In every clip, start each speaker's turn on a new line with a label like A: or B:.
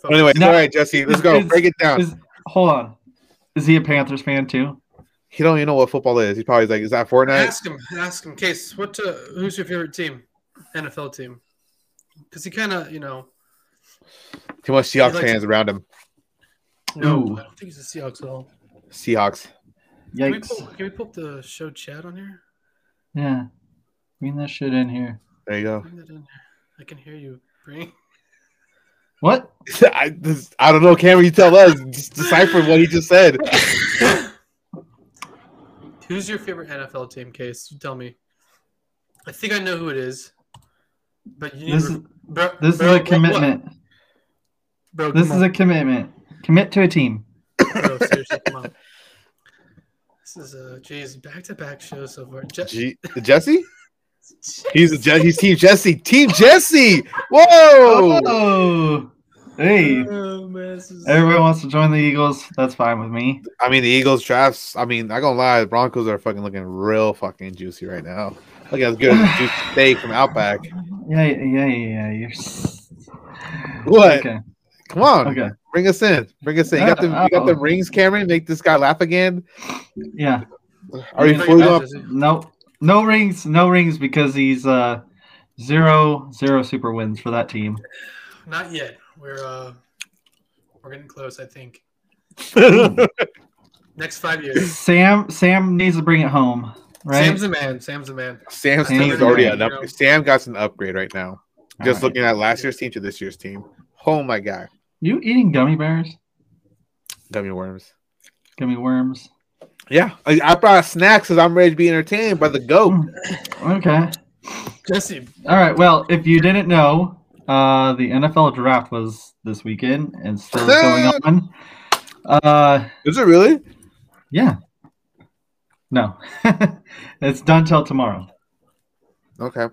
A: So anyway,
B: No.
A: all right, Jesse, let's go.
B: Is-
A: Break it down.
B: Is, hold on. Is he a Panthers fan too?
A: he don't even know what football is. He probably like, is that Fortnite?
C: Ask him. Ask him. Case, what? Uh, who's your favorite team? NFL team. Because he kind of, you know.
A: Too much Seahawks
C: likes-
A: fans around him.
C: No,
B: Ooh.
C: I don't think he's a Seahawks at all.
A: Seahawks.
C: Can we,
B: Yikes.
C: pull, can we pull up the show chat on here?
B: Yeah. Bring that shit in here.
A: There you
B: Oh.
A: go.
C: Bring that in here. I can hear you. Bring.
B: What?
A: I, this, I don't know, Cameron. You tell us. Just decipher what he just said.
C: Who's your favorite NFL team, Case? You tell me. I think I know who it is. But you need
B: This
C: to-
B: is
C: bro,
B: this is
C: bro,
B: a
C: look, look.
B: commitment.
C: Bro,
B: This
C: come
B: is
C: on.
B: a commitment. Commit to a team.
C: Bro, seriously, come on. This is a jeez back-to-back show so far. Je-
A: G- Jesse? He's a Je- he's Team Jesse. Team Jesse. Whoa.
B: Oh. Hey.
C: Oh, man, this is-
B: Everybody wants to join the Eagles. That's fine with me.
A: I mean, the Eagles drafts. I mean, not gonna lie, the Broncos are fucking looking real fucking juicy right now. Look at as good as a juicy steak from Outback.
B: Yeah, yeah, yeah, yeah. You're s-
A: What?
B: Okay.
A: Come on,
B: Okay. Uh,
A: bring us in. Bring us in. You got the you got the rings, Cameron. Make this guy laugh again.
B: Yeah.
A: Are you
C: Bring it
A: fully
C: back,
A: up?
C: Jesse.
B: No. No rings. No rings because he's uh zero zero super wins for that team.
C: Not yet. We're uh, we're getting close. I think next five years.
B: Sam Sam needs to bring it home, right?
C: Sam's the man. Sam's the man.
A: Sam's
B: Sam's
A: team's already an
C: amazing.
A: upgrade. Sam got an upgrade right now.
B: All
A: Just
B: right.
A: looking at last year's team to this year's team. Oh my god,
B: You eating gummy bears?
A: gummy worms.
B: Gummy worms?
A: Yeah, I, I brought snacks because I'm ready to be entertained by the goat.
B: Okay.
C: Jesse,
B: All right. Well, if you didn't know, uh, the NFL draft was this weekend and still going on. Uh,
A: Is it really?
B: yeah. No, it's done till tomorrow.
A: Okay.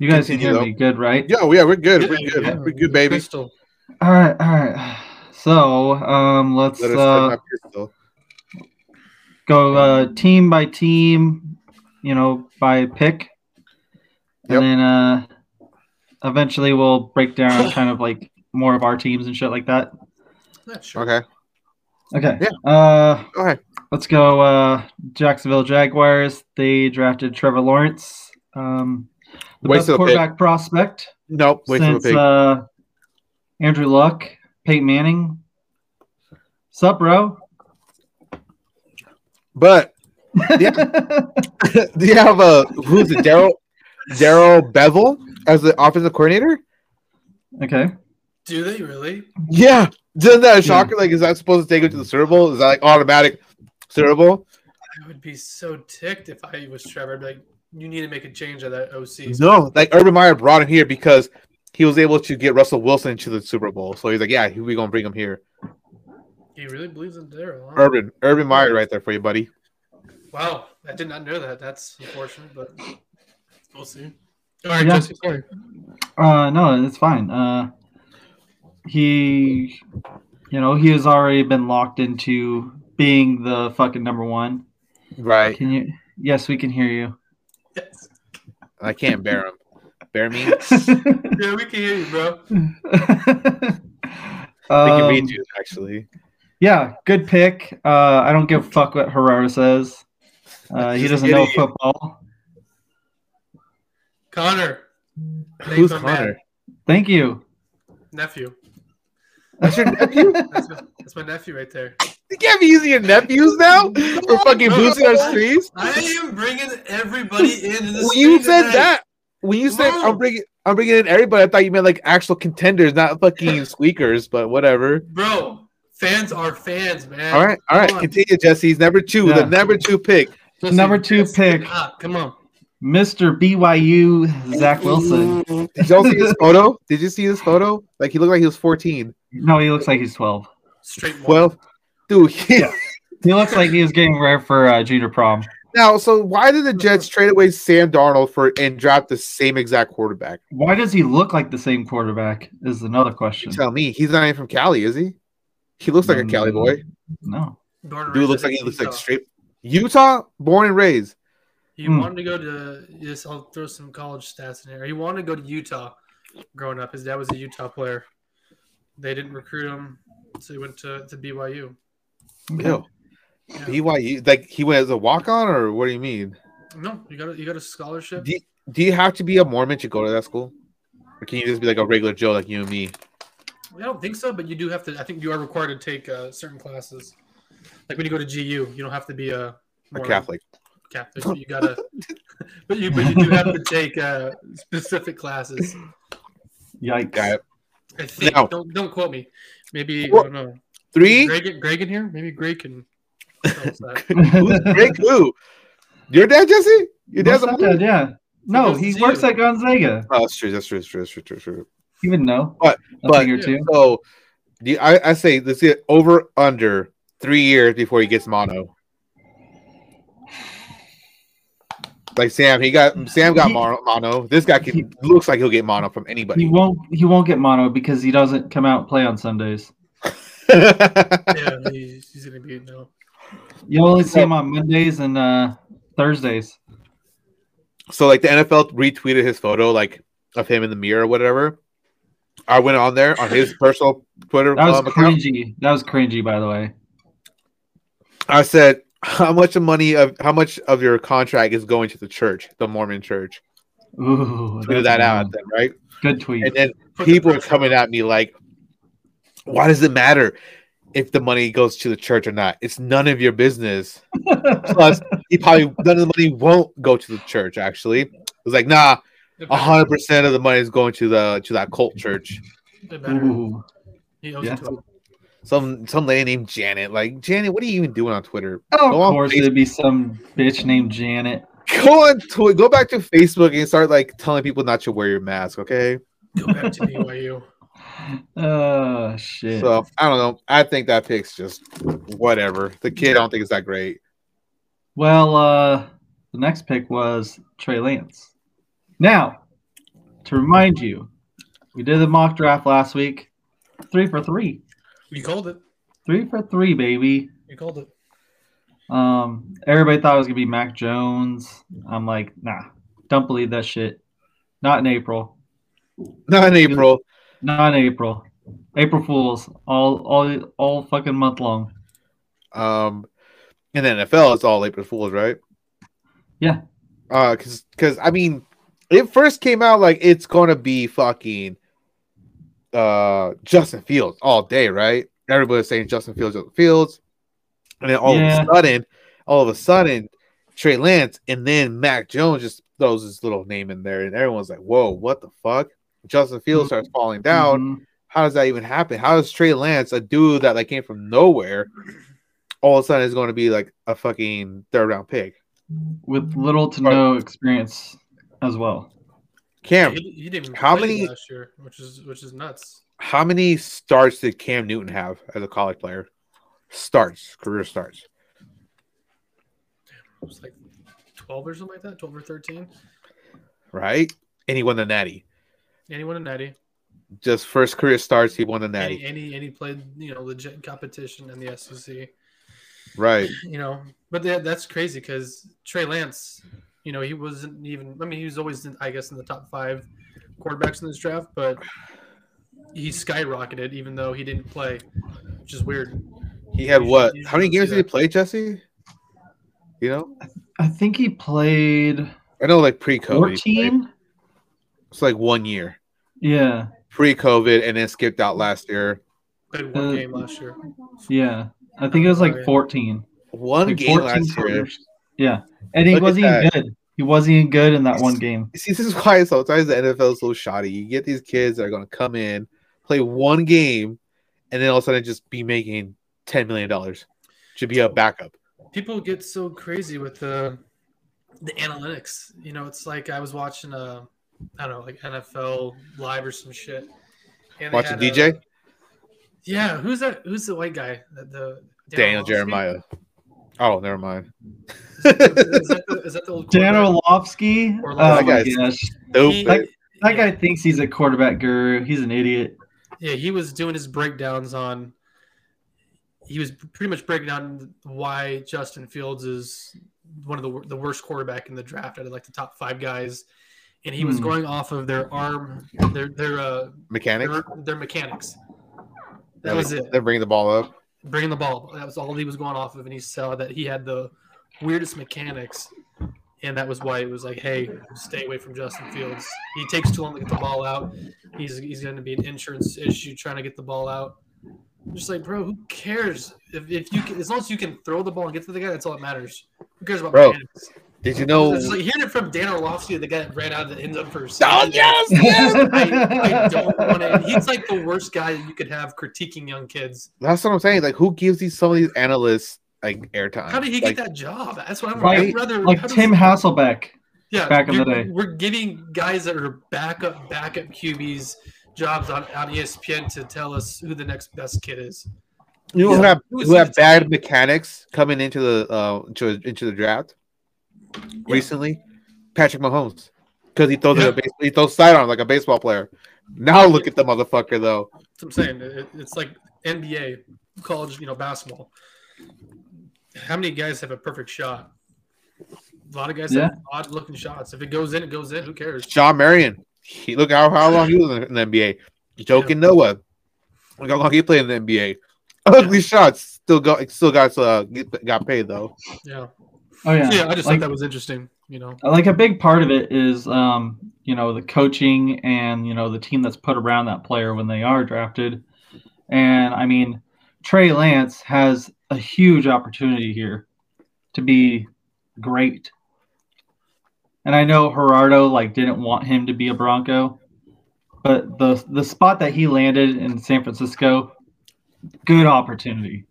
B: You guys can
A: Continue,
B: hear
A: though.
B: me good, right?
A: Yo, yeah, we're good.
C: Yeah,
A: We're good.
C: yeah.
A: We're good, baby.
C: Crystal.
B: All right. All right. So um, let's
A: Let us
B: uh,
A: set my pistol.
B: go uh, team by team, you know, by pick, and
A: Yep.
B: then uh, eventually we'll break down kind of like more of our teams and shit like that.
C: Not sure.
A: Okay.
B: Okay.
A: Yeah.
B: Uh,
A: Go ahead.
B: let's go. Uh, Jacksonville Jaguars. They drafted Trevor Lawrence, um, the
A: Waste
B: best
A: of a pick.
B: quarterback prospect
A: Nope. Wait for the
B: since
A: pig.
B: uh, Andrew Luck, Peyton Manning. Sup, bro?
A: but do you have a who's it? Daryl Daryl Bevel as the offensive coordinator?
B: okay.
C: Do they really?
A: Yeah. Isn't that a shocker? Like, is that supposed to take him to the Super Bowl? Is that like automatic Super Bowl?
C: I would be so ticked if I was Trevor. I'd be like, you need to make a change at that OC.
A: No. Like Urban Meyer brought him here because he was able to get Russell Wilson to the Super Bowl. So he's like, yeah, we're gonna bring him here.
C: He really believes in Daryl. Huh?
A: Urban, Urban Meyer, right there for you, buddy.
C: Wow, I did not know that. That's unfortunate, but we'll see. All right,
B: Yeah.
C: Jesse. Sorry.
B: Uh, no, it's fine. Uh, he, you know, he has already been locked into being the fucking number one.
A: Right.
B: Can you? Yes, we can hear you.
C: Yes.
A: I can't bear him. Bear me.
C: Yeah, we can hear you, bro.
A: They can
B: Um,
A: read you actually.
B: Yeah, good pick. Uh, I don't give a fuck what Herrera says. Uh, he
A: Just
B: doesn't know
A: idiot.
B: football.
C: Connor.
A: Who's
C: Thanks, my man.
A: Connor?
B: Thank you.
C: Nephew.
A: That's your nephew?
C: That's my, that's my nephew right there.
A: You can't be using your nephews now for fucking boosting our streams.
C: I am bringing everybody into this.
A: When you said that, when you said I'm
C: Whoa.
A: bringing, I'm bringing in everybody. I thought you meant like actual contenders, not fucking squeakers. But whatever.
C: bro. Fans are fans, man.
A: All right, all right. Continue, Jesse's number two, the
B: Yeah.
A: number two pick.
C: Jesse,
B: Number two
C: yes,
B: pick.
C: ah, Come on.
B: Mr. BYU Zach Wilson.
A: Did y'all see his photo? Did you see his photo? Like he looked like he was 14.
B: No, he looks like he's 12.
C: Straight one.
A: Well, dude. he-
B: Yeah. He looks like he was getting ready for uh, junior prom.
A: Now, so why did the Jets trade away Sam Darnold for and draft the same exact quarterback?
B: Why does he look like the same quarterback? Is another
A: You
B: question.
A: tell me, he's not even from Cali, is he? He looks like a Cali boy.
B: No.
C: Born and
A: Dude
C: raised
A: looks
C: in
A: like he looks like
C: Utah.
A: straight Utah, born and raised.
C: He
B: Hmm.
C: wanted to go to. Yes, I'll throw some college stats in here. He wanted to go to Utah. Growing up, his dad was a Utah player. They didn't recruit him, so he went to, to BYU.
A: Ew.
C: Yeah.
A: BYU, like he went as a walk on, or what do you mean?
C: No, you got a, you got a scholarship.
A: Do you, do you have to be a Mormon to go to that school, or can you just be like a regular Joe, like you and me?
C: I don't think so, but you do have to. I think you are required to take uh, certain classes. Like when you go to GU, you don't have to be uh, a,
A: A
C: Mormon
A: Catholic?
C: Catholic. but You gotta, but you but you do have to take uh, specific classes.
B: Yikes.
A: Got it.
C: I think.
A: No.
C: Don't don't quote me. Maybe I
A: What?
C: don't know. Is
A: Three?
C: Greg, Greg in here? Maybe Greg can. tell us that.
A: Who's Greg? Who? Your dad, Jesse? Your
B: What's
A: dad's a
B: that,
A: Mormon?
B: Dad? Yeah. No,
C: goes
B: he
C: to
B: works
C: you.
B: at Gonzaga.
A: Oh, that's true. That's true. That's true. That's true. That's true.
B: He would know.
A: But-
B: a
A: but-
B: thing or two.
A: So, do you- I, I say let's get over under three years before he gets mono. Like Sam, he got Sam got
B: He-
A: mono. mono. This guy can looks like he'll get mono from
B: He
A: anybody.
B: won't. He won't get mono because he doesn't come out and play on Sundays.
C: yeah, he, he's gonna be no.
B: You only see him on Mondays and uh, Thursdays.
A: so like the NFL retweeted his photo like of him in the mirror or whatever. I went on there on his personal Twitter
B: That was
A: um, account.
B: cringy. That was cringy, by the way.
A: I said, "How much of money of how much of your contract is going to the church, the Mormon Church?"
B: Ooh,
A: Tweeted that out, then, right?
B: Good tweet.
A: And then
C: Put the
A: people are
C: pressure
A: coming
C: on.
A: at me like, "Why does it matter if the money goes to the church or not? It's none of your business." Plus, he probably none of the money won't go to the church. Actually, it was like, "Nah,
C: They're better.
A: hundred percent of the money is going to the to that cult church."
C: They're better.
B: Ooh.
C: He owes
B: Yeah.
C: it to him.
A: Some some lady named Janet. Like Janet, what are you even doing on Twitter?
B: Oh,
A: Go on
B: of course,
A: Facebook.
B: it'd be some bitch named Janet.
A: go on Twi- go back to Facebook and start like telling people not to wear your mask, okay?
C: Go back to E BYU.
B: Oh shit.
A: So I don't know. I think that pick's just whatever. The kid I don't think it's that great.
B: Well, uh, the next pick was Trey Lance. Now, to remind you, we did the mock draft last week. Three for three.
C: You called it.
B: Three for three, baby.
C: You called it.
B: Um, everybody thought it was gonna be Mac Jones. I'm like, nah, don't believe that shit. Not in April.
A: Not in April.
B: Not in April. April Fools. All all all fucking month long.
A: Um in the NFL it's all April Fools, right?
B: Yeah.
A: Uh cause cause I mean it first came out like it's gonna be fucking uh Justin Fields all day, right? Everybody was saying Justin Fields, Justin Fields, and then all
B: Yeah.
A: of a sudden, all of a sudden, Trey Lance, and then Mac Jones just throws his little name in there, and everyone's like, "Whoa, what the fuck?" Justin Fields starts falling down.
B: Mhm.
A: How does that even happen? How does Trey Lance, a dude that like came from nowhere, all of a sudden is going to be like a fucking third round pick?
B: with little to
A: Right.
B: no experience as well.
A: Cam,
C: He, he didn't even
A: How
C: play
A: many-
C: last year, which is which is nuts.
A: how many starts did Cam Newton have as a college player? Starts, career starts.
C: It was like twelve or something like that, twelve or thirteen.
A: right? And he won the Natty.
C: Anyone in Natty.
A: Just first career starts, he won the
C: Any,
A: Natty.
C: any any played you know legit competition in the E SEC.
A: Right.
C: You know, but that, that's crazy because Trey Lance, you know, he wasn't even. I mean, he was always in, I guess in the top five quarterbacks in this draft, but he skyrocketed even though he didn't play, which is weird.
A: He had
C: You
A: what?
C: should- you
A: How many
C: should see
A: games did he
C: that.
A: play, Jesse? You know,
B: I think he played
A: I know like pre COVID.
B: 14.
A: It's like one year
B: Yeah,
A: pre COVID and then skipped out last year.
C: Played one
A: Hmm.
B: Uh,
C: game last year.
B: yeah. I think it was like 14.
A: One
B: Like
A: game last year.
B: quarters. Yeah, and he
A: Look at
B: wasn't even good. He wasn't even good in that
A: He's-
B: one game.
A: See, this is why sometimes the NFL is so shoddy. You get these kids that are going to come in, play one game, and then all of a sudden just be making $10 million. Should be a backup.
C: people get so crazy with the the analytics. You know, it's like I was watching uh I don't know, like NFL live or some shit. And they
A: Watching
C: had,
A: DJ?
C: uh, yeah, who's that? Who's the white guy? The, the
A: Daniel
C: Orlovsky?
A: Jeremiah. Oh, never mind.
C: Is that the, is that the old
B: Dan
C: quarterback?
B: Orlovsky.
C: Or
B: Oh
C: That
B: my
A: guy's-
B: gosh,
A: Stupid.
B: That- that
C: yeah,
B: guy thinks he's a quarterback guru. He's an idiot.
C: Yeah, he was doing his breakdowns on. He was pretty much breaking down why Justin Fields is one of the wor- the worst quarterback in the draft out of like the top five guys, and he was
B: Hmm.
C: going off of their arm, their their uh,
A: Mechanics.
C: their, their mechanics. That was it.
A: Then bring the ball up.
C: Bringing the ball. That was all he was going off of, and he saw that he had the weirdest mechanics, and that was why it was like, hey, stay away from Justin Fields. He takes too long to get the ball out. He's he's going to be an insurance issue trying to get the ball out. I'm just like, bro, who cares if, if you can, as long as you can throw the ball and get to the guy, that's all that matters. Who cares about
A: Bro.
C: mechanics?
A: Did you know?
C: It's like hearing it from Dan Orlovsky, the guy that ran out of the end zone first.
A: Oh, yes, yes!
C: I, I don't want it. He's like the worst guy that you could have critiquing young kids.
A: That's what I'm saying. Like, who gives these some of these analysts like airtime?
C: How did he
A: like,
C: get that job? That's what I'm
B: Right.
C: I'd rather.
B: Like
C: how does-
B: Tim Hasselbeck.
C: yeah,
B: back in the
C: you're-
B: day.
C: We're giving guys that are backup backup QBs jobs on, on E ESPN to tell us who the next best kid is.
A: You know who
C: Yeah.
A: have
C: Who is
A: who
C: he
A: have
C: to tell
A: bad
C: me?
A: mechanics coming into the uh into, into the draft recently? Patrick Mahomes, because he throws it
C: Yeah.
A: a base, he throws sidearm like a baseball player. Now look at the motherfucker though.
C: That's what I'm saying. It, it- it's like NBA, college, you know, basketball. How many guys have a perfect shot? A lot of guys have odd looking shots. If it goes in, it goes in. Who cares?
A: Sean Marion, he look how how long he was in the NBA. Joking Noah, look how long he played in the NBA. Ugly shots still got still got uh, get- got paid though.
C: Yeah.
B: Oh yeah.
C: Yeah, I just
B: like,
C: thought that was interesting, you know.
B: like a big part of it is um, you know the coaching and you know the team that's put around that player when they are drafted and i mean trey lance has a huge opportunity here to be great and i know gerardo like didn't want him to be a bronco but the the spot that he landed in san francisco good opportunity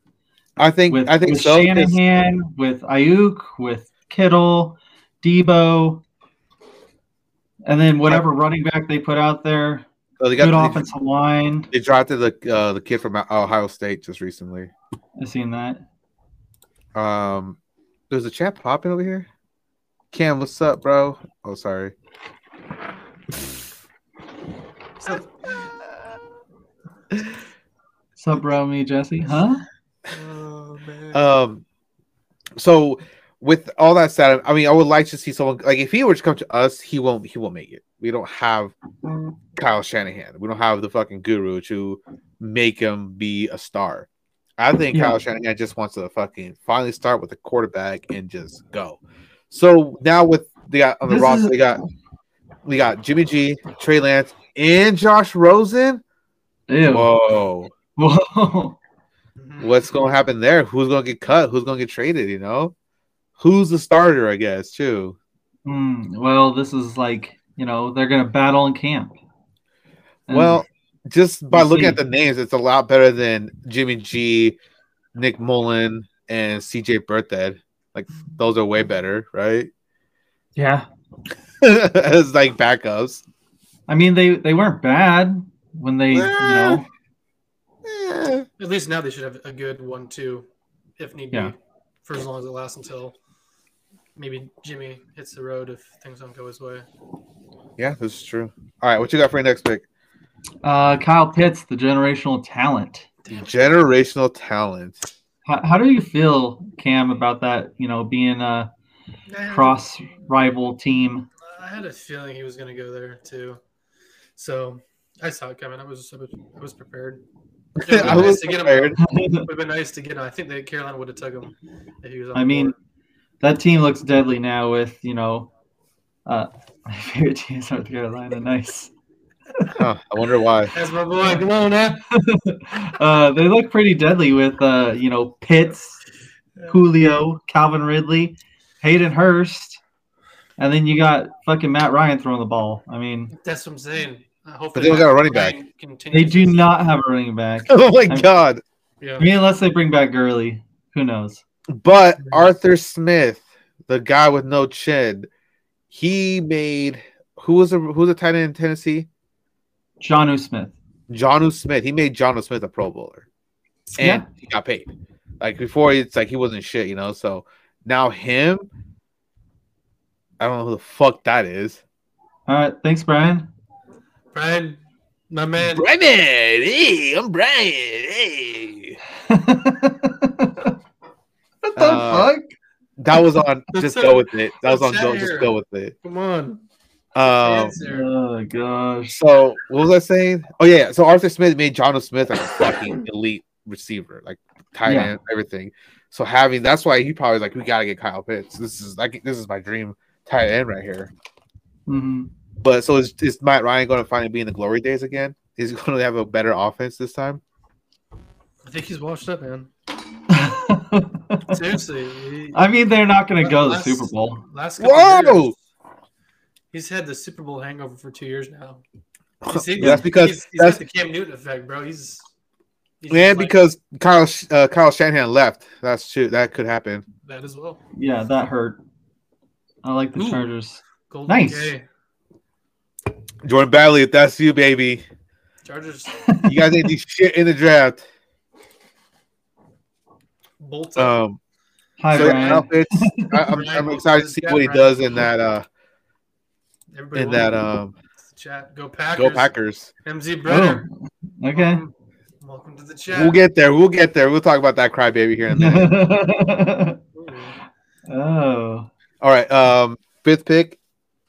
A: I think
B: with,
A: I think
B: with
A: so. 'cause-
B: Shanahan, with Ayuk, with Kittle, Debo, and then whatever running back they put out there.
A: so they
B: Good
A: got they,
B: offensive line.
A: they drafted the uh, the kid from Ohio State just recently.
B: I've seen that.
A: Um, there's a chat popping over here. Cam, what's up, bro? Oh, sorry.
C: So-
B: Sub bro, me Jesse, huh?
C: oh, man.
A: Um, so with all that said, I mean, I would like to see someone like if he were to come to us, he won't. He won't make it. We don't have Kyle Shanahan. We don't have the fucking guru to make him be a star. I think
B: Yeah.
A: Kyle Shanahan just wants to fucking finally start with a quarterback and just go. So now with they got on the
B: This
A: roster,
B: is-
A: they got we got Jimmy G, Trey Lance, and Josh Rosen.
B: Ew. Whoa.
A: Whoa. What's going to happen there? Who's going to get cut? Who's going to get traded? You know, who's the starter? I guess too.
B: Hmm, well, this is like, you know, they're going to battle in camp. And
A: Well, just by
B: We'll
A: looking
B: see.
A: at the names, it's a lot better than Jimmy G, Nick Mullen, and CJ Berthed. Like those are way better, right?
B: yeah.
A: As like backups.
B: I mean, they, they weren't bad when they, you know,
A: Eh.
C: At least now they should have a good one too, if need
B: Yeah.
C: be, for as long as it lasts until maybe Jimmy hits the road if things don't go his way.
A: Yeah, this is true. All right, what you got for your next pick?
B: uh, Kyle Pitts, the generational talent.
A: Generational talent.
B: How, how do you feel, Cam, about that? You know, being a cross rival team.
C: I had a feeling he was going to go there too, so I saw it coming. I was I was, I was prepared. It would've been
A: I was
C: nice to get him.
A: prepared.
C: Would have been nice to get him. I think that Carolina would have took him if he was. On
B: I
C: the
B: mean,
C: board.
B: that team looks deadly now. With you know, uh, my favorite team is North Carolina. Nice.
A: Huh, I wonder why.
C: that's my boy. Come on now.
B: Uh, they look pretty deadly with uh, you know Pitts, Julio, Calvin Ridley, Hayden Hurst, and then you got fucking Matt Ryan throwing the ball. I mean,
C: That's what I'm saying. Uh, Hopefully,
A: But they don't got a running back.
C: Ryan
B: they
C: continues
B: do
C: this-
B: not have a running back.
A: Oh my
B: I'm-
A: god.
C: Yeah.
B: I mean, unless they bring back Gurley, who knows?
A: But Arthur Smith, the guy with no chin, he made who was a who was a tight end in Tennessee?
B: Johnu Smith.
A: Jonu Smith. He made Jonu Smith a Pro Bowler, and he got paid. Like before, it's like he wasn't shit, you know. So now him, I don't know who the fuck that is.
B: All right, thanks, Brian.
C: Brian, my man.
A: Brian, hey, I'm Brian. Hey,
B: what the
A: Uh,
B: fuck?
A: that was on.
C: That's
A: Just
C: so-
A: go with it. That was on.
C: that's
A: Go,
C: sad
A: just
C: here.
A: go with it.
C: Come on.
A: Um,
C: Answer.
B: Oh gosh.
A: so what was I saying? Oh yeah, so Arthur Smith made John Smith like a fucking elite receiver, like tight
B: Yeah.
A: end, everything. So having that's why he probably like we gotta get Kyle Pitts. This is like this is my dream tight end right here.
B: hmm
A: But so is, is Matt Ryan going to finally be in the glory days again? Is he going to have a better offense this time?
C: I think he's washed up, man. Seriously. he-
B: I mean, they're not going to go to the
C: Last-
B: Super Bowl.
C: Last couple
A: Whoa!
C: years, he's had the Super Bowl hangover for two years now. He's- he's-
A: that's because
C: he's, he's
A: that's
C: got the Cam Newton effect, bro. He's, he's
A: yeah,
C: just like
A: because Kyle Sh- uh, Kyle Shanahan left. That's true. That could happen.
C: that as well.
B: Yeah, that hurt. I like the
C: Ooh.
B: Chargers.
C: Golden
B: Nice.
C: Gay.
A: Jordan Bailey, if that's you, baby,
C: Chargers
A: you guys ain't do shit in the draft.
C: bolt up.
A: Um,
B: Hi,
A: so oh, yeah,
B: Brian.
A: Kyle Pitts, I, I'm,
C: Brian,
A: I'm excited to see what he does in that uh
C: Everybody
A: in
C: wants
A: that
C: to
A: um
C: chat. Go Packers.
A: go Packers.
C: MZ
B: Oh,
C: brother.
B: okay.
C: Welcome, welcome to the chat.
A: We'll get there. We'll get there. We'll talk about that crybaby here in a minute.
C: Ooh.
B: oh.
A: All right. Um, fifth pick.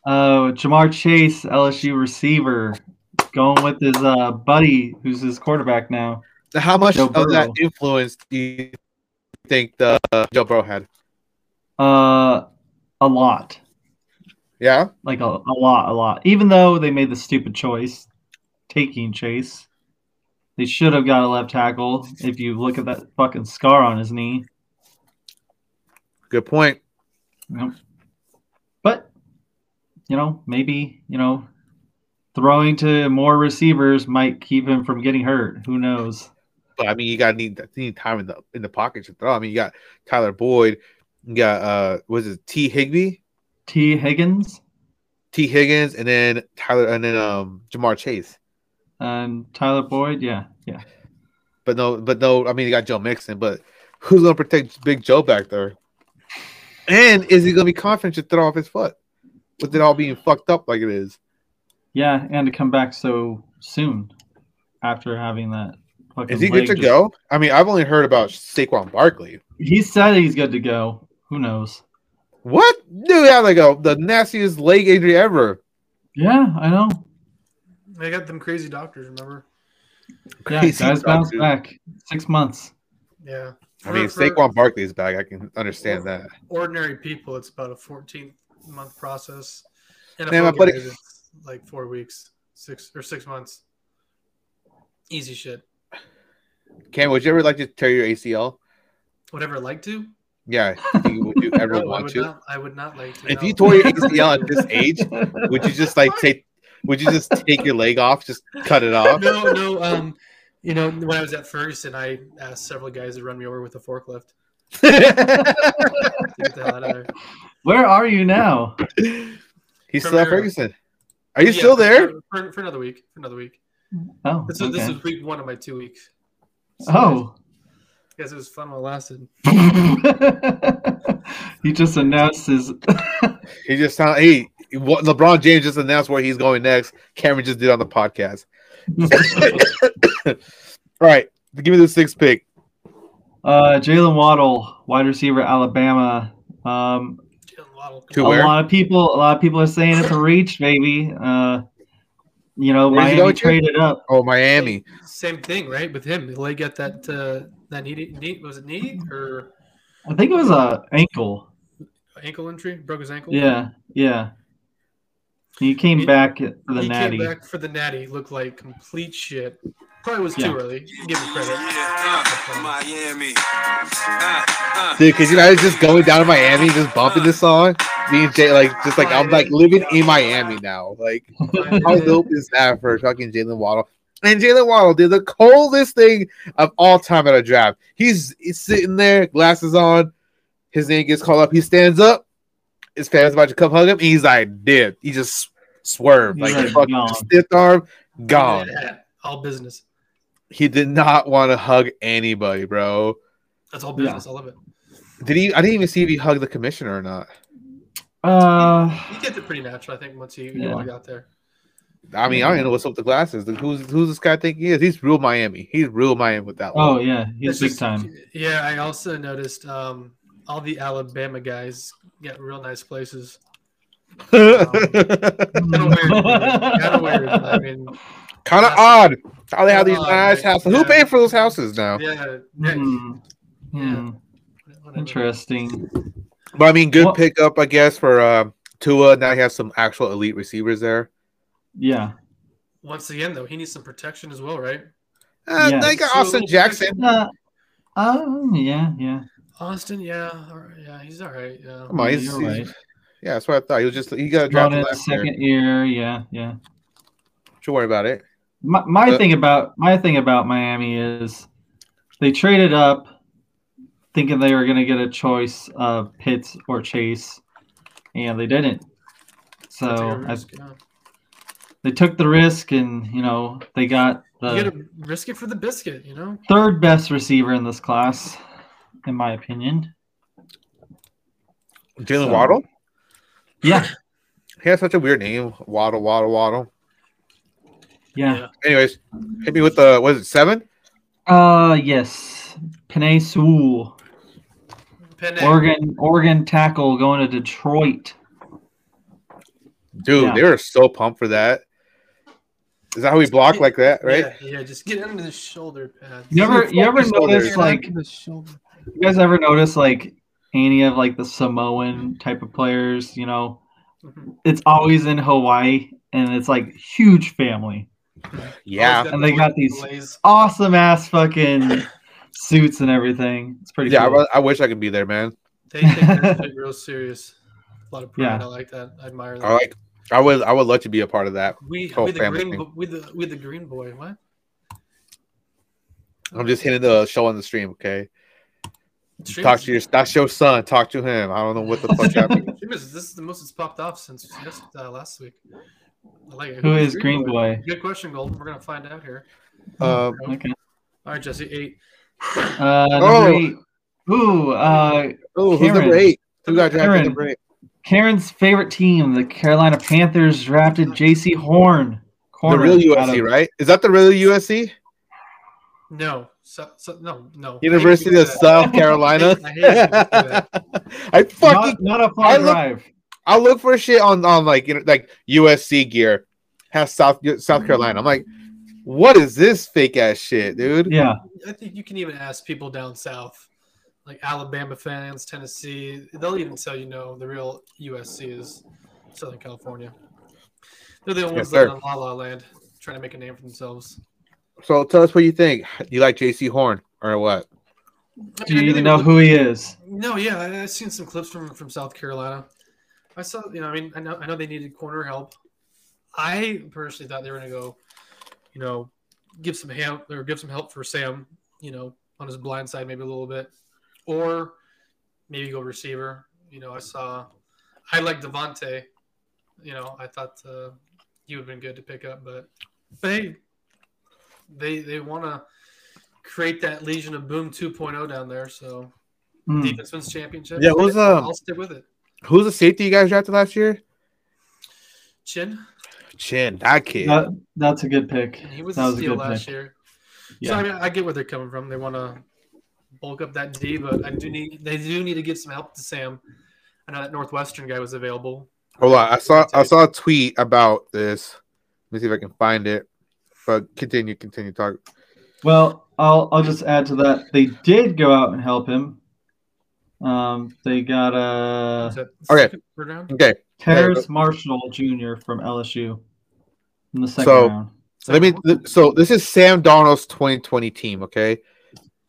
B: Oh, Jamar Chase, LSU receiver, going with his uh, buddy, who's his quarterback now.
A: How much
B: Joe
A: of that
B: Burrow.
A: influence do you think the uh, Joe Burrow had?
B: Uh, a lot,
A: Yeah.
B: like a, a lot, a lot. Even though they made the stupid choice, taking Chase, they should have got a left tackle. If you look at that fucking scar on his knee,
A: Good point.
B: but you know, maybe you know, throwing to more receivers might keep him from getting hurt. Who knows?
A: But I mean, you got to need you need time in the in the pocket to throw. I mean, you got Tyler Boyd. You got uh, was it T Higby,
B: T. Higgins
A: T Higgins, and then Tyler, and then um Jamar Chase.
B: and Tyler Boyd. Yeah, yeah.
A: But no, but no. I mean, you got Joe Mixon. But who's gonna protect Big Joe back there? And is he gonna be confident to throw off his foot with it all being fucked up like it is?
B: Yeah, and to come back so soon after having that. fucking
A: Is he good
B: leg
A: to
B: just-
A: go? I mean, I've only heard about Saquon Barkley.
B: He said he's good to go. Who knows?
A: What dude had like a the nastiest leg injury ever?
B: Yeah, I know.
C: They got them crazy doctors, remember?
B: Yeah,
A: Crazy
B: guys bounce
A: doctor.
B: back. Six months.
C: Yeah.
A: I mean,
C: For- for
A: Saquon Barkley's back. I can understand that.
C: Ordinary people, it's about a 14 month process. And
A: Man, my buddy-
C: like four weeks, six or six months. Easy shit.
A: Cam, would you ever like to tear your ACL?
C: Whatever I like to.
A: Yeah. do you- would you ever
C: No, I
A: want
C: would
A: to?
C: Not, I would not like to.
A: If
C: no.
A: you tore your ACL at this age, would you just like take? Would you just take your leg off? Just cut it off?
C: no, no. Um, you know, when I was at Ferguson, I asked several guys to run me over with a forklift. Get the hell out of there.
B: Where are you now?
A: He's still at
C: Premier.
A: Ferguson. Are you
C: Yeah,
A: still
C: for-
A: there?
C: For, for another week. For another week.
B: Oh,
C: This, is,
B: okay.
C: this is week one of my two weeks. So,
B: oh.
C: I guess it was fun while it lasted.
B: he just announced his.
A: He just sound hey. What LeBron James just announced where he's going next. Cameron just did on the podcast. All right, give me the sixth pick.
B: Uh, Jalen Waddle, wide receiver, Alabama. Um,
C: Jalen Waddle.
A: To
B: a
A: where?
B: lot of people a lot of people are saying it's a reach baby uh you know
A: Where's he
B: miami
A: going to?
B: traded up
A: Oh, Miami.
C: Same thing, right? With him, he got that uh, that knee, knee was it knee or
B: i think it was a ankle
C: ankle injury? Broke his ankle.
B: yeah yeah he came
C: He-
B: back for the
C: he
B: natty
C: came back for the natty. Looked like complete shit. Probably was too
B: Yeah.
C: early. Give him credit.
D: Miami. Uh, uh.
A: Dude, could you not just going down to Miami, just bumping this song? Me and Jay, like, just like I'm like living in Miami now. Like, how dope is that for fucking Jalen Waddle? And Jalen Waddle did the coldest thing of all time at a draft. He's, he's sitting there, glasses on. His name gets called up. He stands up. His fans about to come hug him, and he's like, "Did he just swerved
B: He's
A: like
B: like,
A: fucking
B: gone.
A: stiff arm gone?"
C: Yeah, All business.
A: He did not want to hug anybody, bro.
C: That's all business. I love it.
A: Did he? I didn't even see if he hugged the commissioner or not.
B: uh
C: He kept it pretty natural, I think, once he, he
B: Yeah.
C: really got there.
A: I mean, I don't know what's up with the glasses. Like, Who's who's this guy think he is? He's real Miami. He's real Miami with that one.
B: oh yeah he's
C: It's
B: big
C: just-
B: time
C: Yeah, I also noticed um, all the Alabama guys got real nice places.
B: Um,
C: Kind of
A: kind
C: weird. kind of weird. I mean,
A: of odd how they have these
C: Odd,
A: nice
C: right?
A: houses. Who
C: Yeah.
A: paid for those houses now?
C: yeah. yeah.
B: Hmm. Hmm.
C: Whatever.
B: Interesting.
A: But I mean, good
B: Well-
A: pickup, I guess, for uh, Tua. Now you have some actual elite receivers there.
B: Yeah.
C: Once again, though, he needs some protection as well, right?
A: Uh,
B: Yeah.
A: They got
C: So-
A: Austin Jackson.
B: Uh, um, yeah, yeah.
C: Austin, yeah, all right, yeah, he's all right. Yeah.
A: Come on, he's,
B: You're
A: he's-
B: right.
A: yeah, that's what I thought. He was just he got
B: Brought
A: drafted
B: in
A: last year.
B: second year. Yeah, yeah.
A: Don't worry about it.
B: My, my
A: Uh,
B: thing about my thing about Miami is they traded up thinking they were going to get a choice of Pitts or Chase, and they didn't. So
C: Take a
B: I,
C: risk, yeah.
B: they took the risk, and you know they got the
C: you gotta risk it for the biscuit, you know.
B: third best receiver in this class, in my opinion.
A: Jalen
B: So-
A: Waddle.
B: Yeah,
A: He has such a weird name. Waddle, Waddle, Waddle.
B: yeah.
A: Anyways, hit me with the was it seven?
B: Uh, yes, Panay Sewell,
C: Penne.
B: Oregon, Oregon tackle going to Detroit.
A: Dude,
B: Yeah.
A: they were so pumped for that. Is that how we block like that, right?
C: Yeah, yeah, just get under the shoulder pads.
B: You ever, you ever
A: Focus on
B: notice
A: their-
B: like
C: the shoulder.
B: You guys ever notice like any of like the Samoan type of players? You know,
C: Mhm.
B: it's always in Hawaii, and it's like huge family,
A: Yeah.
C: Always
B: And they got these-
C: delays.
B: awesome ass fucking suits and everything. It's pretty.
A: Yeah, I,
B: cool.
A: wa- I wish I could be there, man.
C: They take that shit real serious. A lot of pride.
B: Yeah.
C: I like that. I admire that.
A: I like I would I would love to be a part of that.
C: We
A: whole
C: with the
A: family
C: green
A: thing.
C: bo- with the with the green boy. What?
A: I'm just hitting the show on the stream, okay?
C: Stream
A: Talk
C: is-
A: to your that's your son. Talk to him. I don't know what the fuck happened.
C: stream is- this is the most it's popped off since yes, uh, last week. I like it.
B: Who is Green Boy?
C: Good question, Golden. We're gonna find out here.
A: Um,
B: Okay.
C: All right, Jesse. Eight.
B: Uh, number
A: Oh.
B: eight. Ooh, uh,
A: oh, who's number
B: Karen.
A: eight? Who got drafted
B: Karen.
A: number eight?
B: Karen's favorite team, the Carolina Panthers, drafted J.C. Horn.
A: The
B: corner
A: real
B: out of-
A: USC, right? Is that the real USC?
C: No. So, so, no. No.
A: University
C: I
A: of
C: hate you
A: South
C: for
A: Carolina.
C: that. I hate you for that.
A: I fucking
B: Not, not a
A: I
B: far
A: look-
B: drive.
A: I'll look for shit on on like you know, like USC gear has South South Carolina. I'm like, what is this fake ass shit, dude?
B: Yeah.
C: uh, I think you can even ask people down south, like Alabama fans, Tennessee. They'll even tell you no, the real USC is Southern California. They're the ones that
A: sir.
C: are in La La Land trying to make a name for themselves.
A: So tell us what you think. You like JC Horn or what?
C: I
B: Do
C: mean, I
B: you
C: knew
B: even
C: they
B: know
C: were-
B: who he is?
C: No, yeah, I- I've seen some clips from from South Carolina. I saw, you know, I mean, I know, I know they needed corner help. I personally thought they were going to go, you know, give some help or give some help for Sam, you know, on his blind side maybe a little bit, or maybe go receiver. You know, I saw, I like Devonte. You know, I thought uh, he would have been good to pick up, but but hey, they they want to create that Legion of Boom 2.0 down there, so
B: Hmm.
C: defense wins championship.
A: Yeah, who's, um,
C: I'll stick with it.
A: Who's the safety you guys drafted last year?
C: Chin,
A: Chin, that kid.
B: That, that's a good pick.
C: and he was
B: that
C: a
B: was a
C: steal
B: good
C: last
B: pick.
C: year.
B: Yeah.
C: So I mean, I get where they're coming from. They want to bulk up that D, but I do need they do need to give some help to Sam. I know that Northwestern guy was available.
A: Hold on, I saw I saw a tweet about this. Let me see if I can find it. But continue, continue talk.
B: Well, I'll I'll just add to that. They did go out and help him. Um, they got
C: Was
B: a
C: that
A: Uh, Okay.
C: second, third round?
A: Okay,
B: Terrace Marshall Jr. from LSU in the second
A: So-
B: round.
A: let me.
C: Second
A: th- So this is Sam Donald's 2020 team. Okay,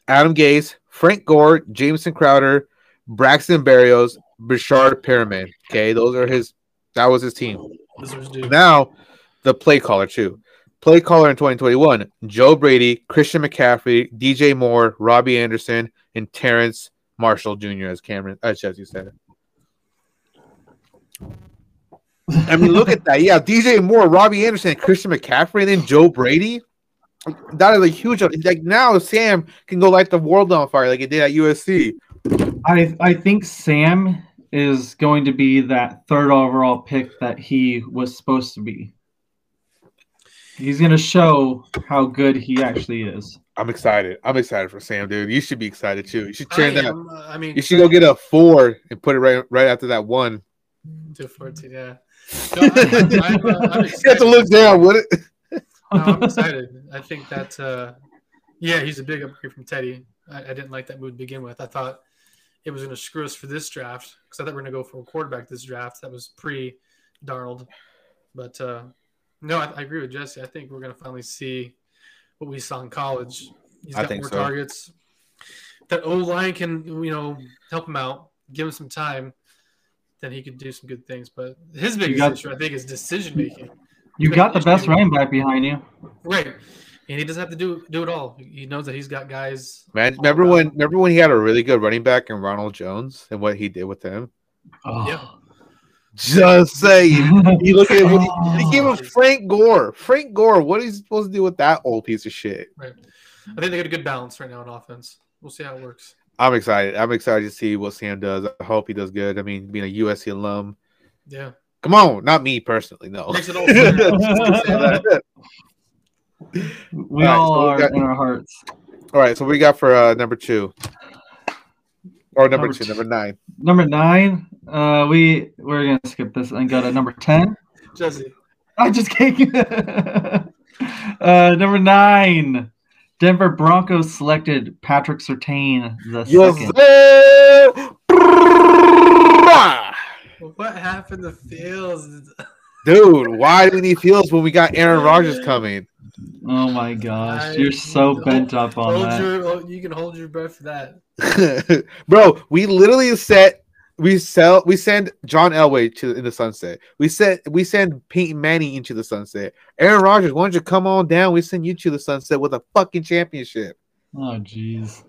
A: Adam Gase, Frank Gore, Jameson Crowder, Braxton Berrios, Bashard Perriman. Okay, those are his. That was his team.
C: round. This was due.
A: Now, the play caller too. Play caller in 2021: Joe Brady, Christian McCaffrey, DJ Moore, Robbie Anderson, and Terrence Marshall Jr. As Cameron, as Jesse said. I mean, look at that. Yeah, DJ Moore, Robbie Anderson, Christian McCaffrey, and then Joe Brady. That is a huge. Like now, Sam can go light the world on fire like it did at USC.
B: I I think Sam is going to be that third overall pick that he was supposed to be. He's going to show how good he actually is.
A: I'm excited. I'm excited for Sam, dude. You should be excited too. You should
C: I,
A: cheer that.
C: am, uh, I mean,
A: You should go get a four and put it right right after that one.
C: Two fourteen. Yeah. No, I'm, I'm, uh, I'm
A: You have to look
C: excited.
A: down, would it?
C: No, I'm excited. I think that, uh, yeah, he's a big upgrade from Teddy. I, I didn't like that move to begin with. I thought it was going to screw us for this draft because I thought we were going to go for a quarterback this draft. That was pre Darnold. But uh, no, I, I agree with Jesse. I think we're going to finally see what we saw in college. He's
A: I
C: got
A: think
C: more
A: so.
C: targets. That O line can, you know, help him out, give him some time. Then he could do some good things. But his biggest
B: got-
C: issue, I think, is decision making.
B: You got the best running back behind you.
C: Right. And he doesn't have to do do it all. He knows that he's got guys.
A: Man, remember when remember when he had a really good running back in Ronald Jones and what he did with him?
B: Oh.
A: Just saying. You look at what he, he gave
B: Oh.
A: him Frank Gore. Frank Gore, what is he supposed to do with that old piece of shit?
C: Right. I think they got a good balance right now in offense. We'll see how it works.
A: I'm excited. I'm excited to see what Sam does. I hope he does good. I mean, being a USC alum.
C: Yeah.
A: Come on, not me personally, no.
C: Makes it all fair.
A: All right,
B: We all
A: so we
B: are
A: got-
B: in our hearts.
A: All right, so what we got for uh, number two? Or number,
B: Number
A: two,
B: two.
A: number nine.
B: Number nine, uh, we we're gonna skip this and go to number ten.
C: Jesse.
B: I'm just kidding. uh, number nine, Denver Broncos selected Patrick Sertain the second.
A: Yes,
C: What happened to Fields?
A: Dude, why do we need fields when we got Aaron Rodgers coming?
B: Oh my gosh,
C: I
B: you're so
C: don't-
B: bent up on
C: Hold
B: that.
C: your, oh, you can hold your breath for that.
A: Bro, we literally set we sell we send John Elway to in the sunset. We sent we send Peyton Manning into the sunset. Aaron Rodgers, why don't you come on down? We send you to the sunset with a fucking championship.
B: Oh jeez.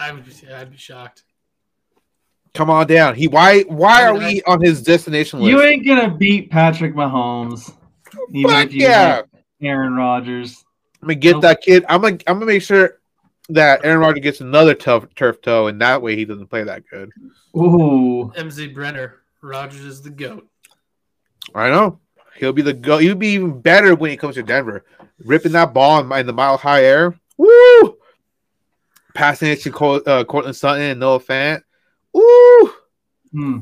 C: I would be, I'd be shocked.
A: Come on down. He why why are
C: I mean, I-
A: we on his destination list?
B: You ain't gonna beat Patrick Mahomes. Even
A: Fuck
B: if you
A: yeah.
B: like Aaron Rodgers.
A: I'm gonna get
B: Nope.
A: that kid. I'm gonna I'm gonna make sure that Aaron Rodgers gets another tough turf toe, and that way he doesn't play that good.
B: Ooh.
C: MZ Brenner. Rogers is the GOAT.
A: I know he'll be the go. He'll be even better when he comes to Denver, ripping that ball in, in the mile high air. Woo! Passing it to Cor- uh, Cortland Sutton and Noah Fant. Woo!
B: Hmm.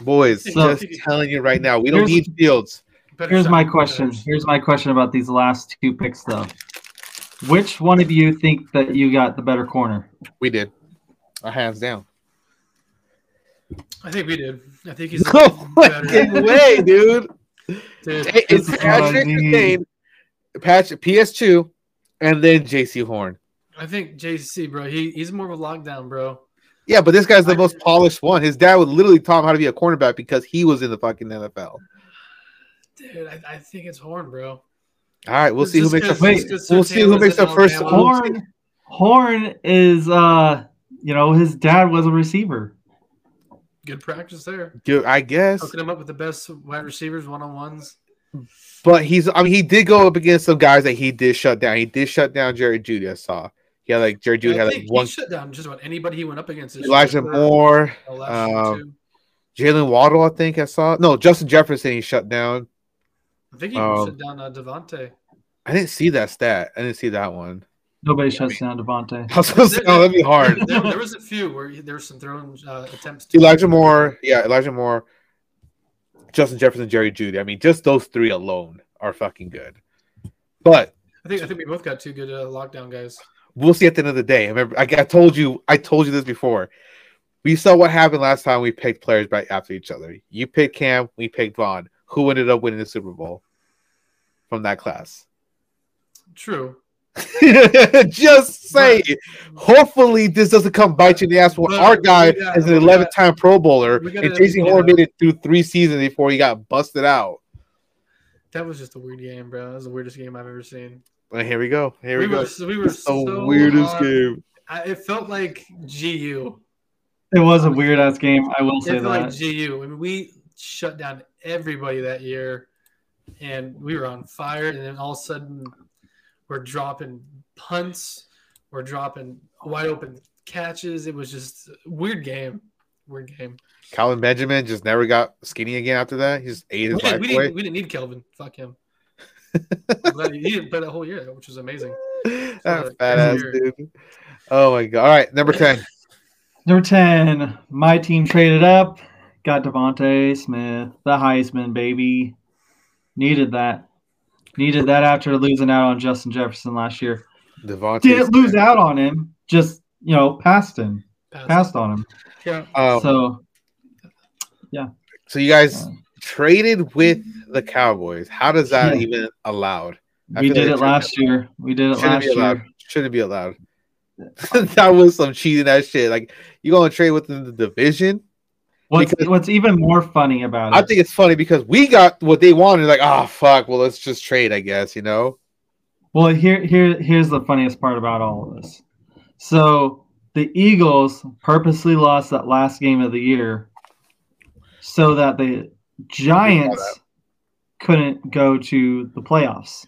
A: Boys,
C: So-
A: just telling you right now, we don't
B: Here's-
A: need Fields.
C: Better
B: Here's
C: shot
B: my
C: than
B: question.
C: Rodgers.
B: Here's my question about these last two picks though. Which one of you think that you got the better corner?
A: We did, uh, hands down.
C: I think we did. I think he's
B: Oh
A: No
C: better.
A: fucking way, dude.
C: Dude,
A: Hey, It's
B: This is what I
A: Patrick
B: need.
A: Sertain, Patrick PS2, and then JC Horn.
C: I think JC, bro, he, he's more of a lockdown, bro.
A: Yeah, but this guy's the
C: I-
A: most polished one. His dad would literally taught him how to be a cornerback because he was in the fucking NFL.
C: Dude, I, I think it's Horn, bro.
A: All right, we'll
C: It's
A: see who
C: just
A: makes up.
C: 'cause-
B: Wait,
C: it's just
A: we'll
C: Sertan
A: see who
C: was
A: makes
C: in
A: the first
C: Alabama.
A: one.
B: Horn Horn is uh you know, his dad was a receiver.
C: Good practice there.
A: Dude, I guess.
C: Hooking him up with the best wide receivers one on ones.
A: But he's I mean he did go up against some guys that he did shut down. He did shut down Jerry Judy, I saw. He had like Jerry Judy
C: I
A: had
C: think
A: like one
C: he shut down just about anybody he went up against. this
A: Elijah
C: year.
A: Moore,
C: Uh, last year,
A: um,
C: too.
A: Jalen Waddle, I think I saw. No, Justin Jefferson he shut down.
C: I think he even
A: um,
C: shut down uh, Devontae.
A: I didn't see that stat. I didn't see that one.
B: Nobody shuts down Devontae.
A: I was gonna say, oh, that'd be hard.
C: There, there was a few where he- there were some thrown uh, attempts. to-
A: Elijah Moore, yeah, Elijah Moore, Justin Jefferson, Jerry Judy. I mean, just those three alone are fucking good. But
C: I think I think we both got two good uh, lockdown guys.
A: we'll see at the end of the day. Remember, I, I told you, I told you this before. We saw what happened last time we picked players right after each other. You picked Cam, we picked Vaughn. Who ended up winning the Super Bowl from that class?
C: True.
A: Just say, hopefully, this doesn't come bite you in the ass. When
C: But
A: our guy
C: we got-
A: is an
C: we got-
A: 11 time Pro Bowler,
C: we got
A: and
C: an
A: Jason
C: MVP
A: Horn
C: though.
A: made it through three seasons before he got busted out.
C: That was just a weird game, bro. That was the weirdest game I've ever seen.
A: And here we go. Here we,
C: we
A: go.
C: were so- we were so
A: the weirdest
C: on-
A: game.
C: I, it felt like GU.
B: It was a weird ass game, I will
C: It
B: say
C: felt like
B: that.
C: GU. I mean, we shut down everybody that year, and we were on fire. And then all of a sudden, we're dropping punts, we're dropping wide open catches. It was just a weird game. Weird game.
A: Colin Benjamin just never got skinny again after that. He just ate
C: We
A: his
C: didn't,
A: life
C: we,
A: away.
C: didn't, we didn't need Kelvin. Fuck him. but he didn't play the whole year, which was amazing.
A: that
C: So,
A: fat ass
C: weird.
A: dude. Oh my god. All right, number 10.
B: Number 10, my team traded up, got Devontae Smith, the Heisman baby. Needed that. Needed that after losing out on Justin Jefferson last year.
A: Devontae
B: Didn't lose
A: Smith.
B: out on him, just, you know, passed him,
C: Pass.
B: passed on him.
C: Yeah.
A: Um, so,
B: So,
A: you guys
B: uh,
A: traded with the Cowboys. How does that
B: Yeah.
A: even allowed? I
B: we
A: feel
B: did
A: like
B: it last year. We did it
A: Shouldn't
B: last
A: be allowed.
B: year.
A: Shouldn't be allowed. that was some cheating ass shit. Like you gonna trade within the division?
B: What's,
A: Because-
B: what's even more funny about it?
A: I think it's funny because we got what they wanted. Like, ah, fuck. Well, let's just trade, I guess. You know.
B: Well, here, here, here's the funniest part about all of this. So the Eagles purposely lost that last game of the year, so that the Giants couldn't go to the playoffs.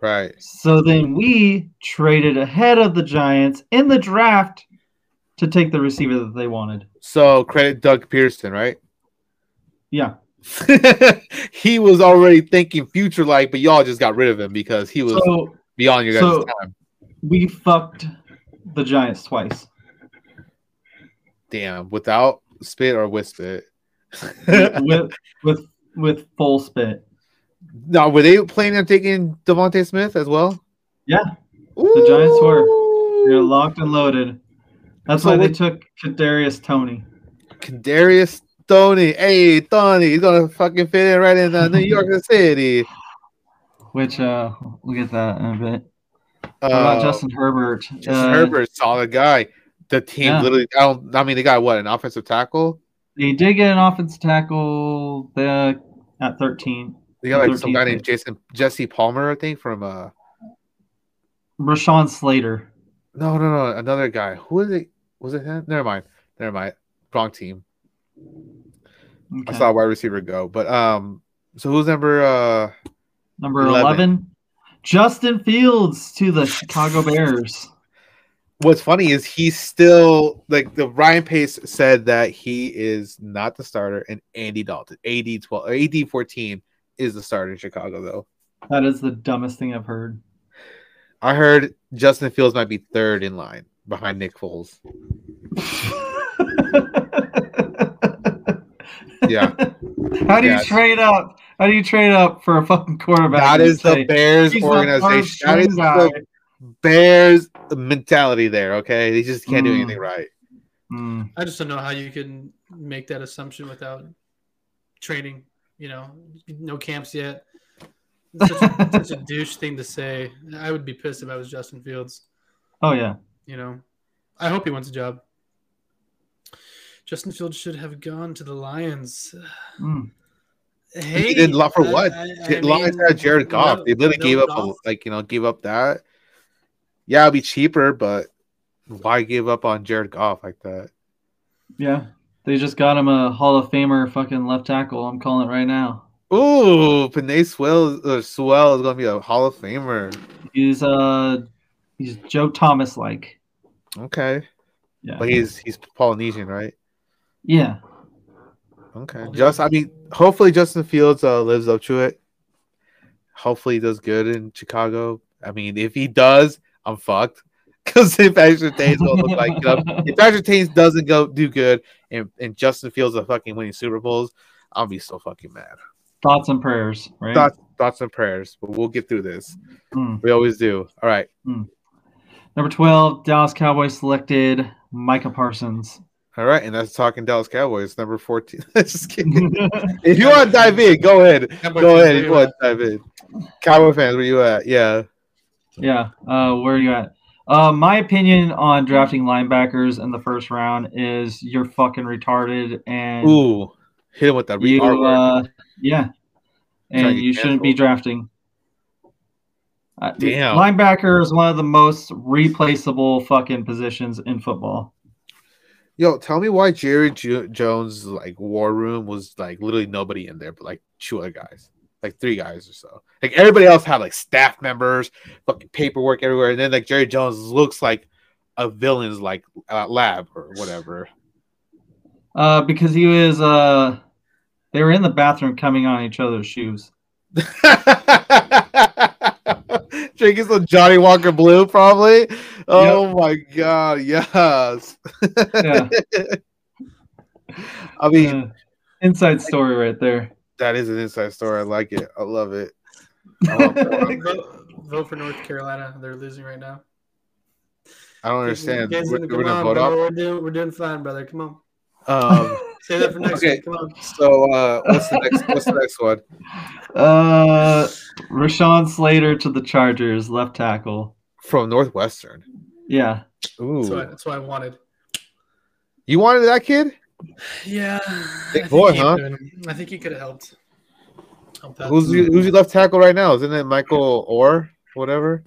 A: Right.
B: So then we traded ahead of the Giants in the draft to take the receiver that they wanted.
A: So credit Doug Pearson, right?
B: Yeah,
A: he was already thinking future like, but y'all just got rid of him because he was
B: so
A: beyond your guys'
B: so-
A: time.
B: we fucked the Giants twice.
A: Damn, without spit or with spit.
B: with, with with with full spit.
A: now, were they planning on taking Devontae Smith as well?
B: Yeah, the Giants were. They're
A: Ooh.
B: locked and loaded. That's
A: So
B: why they
A: what-
B: took Kadarius Tony.
A: Kadarius Stoney. Hey, Tony, he's gonna fucking fit in right in uh, New York City.
B: Which uh, we'll get that in a bit.
A: Uh,
B: What about Justin Herbert?
A: Justin
B: Uh,
A: Herbert, solid guy. The team
B: yeah.
A: literally, I don't, I mean, they got what an offensive tackle.
B: They did get an offense tackle uh, at 13.
A: They got like some guy
B: 13th.
A: named Jason Jesse Palmer, I think, from uh,
B: Rashawn Slater.
A: no, no, no, another guy. Who is it? Was it him? Never mind, never mind. Wrong team. I
B: Okay.
A: saw a wide receiver go, but um, so who's number uh,
B: Number 11.
A: 11.
B: Justin Fields to the Chicago Bears.
A: what's funny is he's still like the Ryan Pace said that he is not the starter, and Andy Dalton, AD twelve, or AD fourteen, is the starter in Chicago. Though
B: That is the dumbest thing I've heard.
A: I heard Justin Fields might be third in line behind Nick Foles. Yeah,
B: How do
A: Yeah.
B: you trade up? How do you trade up for a fucking quarterback?
A: that
B: and
A: is
B: say,
A: the Bears
B: "He's the
A: organization. That
B: first
A: is
B: guy."
A: the Bears mentality. There, okay, they just can't do
B: Mm.
A: anything right.
B: Hmm.
C: I just don't know how you can make that assumption without training. You know, no camps yet. It's Such a, it's such a douche thing to say. I would be pissed if I was Justin Fields.
B: Oh yeah.
C: You know, I hope he wants a job. Justin Fields should have gone to the Lions.
B: Hmm.
C: Hey,
A: did lo- for what?
C: I- I
A: As long as
C: mean,
A: they had Jared Goff,
C: no-
A: they literally
C: no
A: gave up,
C: Goff.
A: a, like you know, gave up that. Yeah, it'd be cheaper, but why give up on Jared Goff like that?
B: Yeah. They just got him a Hall of Famer fucking left tackle. I'm calling it right now.
A: Ooh, Panay Swell, uh, Swell is gonna be a Hall of Famer.
B: He's uh he's Joe Thomas like.
A: Okay,
B: Yeah.
A: but he's he's Polynesian, right?
B: yeah.
A: Okay, just I mean, hopefully Justin Fields uh, lives up to it. Hopefully, he does good in Chicago. I mean, if he does, I'm fucked. Because if Patrick Tate's gonna look like you know, if Patrick Tatum doesn't go do good and, and Justin Fields are fucking winning Super Bowls, I'll be so fucking mad.
B: Thoughts and prayers, right?
A: Thoughts, thoughts and prayers, but we'll get through this.
B: Hmm.
A: We always do. All right.
B: Number twelve, Dallas Cowboys selected Micah Parsons.
A: All right. And that's talking Dallas Cowboys, number 14. Just
B: Mm-hmm.
A: kidding. If you want to dive in, go ahead.
C: Cowboy
A: Go
C: fans, where you
A: ahead. If you want to dive in. Cowboy fans, where you at? Yeah.
B: Yeah. Uh, where are you at? Uh, my opinion on drafting linebackers in the first round is you're fucking retarded and
A: Ooh. Hit him with that. Re-
B: Mm. you,
A: R word.
B: uh, yeah,
A: Trying to
B: and
A: get
B: you shouldn't be
A: canceled.
B: drafting. Uh,
A: Damn.
B: Linebacker is one of the most replaceable fucking positions in football.
A: Yo, tell me why Jerry jo- Jones' like war room was like literally nobody in there, but like two other guys, like three guys or so. Like everybody else had like staff members, fucking paperwork everywhere, and then like Jerry Jones looks like a villain's like uh, lab or whatever.
B: Uh, because he was, uh, they were in the bathroom coming on each other's shoes.
A: Drinking some Johnny Walker Blue, probably. Oh my god, yes.
B: Yeah.
A: I mean,
B: Uh, inside story right there.
A: that is an inside story. I like it. I love it. I want more.
C: vote, vote for North Carolina. They're losing right now.
A: I don't understand.
C: Guys,
A: We're,
C: come
A: we're gonna
C: on,
A: vote
C: bro.
A: off.
C: We're doing, we're doing fine, brother. Come on.
A: Um,
C: Say that for next
A: Okay.
C: week. Come on.
A: so uh, what's the next? What's the next one?
B: Uh, Rashawn Slater to the Chargers, left tackle.
A: From Northwestern.
B: Yeah,
A: Ooh,
C: That's what, that's what I wanted.
A: you wanted that kid?
C: Yeah.
A: Big boy, huh?
C: I think he could have helped. helped that.
A: Who's your, who's your left tackle right now? Isn't it Michael Orr? Whatever.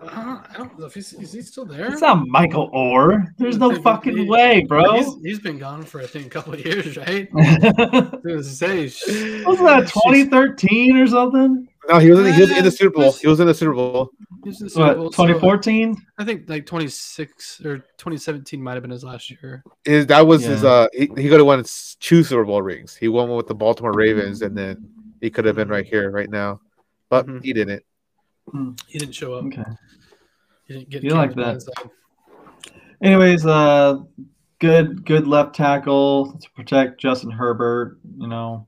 C: Uh, I don't know if he's is he still there.
B: it's not Michael Orr. There's no fucking way,
C: He's,
B: bro.
C: he's been gone for I think a couple of years, right?
B: Wasn't
C: Dude, say, sh-
B: that 2013 or something?
A: No, he was in the, he was in
C: Uh,
A: the Super Bowl. He was in the Super Bowl.
C: he's in the Super
B: What
C: Bowl, so
B: 2014?
C: I think like 26 or 2017 might have been his last year.
A: Is that was his
B: Yeah.
A: uh he, he could have won s- two Super Bowl rings. He won one with the Baltimore Ravens, and then he could have been right here, right now, but
C: Mhm.
A: he didn't.
C: He didn't show up.
B: Okay.
C: He didn't get.
B: You like
C: Cameron
B: that.
C: Johnson.
B: Anyways, uh, good good left tackle to protect Justin Herbert. You know,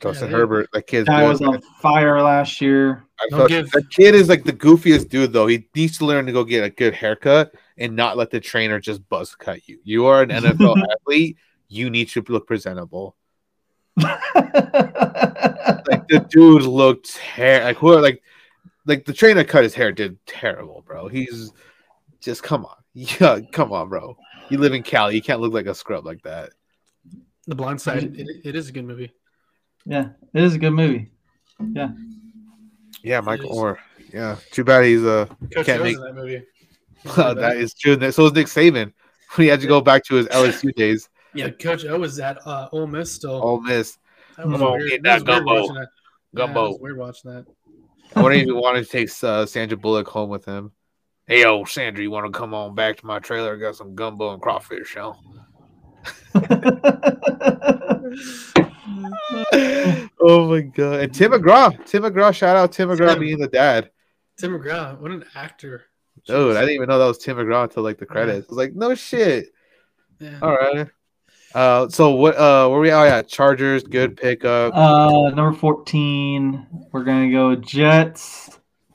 A: Justin
C: they-
A: Herbert, that kid's
B: guy
A: good.
B: was um, on fire last year.
A: I
C: Don't
A: thought-
C: give-
A: That kid is like the goofiest dude, though. He needs to learn to go get a good haircut and not let the trainer just buzz cut you. You are an NFL athlete. You need to look presentable. Like the dude looked ter- like who like like the trainer cut his hair did terrible, bro. He's just come on, yeah, come on, bro. You live in Cali, you can't look like a scrub like that.
C: The Blind Side. It, it is a good movie.
B: yeah, it is a good movie.
A: Yeah,
C: Yes.
A: Michael Orr. Yeah, too bad he's uh
C: Coach
A: Can't
C: O's
A: make- Oh,
C: in that movie.
A: that is true. So is Nick Saban. He had to go back to his LSU days.
C: yeah, Coach O was at uh, Ole Miss still.
A: Ole Miss.
C: That was
B: Come on,
C: weird.
A: get
C: That was
A: that
C: weird
A: gumbo.
C: watching that.
A: Gumbo.
C: Yeah, it was weird watching that.
A: I wonder if he wanted to take uh, Sandra Bullock home with him. Hey, yo, Sandra, you want to come on back to my trailer? I got some gumbo and crawfish, huh? oh my god! And Tim McGraw, Tim McGraw, shout out Tim McGraw
C: Tim.
A: being the dad.
C: Tim McGraw, what an actor.
A: Dude, I didn't even know that was Tim McGraw until like the credits. I was like, no shit.
C: Yeah.
A: All right. Uh, so what? Uh, where we? Oh yeah, Chargers, good pickup.
B: Uh, number 14, we're gonna go Jets.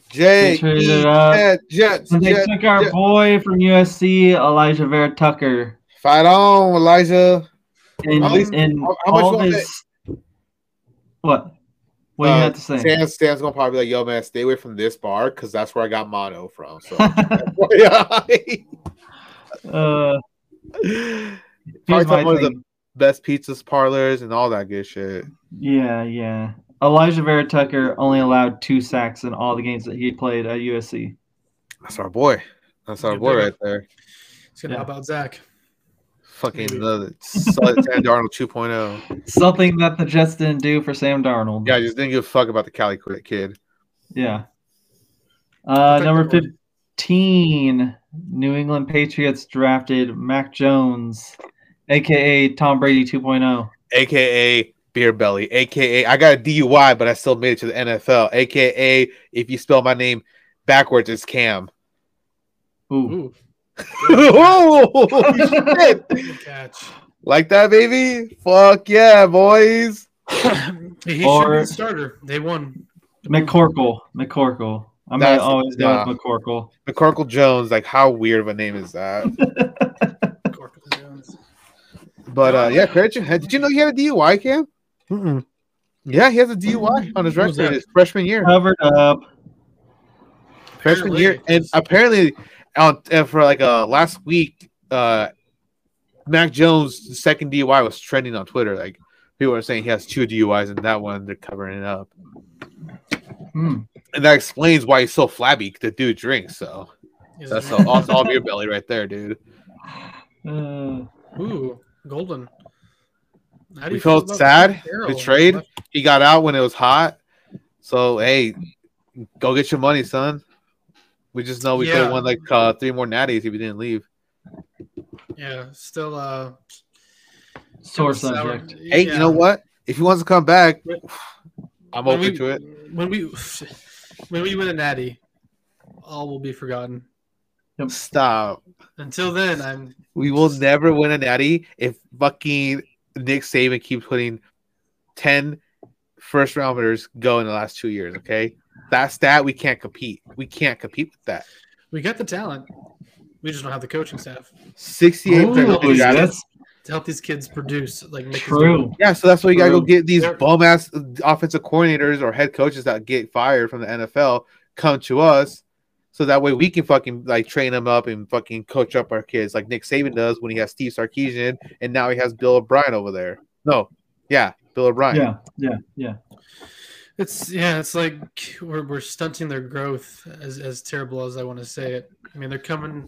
A: Jake,
B: traded it
C: uh,
B: up.
A: Jet, Jets,
B: And they
A: Jets.
B: took our
A: Jets.
B: boy from USC, Elijah Vera Tucker.
A: Fight on, Elijah.
B: And,
A: How-
B: and
A: how much
B: all
A: you want
B: this. What? What do
A: Uh,
B: you have to say?
A: Stan, Stan's gonna probably be like, "Yo, man, stay away from this bar because that's where I got mono from." So, yeah,
B: uh,
A: Probably
B: here's
A: talking
B: my
A: about the-
B: thing.
A: best pizzas, parlors, and all that good shit.
B: Yeah, yeah. Elijah Vera Tucker only allowed two sacks in all the games that he played at USC.
A: That's our boy. That's our
C: Good
A: boy
C: pick.
A: right there.
C: He's gonna
B: Yeah.
C: help out Zach.
A: Fucking
C: Maybe.
A: the solid Sam Darnold 2.0.
B: Something that the Jets didn't do for Sam Darnold.
A: Yeah, I oh. just didn't give a fuck about the Cali quit kid.
B: Yeah. Uh,
C: Protect
B: number
C: the order.
B: 15, New England Patriots drafted Mac Jones, aka Tom Brady oh. 2.0.
A: aka beer belly, aka I got a DUI, but I still made it to the NFL, aka if you spell my name backwards, it's Cam.
B: Ooh.
C: Ooh,
A: oh shit!
C: good catch.
A: Like that, baby? Fuck yeah, boys.
C: he should be
B: Or-
C: the starter. They won.
B: McCorkle. McCorkle.
A: Mm-hmm.
B: I'm going
A: That's-
B: to always go
A: nah.
B: with McCorkle.
A: McCorkle Jones, like how weird of a name is that?
C: Corporal Jones.
A: But uh yeah, credit your head. Did you know he had a DUI, Cam? Mm-mm. Yeah, he has a DUI on his
C: What was
A: record
C: that?
A: his freshman year.
B: Covered up.
A: freshman year,
C: apparently-
A: and apparently, on and for like uh last week, uh, Mac Jones' second DUI was trending on Twitter. Like people are saying he has two DUIs, and that one they're covering it up,
B: Hmm.
A: and that explains why he's so flabby. 'cause The dude drinks, so
C: He's
A: that's
C: a-
A: all, all, all beer belly right there, dude.
B: Uh,
C: Ooh, golden. How do
A: We
C: you feel
A: felt
C: about
A: sad,
C: Carroll?
A: betrayed. He got out when it was hot, so hey, go get your money, son. We just know we could
C: Yeah.
A: have won like uh, three more natties if we didn't leave.
C: Yeah, still uh
B: sore
C: sour.
B: subject.
A: Hey,
C: Yeah.
A: you know what? If he wants to come back,
C: But-
A: I'm
C: When
A: open
C: we-
A: to it.
C: When we when we win a natty, all will be forgotten.
B: Yep.
A: Stop.
C: Until then, I'm
A: We will never win a natty if fucking Nick Saban keeps putting 10 first rounders go in the last two years. Okay. That's that. We can't compete. We can't compete with that.
C: we got the talent. We just don't have the coaching staff
A: 68
B: Ooh,
A: first round draft.
B: that's
C: to help these kids produce. Like Nick is
B: true.
C: doing.
A: Yeah, so that's why you gotta go
B: True.
A: get these
C: There-
A: bum ass offensive coordinators or head coaches that get fired from the NFL come to us, so that way we can fucking like train them up and fucking coach up our kids like Nick Saban does when he has Steve Sarkeesian and now he has Bill O'Brien over there. No, yeah, Bill O'Brien.
B: Yeah, yeah, yeah.
C: It's yeah, it's like we're, we're stunting their growth. As as terrible as I want to say it, I mean they're coming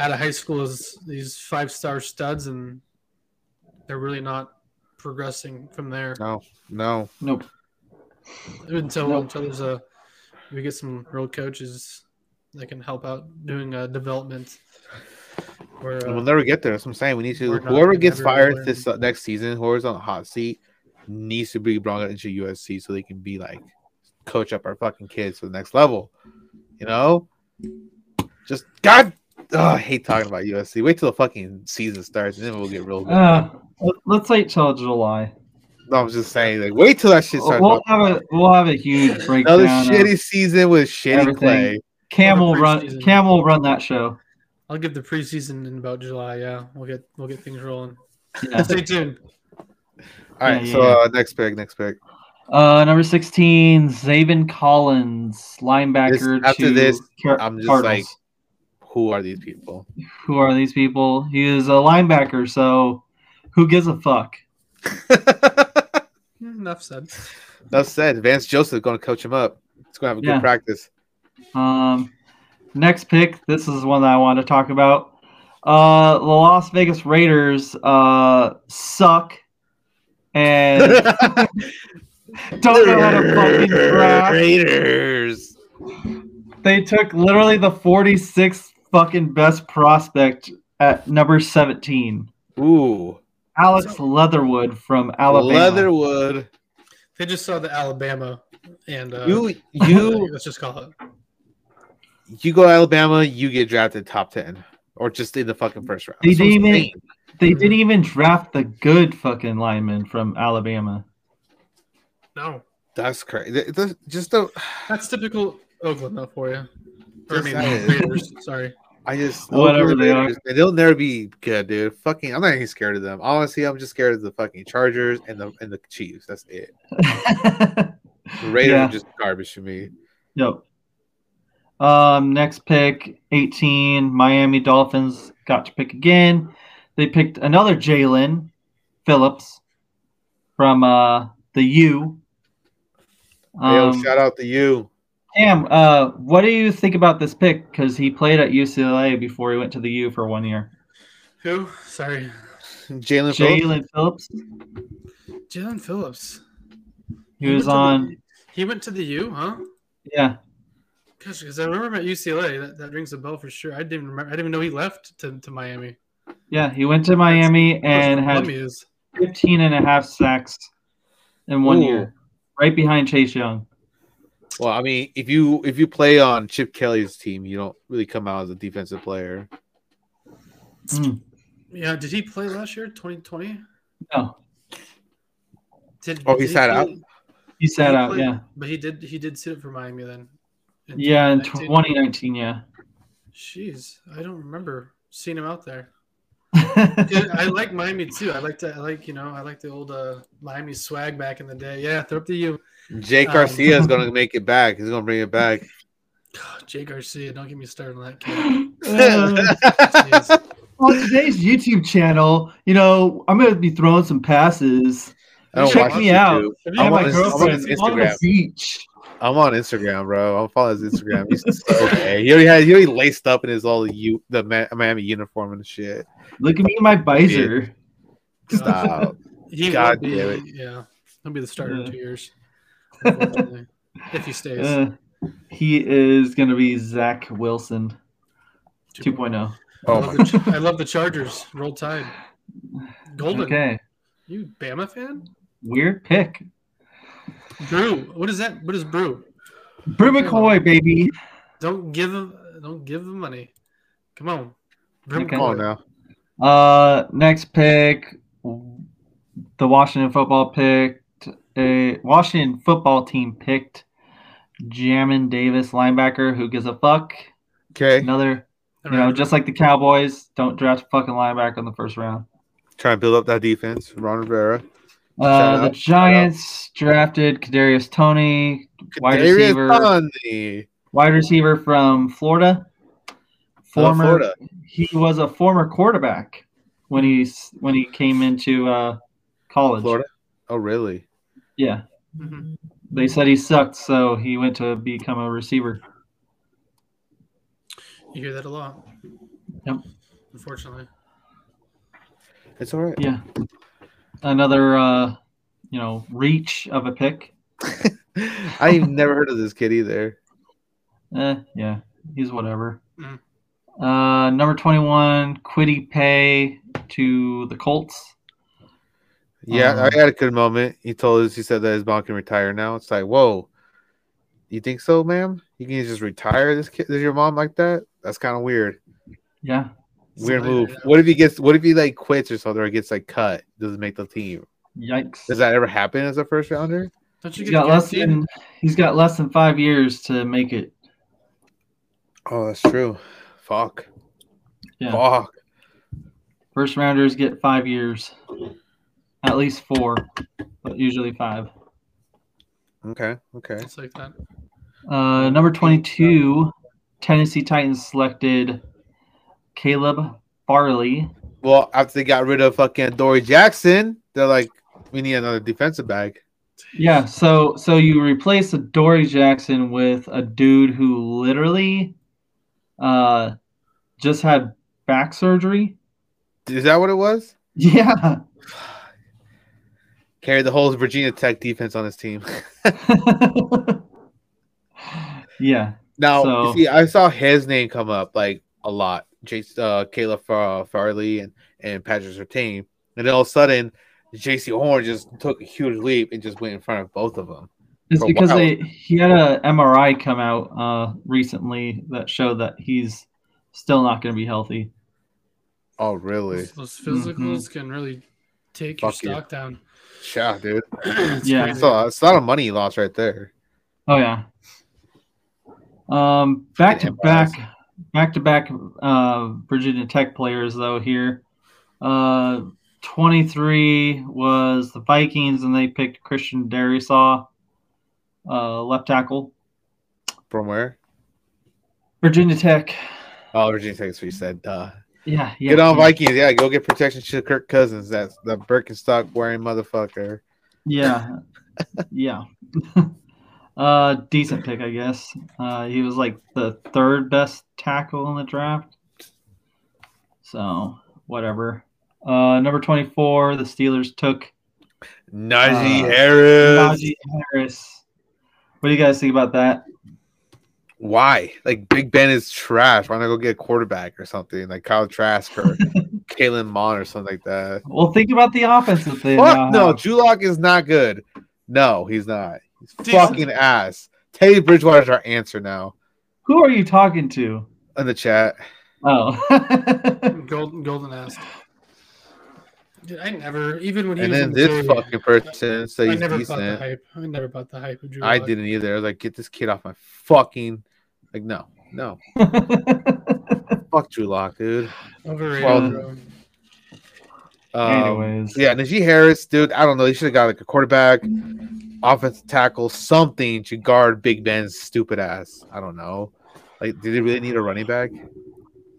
C: out of high school as these five star studs, and they're really not progressing from there
A: No, no,
B: Nope.
C: until
B: No.
C: until there's a uh, we get some real coaches that can help out doing uh, development. Where,
A: and we'll
C: uh,
A: never get there. That's what I'm saying. We need to
C: We're not
A: whoever
C: gonna
A: gets
C: ever
A: fired
C: win.
A: this uh, next season, whoever's on the hot seat, needs to be brought into USC so they can be like coach up our fucking kids to the next level. You know, just God, oh, I hate talking about USC. Wait till the fucking season starts and then we'll get real good.
B: Uh, let's wait till July.
A: no, I'm just saying, like, wait till that shit starts.
B: uh, We'll have a we'll have a huge breakdown.
A: Another
B: of-
A: shitty season with shitty
B: everything.
A: play.
B: Cam will
C: What a
B: run.
C: preseason.
B: Cam will run that show.
C: I'll give the preseason in about July. Yeah, we'll get we'll get things rolling.
B: Yeah.
C: Stay tuned.
A: All right,
B: Yeah,
A: so
B: yeah,
A: uh, next pick, next pick.
B: Uh, number sixteen, Zayvon Collins, linebacker.
A: This- after
B: to
A: this,
B: Car-
A: I'm just
B: Cardinals.
A: Who are these people?
B: who are these people? He is a linebacker, so who gives a fuck?
C: Enough said.
A: Enough said. Vance Joseph going to coach him up. It's going to have a
B: Yeah.
A: good practice.
B: Um, next pick. This is one that I want to talk about. Uh, the Las Vegas Raiders uh, suck and don't know how to fucking draft.
A: Raiders.
B: They took literally the 46th fucking best prospect at number 17,
A: Ooh,
B: Alex Leatherwood from Alabama.
A: Leatherwood.
C: They just saw the Alabama and uh,
A: You you
C: let's just call it.
A: you go to Alabama, you get drafted top ten, or just in the fucking first round.
B: They
A: That's what I'm
B: didn't even-
A: saying.
B: They didn't even draft the good fucking lineman from Alabama.
C: No,
A: That's crazy. Just the
C: that's typical Oakland though for you. Or, I
A: Yes, that
C: mean,
A: is.
C: Raiders. Sorry.
A: I just
B: Whatever they
A: Raiders, man, They'll never be good, dude. Fucking, I'm not even scared of them. Honestly, I'm just scared of the fucking Chargers and the and the Chiefs. That's it. The Raiders
B: Yeah.
A: are just garbage to me.
B: Yep. Um, next pick, 18, Miami Dolphins got to pick again. They picked another Jalen Phillips from uh, the U.
A: Yo,
B: Um,
A: shout out to you.
B: Cam, uh, what do you think about this pick? Because he played at UCLA before he went to the U for one year.
C: Who? Sorry.
A: Jalen Phillips.
B: Jalen Phillips,
C: Jalen Phillips.
B: he was
C: went to
B: on,
C: the- he went to the U, huh?
B: yeah,
C: Gosh, because I remember him at UCLA. That, that rings a bell for sure. I didn't even remember. I didn't even know he left to, to Miami.
B: yeah, he went to Miami and had
C: Miami is.
B: 15 and a half sacks in one
A: Ooh.
B: year, right behind Chase Young.
A: Well, I mean, if you if you play on Chip Kelly's team, you don't really come out as a defensive player.
B: Mm,
C: Yeah, did he play last year, 2020?
B: no,
C: Did,
A: Oh, he
C: did
A: sat
C: play-
A: out?
B: he sat
C: He
B: out,
C: played-
B: yeah.
C: But he did he did sit it for Miami then. in
B: Yeah, in
C: 2019.
B: 2019, yeah.
C: Jeez, I don't remember seeing him out there. Yeah, I like Miami too. I like to I like, you know, I like the old uh, Miami swag back in the day. Yeah, throw up the U.
A: Jay
C: Um,
A: Garcia is going to make it back. He's going to bring it back.
C: God, Jay Garcia, don't get me started on that kid.
B: Uh,
C: Jeez.
B: on today's YouTube channel, you know, I'm going to be throwing some passes.
A: I don't
B: Check
A: watch
B: me out.
A: YouTube.
C: Have you
A: I
B: And
C: ever-
A: want
B: my
A: his- I want
B: girlfriend
A: his
B: on the
A: Instagram.
B: beach.
A: I'm on Instagram, bro. I'm following his Instagram. He's so gay. He already had he already laced up in his all you the Ma- Miami uniform and shit.
B: Look at me in my visor.
A: Stop.
C: he will
A: God
C: be,
A: damn it.
C: Yeah, he'll be the starter
B: Yeah.
C: in two years. unfortunately, if he stays.
B: Uh, he is going to be Zach Wilson 2.0.
A: Oh
C: I,
A: my
C: love the, Ch- I love the Chargers. Roll Tide. Golden.
B: Okay.
C: You Bama fan?
B: Weird pick.
C: Brew. What is that? What is Brew?
B: Brew McCoy, baby.
C: Don't give him. Don't give him money. Come on. Brim
B: Okay.
A: Come on now.
B: Uh, next pick, the Washington football picked a Washington football team picked Jamin Davis, linebacker. Who gives a fuck?
A: Okay.
B: Another, you
C: All
B: know,
C: right.
B: just like the Cowboys, don't draft a fucking linebacker in the first round.
A: Trying to build up that defense. Ron Rivera. Shout
B: Uh, the
A: out,
B: Giants drafted Kadarius Tony, wide
A: Kadarius
B: receiver,
A: Toney.
B: wide receiver from Florida.
A: Love
B: Former,
A: Florida.
B: he was a former quarterback when he s- when he came into uh, college.
A: Florida. Oh, really?
B: Yeah.
C: Mhm.
B: They said he sucked, so he went to become a receiver.
C: You hear that a lot.
B: Yep.
C: Unfortunately.
A: It's all right.
B: Yeah. Another, uh, you know, reach of a pick.
A: I've never heard of this kid either.
B: Eh, yeah, he's whatever.
C: Mm.
B: Uh, number 21, Quiddy Pay to the Colts.
A: Yeah,
B: Um,
A: I had a good moment. He told us he said that his mom can retire now. It's like, whoa, you think so, ma'am? You can just retire this kid, your mom like that? That's kind of weird.
B: Yeah.
A: Weird
C: Something like
A: move.
C: that.
A: What if he gets? What if he like quits or something, or gets like cut? Doesn't make the team.
B: Yikes.
A: Does that ever happen as a first rounder?
C: Don't you
B: He's
C: get
B: got less
C: guaranteed?
B: than he's got less than five years to make it.
A: Oh, that's true. Fuck.
B: Yeah.
A: Fuck.
B: First rounders get five years, at least four, but usually five.
A: Okay. Okay.
C: It's like that.
B: Uh, number 22, Tennessee Titans selected Caleb Farley.
A: Well, after they got rid of fucking Dory Jackson, they're like, we need another defensive back.
B: Yeah, so so you replace a Dory Jackson with a dude who literally uh just had back surgery.
A: Is that what it was?
B: Yeah.
A: Carried the whole Virginia Tech defense on his team.
B: yeah.
A: Now,
B: So-
A: you see, I saw his name come up like a lot. Jace, uh, Kayla Far- Farley and, and Patrick Sertain. And then all of a sudden, JC Horn just took a huge leap and just went in front of both of them.
B: It's
A: For a
B: because
A: while.
B: they he had a MRI come out uh recently that showed that he's still not gonna be healthy.
A: Oh, really?
C: Those physicals
B: Mm-hmm.
C: can really take your
A: Fuck you.
C: stock down.
A: Yeah, dude.
C: It's
B: Yeah.
C: crazy.
A: It's a, it's a lot of money he lost right there.
B: Oh yeah. Um, back to
A: Fucking
B: back,
A: embarrassing.
B: back to back. Uh, Virginia Tech players though here. Uh, twenty three was the Vikings, and they picked Christian Darisaw, uh, left tackle.
A: From where?
B: Virginia Tech.
A: Oh, Virginia Tech. So you said, duh.
B: Yeah, yeah.
A: Get on
B: yeah.
A: Vikings. Yeah, go get protection to Kirk Cousins. That's the Birkenstock wearing motherfucker.
B: Yeah, yeah. uh, decent pick, I guess. Uh, he was like the third best tackle in the draft. So whatever. Uh, number twenty-four, the Steelers took
A: Najee
B: Uh,
A: Harris.
B: Najee Harris. What do you guys think about that?
A: why? Like Big Ben is trash. Why not go get a quarterback or something like Kyle Trask or Kalen Mond or something like that?
B: Well, think about the uh, offense that they now
A: Fuck no,
B: have.
A: Drew Lock is not good. No, he's not. He's
C: Decent.
A: fucking ass. Teddy Bridgewater's our answer now
B: Who are you talking to?
A: in the chat.
B: Oh,
C: Golden golden ass. Dude, I never, even when he
A: And
C: was
A: then
C: in
A: this
C: Missouri,
A: fucking person said
C: I
A: he's
C: never bought the
A: decent.
C: hype. I never bought the hype of Drew.
A: I
C: Lock.
A: didn't either. I was like, get this kid off my fucking like no, no. Fuck Drew Lock, dude.
C: Overrated.
A: Well,
C: bro.
A: Um,
B: anyways.
A: Yeah, Najee Harris, dude. I don't know. They should have got like a quarterback, offensive tackle, something to guard Big Ben's stupid ass. I don't know. Like, do they really need a running back?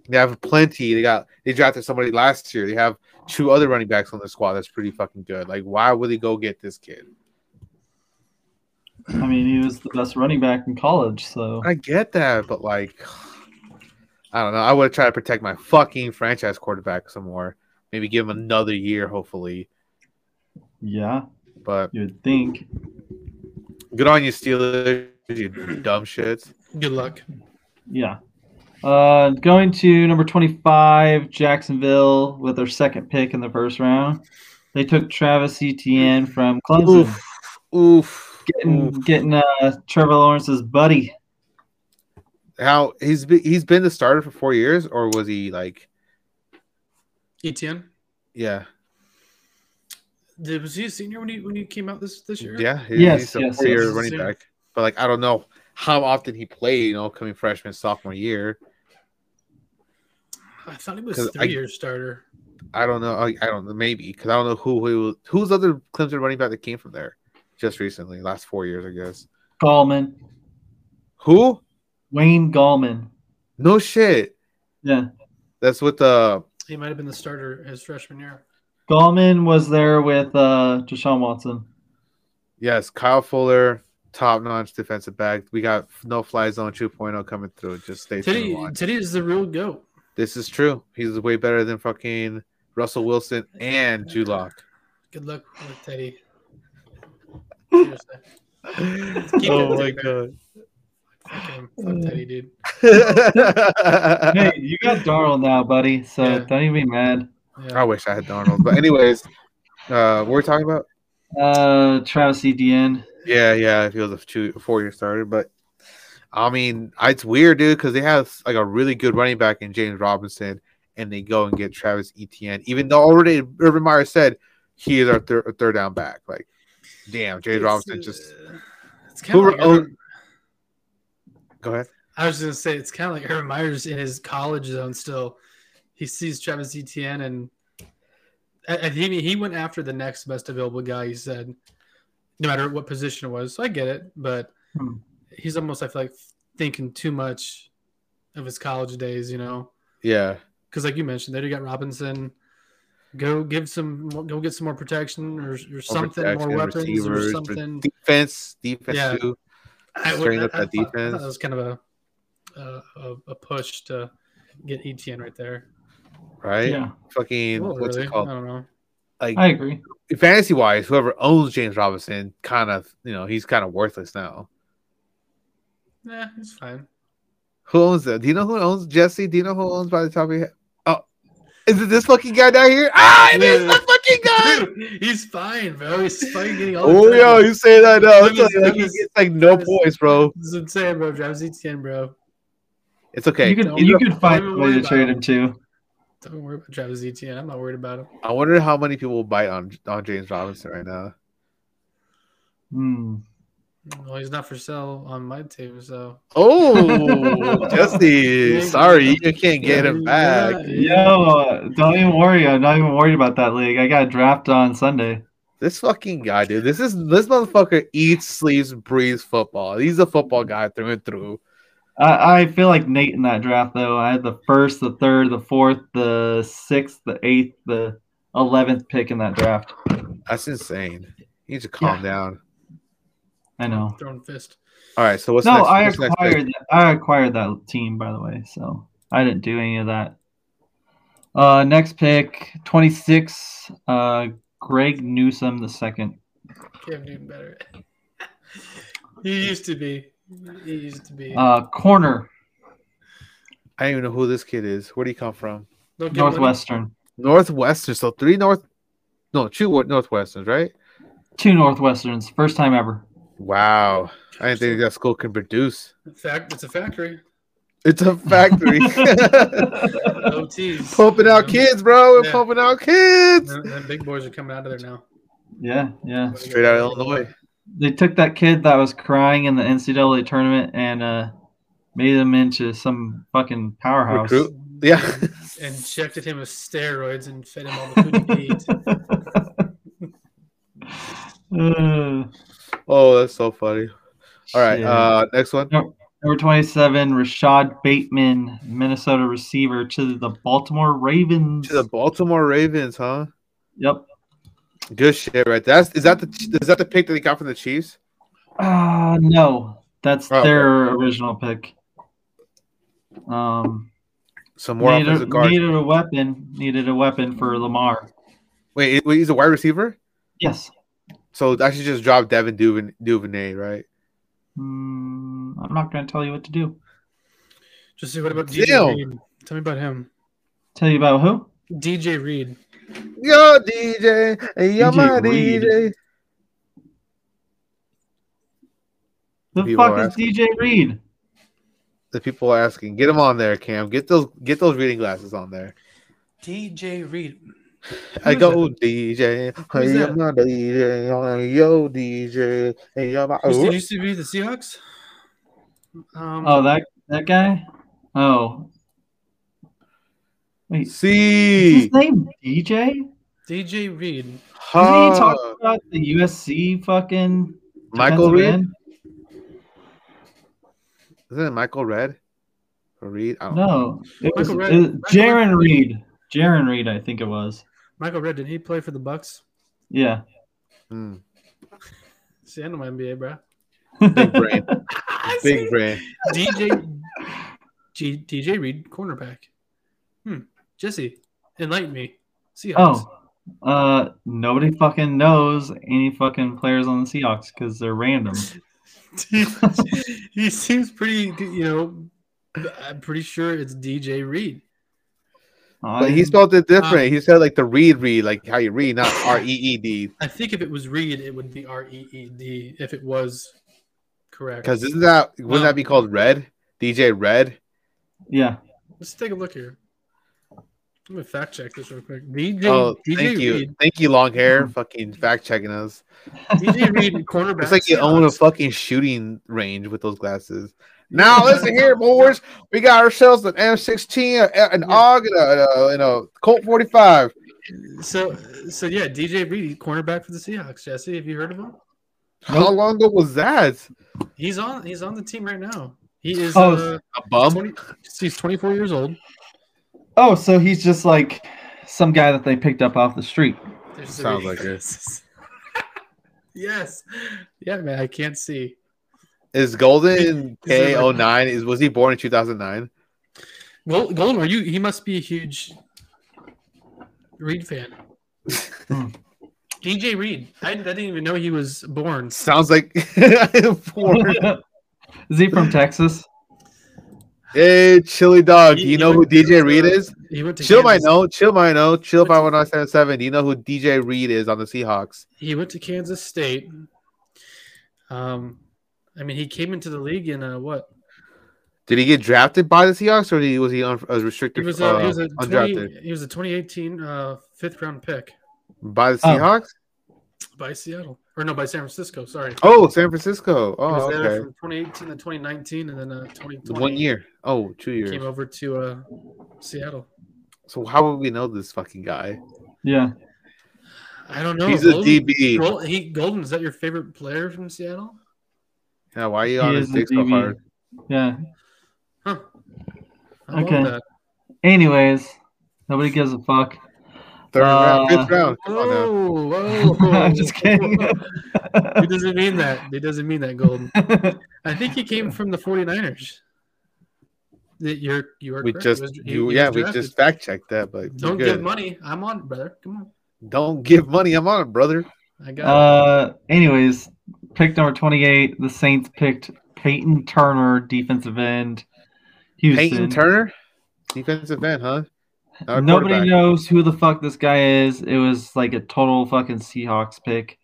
A: They have plenty. They got they drafted somebody last year. They have two other running backs on the squad. That's pretty fucking good. Like, why would they go get this kid?
B: I mean, he was the best running back in college, so
A: I get that, but like, I don't know. I would try to protect my fucking franchise quarterback some more. Maybe give him another year, hopefully.
B: yeah,
A: But
B: you would think.
A: good on you, Steelers. You dumb shits.
C: Good luck.
B: Yeah. Uh, going to number 25, Jacksonville, with their second pick in the first round. They took Travis Etienne from Clemson,
A: Oof. Oof.
B: getting,
A: Oof.
B: getting uh, Trevor Lawrence's buddy.
A: how he's be, he's been the starter for four years, or was he like
C: ETN.
A: yeah
C: Did, was he a senior when he when he came out this this year?
A: yeah he-
B: Yes,
A: he's a
B: yes,
A: four year
C: yes.
A: running back, but like I don't know how often he played, you know, coming freshman sophomore year.
C: I thought he was
A: 'Cause I-
C: three year starter.
A: I don't know. I, I don't know. Maybe because I don't know who who who's the other Clemson running back that came from there just recently, last four years, I guess.
B: Gallman,
A: Who?
B: Wayne Gallman.
A: No shit.
B: Yeah,
A: That's with the
C: He might have been the starter his freshman year.
B: Gallman was there with uh, Deshaun Watson.
A: yes, Kyle Fuller, top notch defensive back. We got no fly zone 2.0 coming through. Just stay tuned. and
C: Teddy
A: watch.
C: Teddy is the real goat.
A: This is true. He's way better than fucking Russell Wilson and Drew Lock.
C: Good luck with Teddy. Seriously.
A: oh my god.
C: Fuck him. Fuck Teddy, dude.
A: Uh,
B: Hey, you got Darnold now, buddy. So
C: Yeah.
B: don't even be mad.
A: I
C: Yeah.
A: wish I had Donald. But anyways, uh, what we're talking about.
B: Uh, Travis Etienne.
A: Yeah, yeah, if he was a two, four year starter, but I mean, it's weird, dude, because they have like a really good running back in James Robinson, and they go and get Travis Etienne, even though already Urban Meyer said he is our third third down back. Like, damn, James Robinson
C: It's,
A: just
C: uh, It's kind of
A: Who
C: like
A: wrote-
C: Urban-
A: go ahead.
C: I was gonna say it's kind of like Urban Meyer's in his college zone still. He sees Travis Etienne, and I, I think he went after the next best available guy. He said, no matter what position it was. So I get it, but
B: Hmm.
C: he's almost I feel like thinking too much of his college days. You know,
A: Yeah,
C: because like you mentioned, there you got Robinson. Go give some, go get some more protection or, or something, more
A: protection,
C: weapons or
A: receivers,
C: something.
A: defense, defense
C: Yeah.
A: too.
C: I,
A: Straighten
C: I-
A: up
C: I
A: that
C: thought- I thought
A: defense.
C: That was kind of a, uh, a a push to get ETN right there.
A: right?
B: Yeah,
A: Fucking
C: Well,
A: what's
C: Oh, really, Oh.
A: it called?
C: I don't know.
A: Like
B: I agree.
A: fantasy wise, whoever owns James Robinson, kind of, you know, he's kind of worthless now.
C: Nah, it's fine.
A: Who owns that? Do you know who owns Jesse? Do you know who owns by the top of your head? Oh, is it this fucking guy down here? Ah, it is the fucking guy.
C: Dude, he's fine, bro. He's fucking getting all.
A: Oh,
C: the
A: yo,
C: time.
A: you say that now. It's
C: That was-
A: like,
C: that
A: he
C: was-
A: gets like no
C: that was-
A: points, bro.
C: This is insane, bro. Travis Etienne, bro.
A: It's okay.
B: you could
C: don't-
B: you could find
C: don't
B: a
C: worry
B: way to
C: about
B: trade
C: it.
B: him too.
C: Don't worry about Travis Etienne. I'm not worried about him.
A: I wonder how many people will bite on on James Robinson right now.
B: Hmm.
C: Well, he's not for sale on my team, so
A: Oh, Jesse, sorry, you can't get him
C: Yeah,
A: back.
B: Yo, don't even worry. I'm not even worried about that league. I got draft on Sunday.
A: This fucking guy, dude. This is this motherfucker eats, sleeps, breathes football. He's a football guy through and through.
B: I, I feel like Nate in that draft though. I had the first, the third, the fourth, the sixth, the eighth, the eleventh pick in that draft.
A: That's insane. You need to calm down.
B: I know.
C: Thrown fist.
A: All right, so what's
B: no,
A: next?
B: I
A: what's next,
B: acquired that, I acquired that team by the way, so I didn't do any of that. Uh, next pick, twenty six. Uh, Greg Newsom the second.
C: Cam Newton better. he used to be. He used to be.
B: Uh, corner
A: I don't even know who this kid is. Where do he come from?
C: Don't get money.
B: Northwestern.
A: Northwestern. So three North, no, two wa- Northwesterns, right?
B: Two Northwesterns, first time ever.
A: Wow, I didn't think that school can produce.
C: Fact, it's a factory.
A: It's a factory
C: OTs.
A: pumping out
C: You know,
A: kids, bro. We're
C: Yeah.
A: pumping out kids.
C: The, the big boys are coming out of there now.
B: yeah, yeah.
A: Straight out of Illinois.
B: they took that kid that was crying in the NCAA tournament and uh, made him into some fucking powerhouse.
A: Recruit. Yeah,
C: Injected him with steroids and fed him all the food he ate.
B: Uh,
A: Oh, that's so funny. All right,
B: shit.
A: uh, next one.
B: Number 27, Rashad Bateman, Minnesota receiver to the Baltimore Ravens.
A: To the Baltimore Ravens, huh?
B: Yep.
A: Good shit, right? That's is that the is that the pick that they got from the Chiefs?
B: Uh, no, that's
A: Oh, okay.
B: their original pick. Um,
A: Some more
B: needed,
A: offensive guard.
B: needed a weapon. Needed a weapon for Lamar.
A: Wait, it- wait, he's a wide receiver.
B: Yes.
A: So I should just drop Devin Duvin, Duvernay, right?
B: Mm, I'm not going to tell you what to do.
C: Just see what about DJ
A: Damn.
C: Reed? Tell me about him.
B: Tell you about who?
C: DJ Reed.
A: Yo, DJ, hey, yo,
B: DJ
A: my
B: Reed.
A: DJ.
B: The
A: People
B: fuck
A: are
B: is DJ Reed?
A: The people are asking, get them on there, Cam. Get those get those reading glasses on there.
C: DJ Reed.
A: I
C: Who's
A: go DJ,
C: Who's
A: hey,
C: that?
A: I'm not DJ, I'm yo DJ, hey, oh, I'm
C: Who's- Did
A: a-
C: you see the Seahawks? Um,
B: Oh, that that guy. Oh, wait. Is
A: see.
B: his name DJ?
C: DJ Reed.
B: Isn't he
A: Huh.
B: talking about the USC fucking
A: Michael
B: defensive
A: Reed?
B: end?
A: Isn't it Michael Red? Or Reed? I don't know.
B: No, it was,
C: Michael Red-
B: it was
C: Michael
B: Jaron Reed. Jaron Reed, I think it was.
C: Michael Red, did he play for the Bucks?
B: Yeah.
A: Hmm.
C: See, I know my NBA, bro.
A: Big brain. Big brain.
C: DJ G, DJ Reed, cornerback. Hmm. Jesse, enlighten me. Seahawks.
B: oh, uh, nobody fucking knows any fucking players on the Seahawks because they're random.
C: he seems pretty, you know, I'm pretty sure it's DJ Reed.
A: But
C: Um,
A: he spelled
C: uh,
A: it different. he said like the read read, like how you read, not R E E D.
C: I think if it was Reed, it would be R E E D if it was correct.
A: Because isn't that wouldn't
C: No.
A: that be called Red? DJ Red?
B: yeah.
C: Let's take a look here. Let me fact check this real quick. DJ,
A: oh,
C: DJ
A: thank you,
C: Reed, Mm-hmm.
A: thank you, long hair. Fucking fact checking us.
C: DJ Reed, cornerback.
A: It's like you own a
C: Seahawks.
A: fucking shooting range with those glasses. Now listen here, boys. We got ourselves an M16, a- an
C: Yeah.
A: AUG, and a, and a Colt 45.
C: So, so yeah, DJ Reed, cornerback for the Seahawks. Jesse, have you heard of him?
A: How long ago was that?
C: He's on. He's on the team right now. He is.
B: Oh,
C: uh,
A: A bum?
C: 20, he's 24 years old.
B: Oh, so he's just like some guy that they picked up off the street.
C: There's the
A: Sounds
C: reading
A: like it.
C: glasses. yes. Yeah, man. I can't see.
A: Is Golden
C: Is it like-
A: K09? Is was he born in 2009?
C: Well, Golden, are you? He must be a huge Reed fan.
B: Hmm.
C: DJ Reed. I, I didn't even know he was born.
A: Sounds like born.
B: Is he from Texas?
A: Hey, chili dog. Do
C: He- he
A: you know who
C: went to,
A: DJ Reed
C: uh,
A: is?
C: He went to
A: Chill might
C: Kansas-
A: know. Chill might know. Chill
C: Went to-
A: 5197. Do you know who DJ Reed is on the Seahawks?
C: He went to Kansas State. Um, I mean, he came into the league in uh, what?
A: Did he get drafted by the Seahawks or did he, was he un- a
C: He
A: restricted?
C: was a,
A: uh,
C: he was a 20,
A: undrafted
C: he was a 2018 uh, fifth round pick
A: by the
B: Oh.
A: Seahawks?
C: by Seattle or no by San Francisco. Sorry.
A: Oh, San Francisco.
C: He
A: Oh,
C: was there
A: okay.
C: from 2018 to 2019, and then uh, 2020
A: One year. Oh, two
C: came
A: years.
C: over to uh, Seattle.
A: So how would we know this fucking guy?
B: Yeah.
C: I don't know.
A: He's a
C: Golden-
A: DB.
C: Gol- he, Golden, is that your favorite player from Seattle?
A: Yeah, why are you
B: He
A: on
B: is
A: his
B: a
A: dick so
B: DB.
A: hard?
B: Yeah.
C: Huh. I love
B: Okay.
C: that.
B: Anyways, nobody gives a fuck.
A: Third round,
B: Uh,
A: fifth round. Oh, Come on now.
C: Whoa, whoa.
B: I'm just kidding.
C: he doesn't mean that. He doesn't mean that, Golden. I think he came from the 49ers. That You're, you are
A: We
C: correct.
A: just,
C: He was- he-
A: you,
C: he
A: yeah,
C: was
A: we
C: drafted.
A: just fact checked that, but we're
C: Don't
A: good.
C: give money. I'm on, it, brother. Come on.
A: Don't give money. I'm on it, brother.
C: I got it.
B: Uh, anyways, pick number 28, the Saints picked Peyton Turner, defensive end. Houston.
A: Peyton Turner, defensive end, huh? Not a
B: Nobody
A: quarterback.
B: knows who the fuck this guy is. It was like a total fucking Seahawks pick.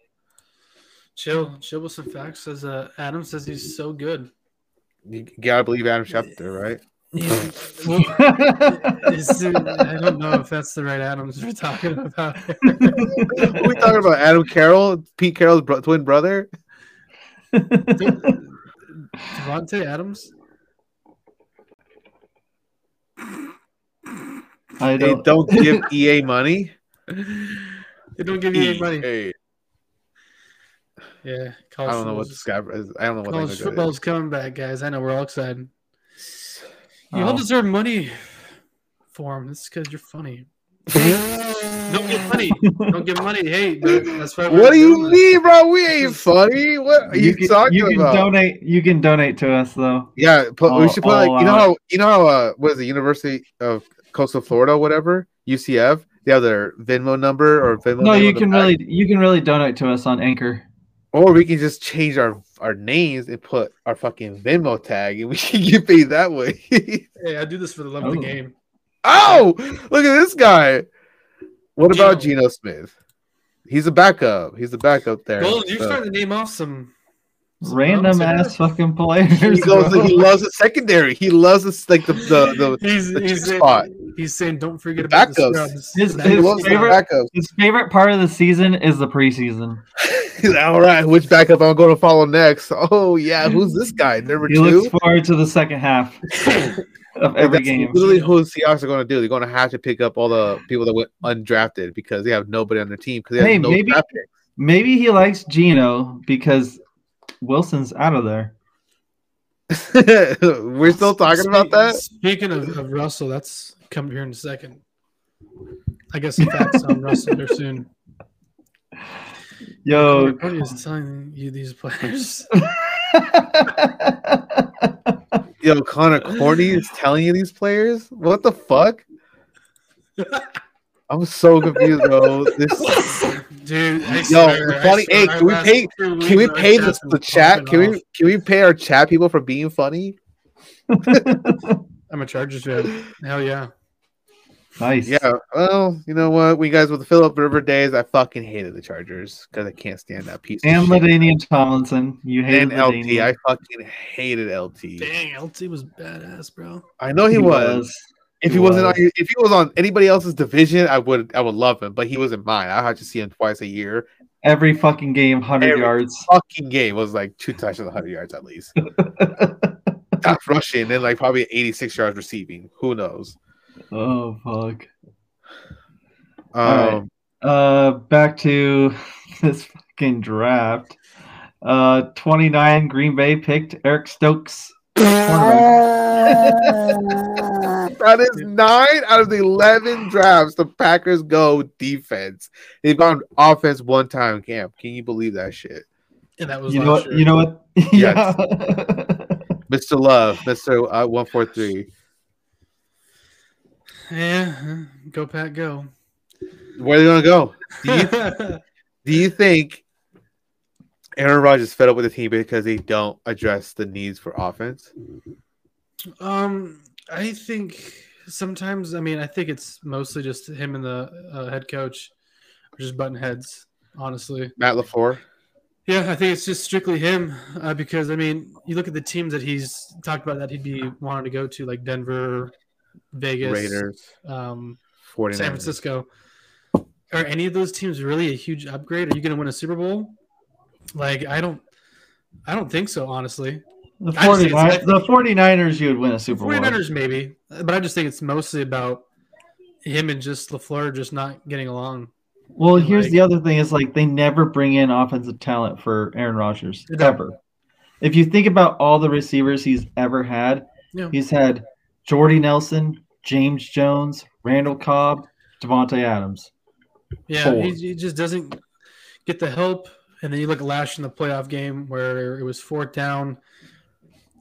C: Chill. Chill with some facts. Says uh, Adam says he's so good.
A: You gotta believe Adam Schefter, right?
C: Well, Is it- I don't know if that's the right Adams we're talking about.
A: Are we talking about Adam Carroll, Pete Carroll's bro- twin brother?
C: Devontae Adams?
A: They
B: I don't.
A: don't give EA money.
C: They don't give you any money.
A: EA.
C: Yeah,
A: I
C: college
A: don't know
C: football's-
A: what this guy is. I don't know what
C: college
A: that guy is.
C: football's coming back, guys. I know we're all excited. You all
B: Oh.
C: deserve money for him. That's because you're funny. don't give money. Don't give money. Hey, but that's why we're
A: What do you
C: doing
A: mean, bro? We ain't funny. What are you,
B: can,
A: talking
B: you can
A: about?
B: donate. Oh, You can donate to us though.
A: Yeah, put, we
B: All-
A: should put like
B: all
A: you know
B: out.
A: how you know how uh what is the University of Coastal Florida, whatever UCF, they have their Venmo number or Venmo.
B: No,
A: name
B: you
A: on the
B: can
A: back.
B: really you can really donate to us on Anchor.
A: or we can just change our our names and put our fucking Venmo tag, and we can get paid that way.
C: that. Hey, I do this for the love of the
B: Oh.
C: game.
A: oh, look at this guy! What about
C: Geno.
A: Geno Smith? He's a backup. He's a backup there.
C: Golden, you're
A: so-
C: starting to name off some So
B: Random
C: I'm
B: ass
C: saying-
B: fucking players.
A: He goes.
B: bro.
A: He loves the secondary. He loves this, like the the, the
C: he's,
A: the
C: he's,
A: spot.
C: saying, he's saying, don't forget about the
A: Backups.
C: scrubs.
B: His-
C: The
A: he
B: his
A: loves the
B: favorite-
A: backups.
B: His favorite part of the season is the preseason.
A: He's like, All right, which backup I'm going to follow next? Oh yeah, who's this guy? Number
B: He
A: two.
B: looks forward to the second half of
A: Like,
B: every
A: that's
B: game.
A: Literally, who the Seahawks are going to do? They're going to have to pick up all the people that went undrafted because they have nobody on their team. Because they
B: Hey,
A: have no
B: maybe-
A: draft picks.
B: Maybe he likes Gino because Wilson's out of there.
A: We're still talking about
C: Spe-
A: that.
C: Speaking of, of Russell, that's come here in a second. I guess some facts on Russell here soon.
A: Oh.
B: Yo.
C: Cody is telling you these players.
A: Yo, Connor Corny is telling you these players. What the fuck? I'm so confused, bro. This
C: Dude, I
A: Yo,
C: swear, I
A: funny-
C: swear,
A: hey,
C: our
A: can we
C: last
A: pay-
C: two
A: can we
C: weeks, our
A: pay the,
C: chat's been
A: the chat?
C: popping
A: Can
C: off.
A: we can we pay our chat people for being funny?
C: I'm a Chargers fan. Hell yeah.
B: nice.
A: Yeah. Well, you know what? When you guys with the Philip River days, I fucking hated the Chargers because I can't stand that piece.
B: And
A: of shit.
B: Ladainian Tomlinson. You hate
A: and LT.
B: Ladainian.
A: I fucking hated LT.
C: Dang, LT was badass, bro.
A: I know he, was. If he,
B: He
A: wasn't
B: was.
A: on, your- if he was on anybody else's division, I would I would love him. But he wasn't mine. I had to see him twice a year.
B: Every fucking game, 100
A: Every-
B: yards.
A: Fucking game was like two touchdowns, hundred yards at least. That's rushing, and then like probably eighty six yards receiving. Who knows?
B: Oh, fuck.
A: Um,
B: right. Uh, back to this fucking draft. Uh, 29 Green Bay picked Eric Stokes.
A: That is nine out of the eleven drafts the Packers go defense. They've gone offense one time. Camp, can you believe that shit?
C: And that was
B: You know
C: last
B: what?
C: year.
B: You know what?
A: Yes.
B: Yeah.
A: Mr. Love, Mr. Uh, one four three.
C: Yeah, huh. go Pat, go.
A: Where are they gonna go? Do you
C: That's
A: do you think Aaron Rodgers is fed up with the team because they don't address the needs for offense?
C: um, I think sometimes. I mean, I think it's mostly just him and the uh, head coach are just button heads. Honestly,
A: Matt Lafleur.
C: yeah, I think it's just strictly him uh, because I mean, you look at the teams that he's talked about that he'd be wanting to go to, like Denver, Vegas,
A: Raiders,
C: um,
A: 49ers.
C: San Francisco. Are any of those teams really a huge upgrade? Are you going to win a Super Bowl? Like, I don't, I don't think so. Honestly,
B: The,
C: I just think it's-
B: 49, the 49ers, you would win a Super Bowl.
C: 49ers maybe, but I just think it's mostly about him and just Lafleur just not getting along.
B: Well,
C: and,
B: here's
C: like-
B: the other thing is like they never bring in offensive talent for Aaron Rodgers
C: They don't.
B: ever. If you think about all the receivers he's ever had,
C: Yeah.
B: he's had Jordy Nelson, James Jones, Randall Cobb, Devontae Adams.
C: Yeah,
B: Four.
C: he, he just doesn't get the help. And then you look at last year in the playoff game where it was fourth down.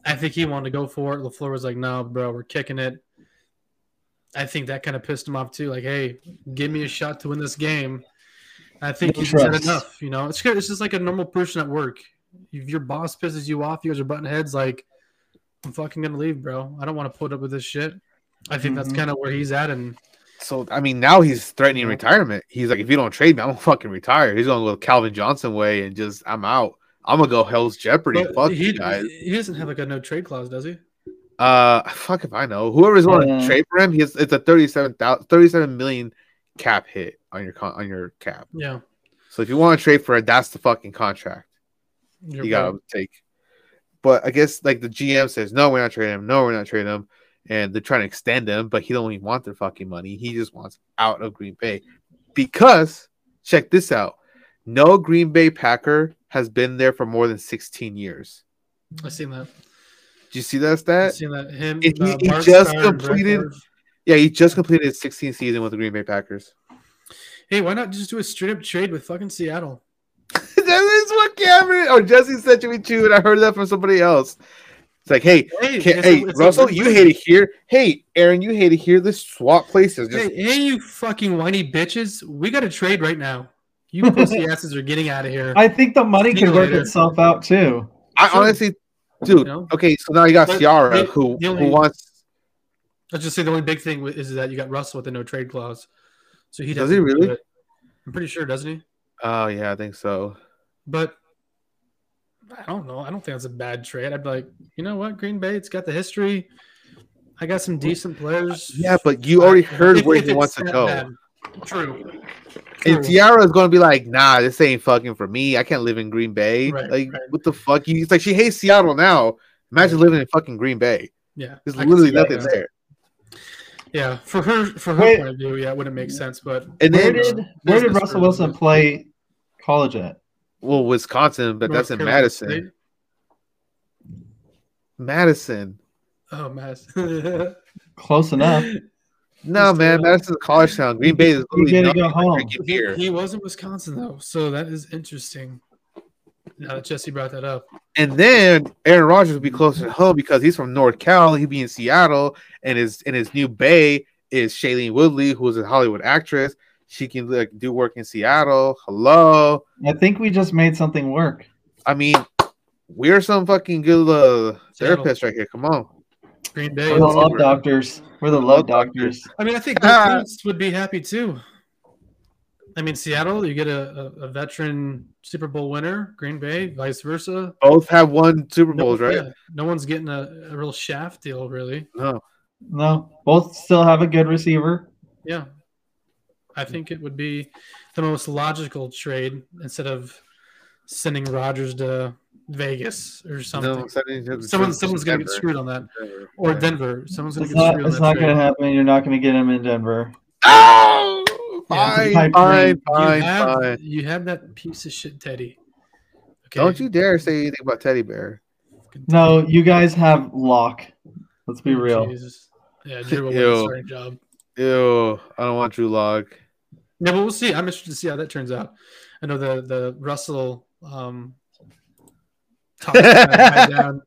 C: I think he wanted to go for it. Lafleur was like, "No, bro, we're kicking it." I think that kind of pissed him off too. Like, hey, give me a shot to win this game. I think
B: No
C: he's had
B: trust.
C: enough. You know, it's good. It's just like a normal person at work. If your boss pisses you off, you guys are button heads. Like, I'm fucking gonna leave, bro. I don't want to put up with this shit. I think that's
B: Mhm.
C: kind of where he's at, and
A: So I mean, now he's threatening retirement. He's like, if you don't trade me, I'm gonna fucking retire. He's gonna go Calvin Johnson way and just I'm out. I'm gonna go Hell's Jeopardy.
C: But
A: fuck
C: he,
A: you guys.
C: he doesn't have like a no trade clause, does he?
A: Uh, fuck if I know. Whoever's going
B: Yeah.
A: to trade for him, he's it's a 37,000 37 million cap hit on your con- on your cap.
C: Yeah.
A: So if you want to trade for it, that's the fucking contract
C: You're
A: you got
C: right.
A: to take. But I guess like the GM says, no, we're not trading him. No, we're not trading him. And they're trying to extend him, but he don't even want their fucking money. He just wants out of Green Bay because check this out: no Green Bay Packer has been there for more than 16 years.
C: I seen that.
A: Did you see that
C: I
A: stat?
C: seen that. Him.
A: He- he
C: Bart
A: just
C: Starr, and
A: completed-
C: Brett Favre.
A: Yeah, he just completed his 16th season with the Green Bay Packers.
C: Hey, why not just do a straight up trade with fucking Seattle?
A: that is what Cameron or Jesse said to me too, and I heard that from somebody else. It's like, hey,
C: Hey,
A: Ca-
C: it's a-
A: hey,
C: it's a
A: Russell, you
C: win-win.
A: hate it here. Hey, Aaron, you hate it here. Let's swap places. Just
C: Hey, hey, you fucking whiny bitches! We got to trade right now. You pussy asses are getting out of here.
B: I think the money
C: See you
B: could work
C: later.
B: itself out too.
A: I
C: Sure.
A: honestly, dude.
C: You know?
A: Okay, so now you got
C: But
A: Ciara,
C: the-
A: who
C: the only-
A: who wants.
C: Let's just say the only big thing wi- is that you got Russell with a no trade clause, so he
A: Does
C: doesn't
A: he really?
C: do it. I'm pretty sure, doesn't he?
A: Oh yeah, I think so.
C: But I don't know. I don't think that's a bad trade. I'd be like, you know what, Green Bay, it's got the history. I got some decent players.
A: Yeah, but you already heard
C: If-
A: where
C: if
A: he
C: it's
A: wants to
C: that
A: go.
C: bad. True.
A: And
C: True.
A: Tiara's gonna be like, nah, this ain't fucking for me. I can't live in Green Bay.
C: Right,
A: like,
C: right.
A: what the fuck? You, it's like she hates Seattle now. Imagine living in fucking Green Bay.
C: Yeah,
A: There's
C: I can
A: literally
C: see that,
A: nothing
C: yeah.
A: there.
C: Yeah, for her, for her
B: Wait.
C: point of view, yeah, it wouldn't make sense. But
A: And then,
B: Where did where did
C: business
B: Russell Wilson
C: purposes.
B: play college at?
A: well, Wisconsin, but
C: North
A: that's in
C: Carolina
A: Madison.
C: State-
A: Madison.
C: Oh, Madison.
B: Close enough.
A: No,
C: Just,
A: man,
C: uh,
A: Madison's a college town. Green Bay is
B: You
A: literally
B: gotta
A: nothing
B: go
A: but
B: home.
A: drinking beer.
C: He was in Wisconsin though, so that is interesting. Now that Jesse brought that up,
A: And then Aaron Rodgers would be closer to home because he's from North Cal. He'd be in Seattle, and his and his new bay is Shailene Woodley, who is a Hollywood actress. She can like do work in Seattle. Hello,
B: I think we just made something work.
A: I mean, we're some fucking good uh,
C: Seattle.
A: therapists right here. Come on,
C: Green
B: We're
C: Bay.
B: the
A: let's get
B: love
A: work.
B: doctors. We're the love doctors.
C: I mean, I think their parents would be happy too. I mean, Seattle, you get a, a, a veteran Super Bowl winner. Green Bay, vice versa.
A: both have won Super
C: No-
A: Bowls, right?
C: yeah, no one's getting a, a real shaft deal, really.
A: No,
B: No, both still have a good receiver.
C: Yeah. I think it would be the most logical trade instead of sending Rogers to Vegas or something.
A: no, something-
C: Someone, someone's going to get
A: Denver.
C: screwed on that. Or
A: Yeah.
C: Denver. Someone's going
B: It's
C: to get
B: not.
C: screwed
B: It's
C: on that
B: not going to
C: trade.
B: happen. You're not going to get him in Denver.
A: Oh,
C: Yeah,
A: fine,
B: it's a pipe
A: fine,
B: dream.
A: fine,
C: you, have,
A: fine.
C: you have that piece of shit, Teddy. Okay.
A: Don't you dare say anything about Teddy Bear.
B: No, you guys have Locke. Let's
C: Oh,
B: be real.
C: Jesus. Yeah, Drew will
A: Ew.
C: win starting job.
A: Ew, I don't want Drew Lock.
C: Yeah, but we'll see. I'm interested to see how that turns out. I know the the Russell um talks died down.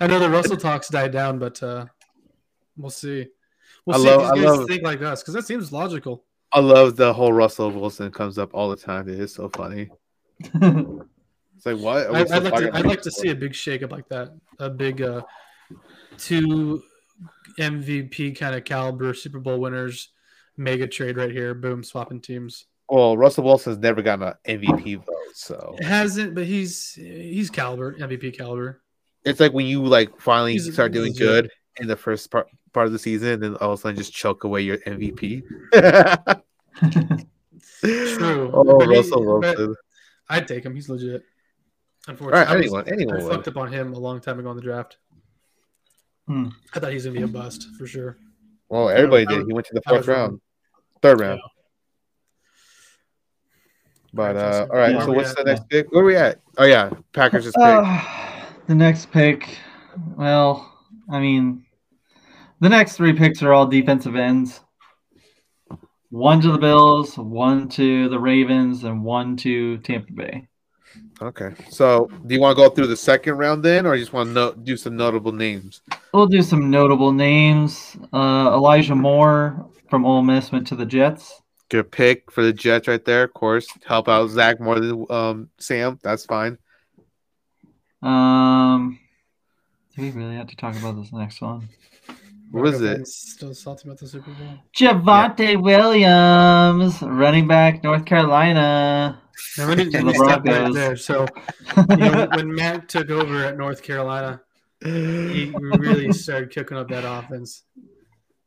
C: I know the Russell talks died down, but uh we'll see. We'll
A: I
C: see
A: love-
C: if these
A: I
C: guys
A: love-
C: think like us because that seems logical.
A: I love the whole Russell Wilson comes up all the time. It is so funny. It's like what? Are we
C: I,
A: still
C: I'd like
A: talking
C: to
A: about
C: I'd like to
A: Russell?
C: see a big shakeup like that. A big uh two MVP kind of caliber Super Bowl winners mega trade right here. Boom, swapping teams.
A: Well, Russell Wilson's never gotten an MVP vote, so
C: Hasn't, but he's he's caliber MVP caliber.
A: it's like when you like finally
C: He's-
A: start doing
C: he's good.
A: good in the first part part of the season, then all of a sudden just choke away your MVP.
C: True.
A: Oh,
C: But he-
A: Russell
C: but-
A: Wilson.
C: I'd take him. He's legit.
A: All
C: Unfortunately,
A: right,
C: I was-
A: anyone, anyone.
C: I
A: would.
C: fucked up on him a long time ago in the draft.
B: Hmm.
C: I thought he was gonna be a bust for sure.
A: Well, everybody
C: I
A: did.
C: was-
A: He went to the
C: I was
A: fourth
C: wrong.
A: round, third round.
C: Alright,
A: But uh,
C: Justin,
A: all right.
B: where
A: So
C: are we
A: what's
C: at
A: the next pick? Where are we at? Oh yeah, Packers just picked.
B: Ah, the next pick. Well, I mean, the next three picks are all defensive ends. One to the Bills, one to the Ravens, and one to Tampa Bay.
A: Okay. So do you want to go through the second round then, or you just want to no- do some notable names?
B: We'll do some notable names. Uh, Elijah Moore from Ole Miss went to the Jets.
A: Good pick for the Jets right there. Of course, help out Zach more than um, Sam. That's fine.
B: Um, do we really have to talk about this next one?
A: What was
C: Marco
A: it?
C: Ben's Still salty about the Super Bowl.
B: Javante Williams, running back, North Carolina.
C: Now, let me, let me
B: LeBron
C: stop right
B: goes.
C: there. So, you know, when Matt took over at North Carolina, he really started cooking up that offense.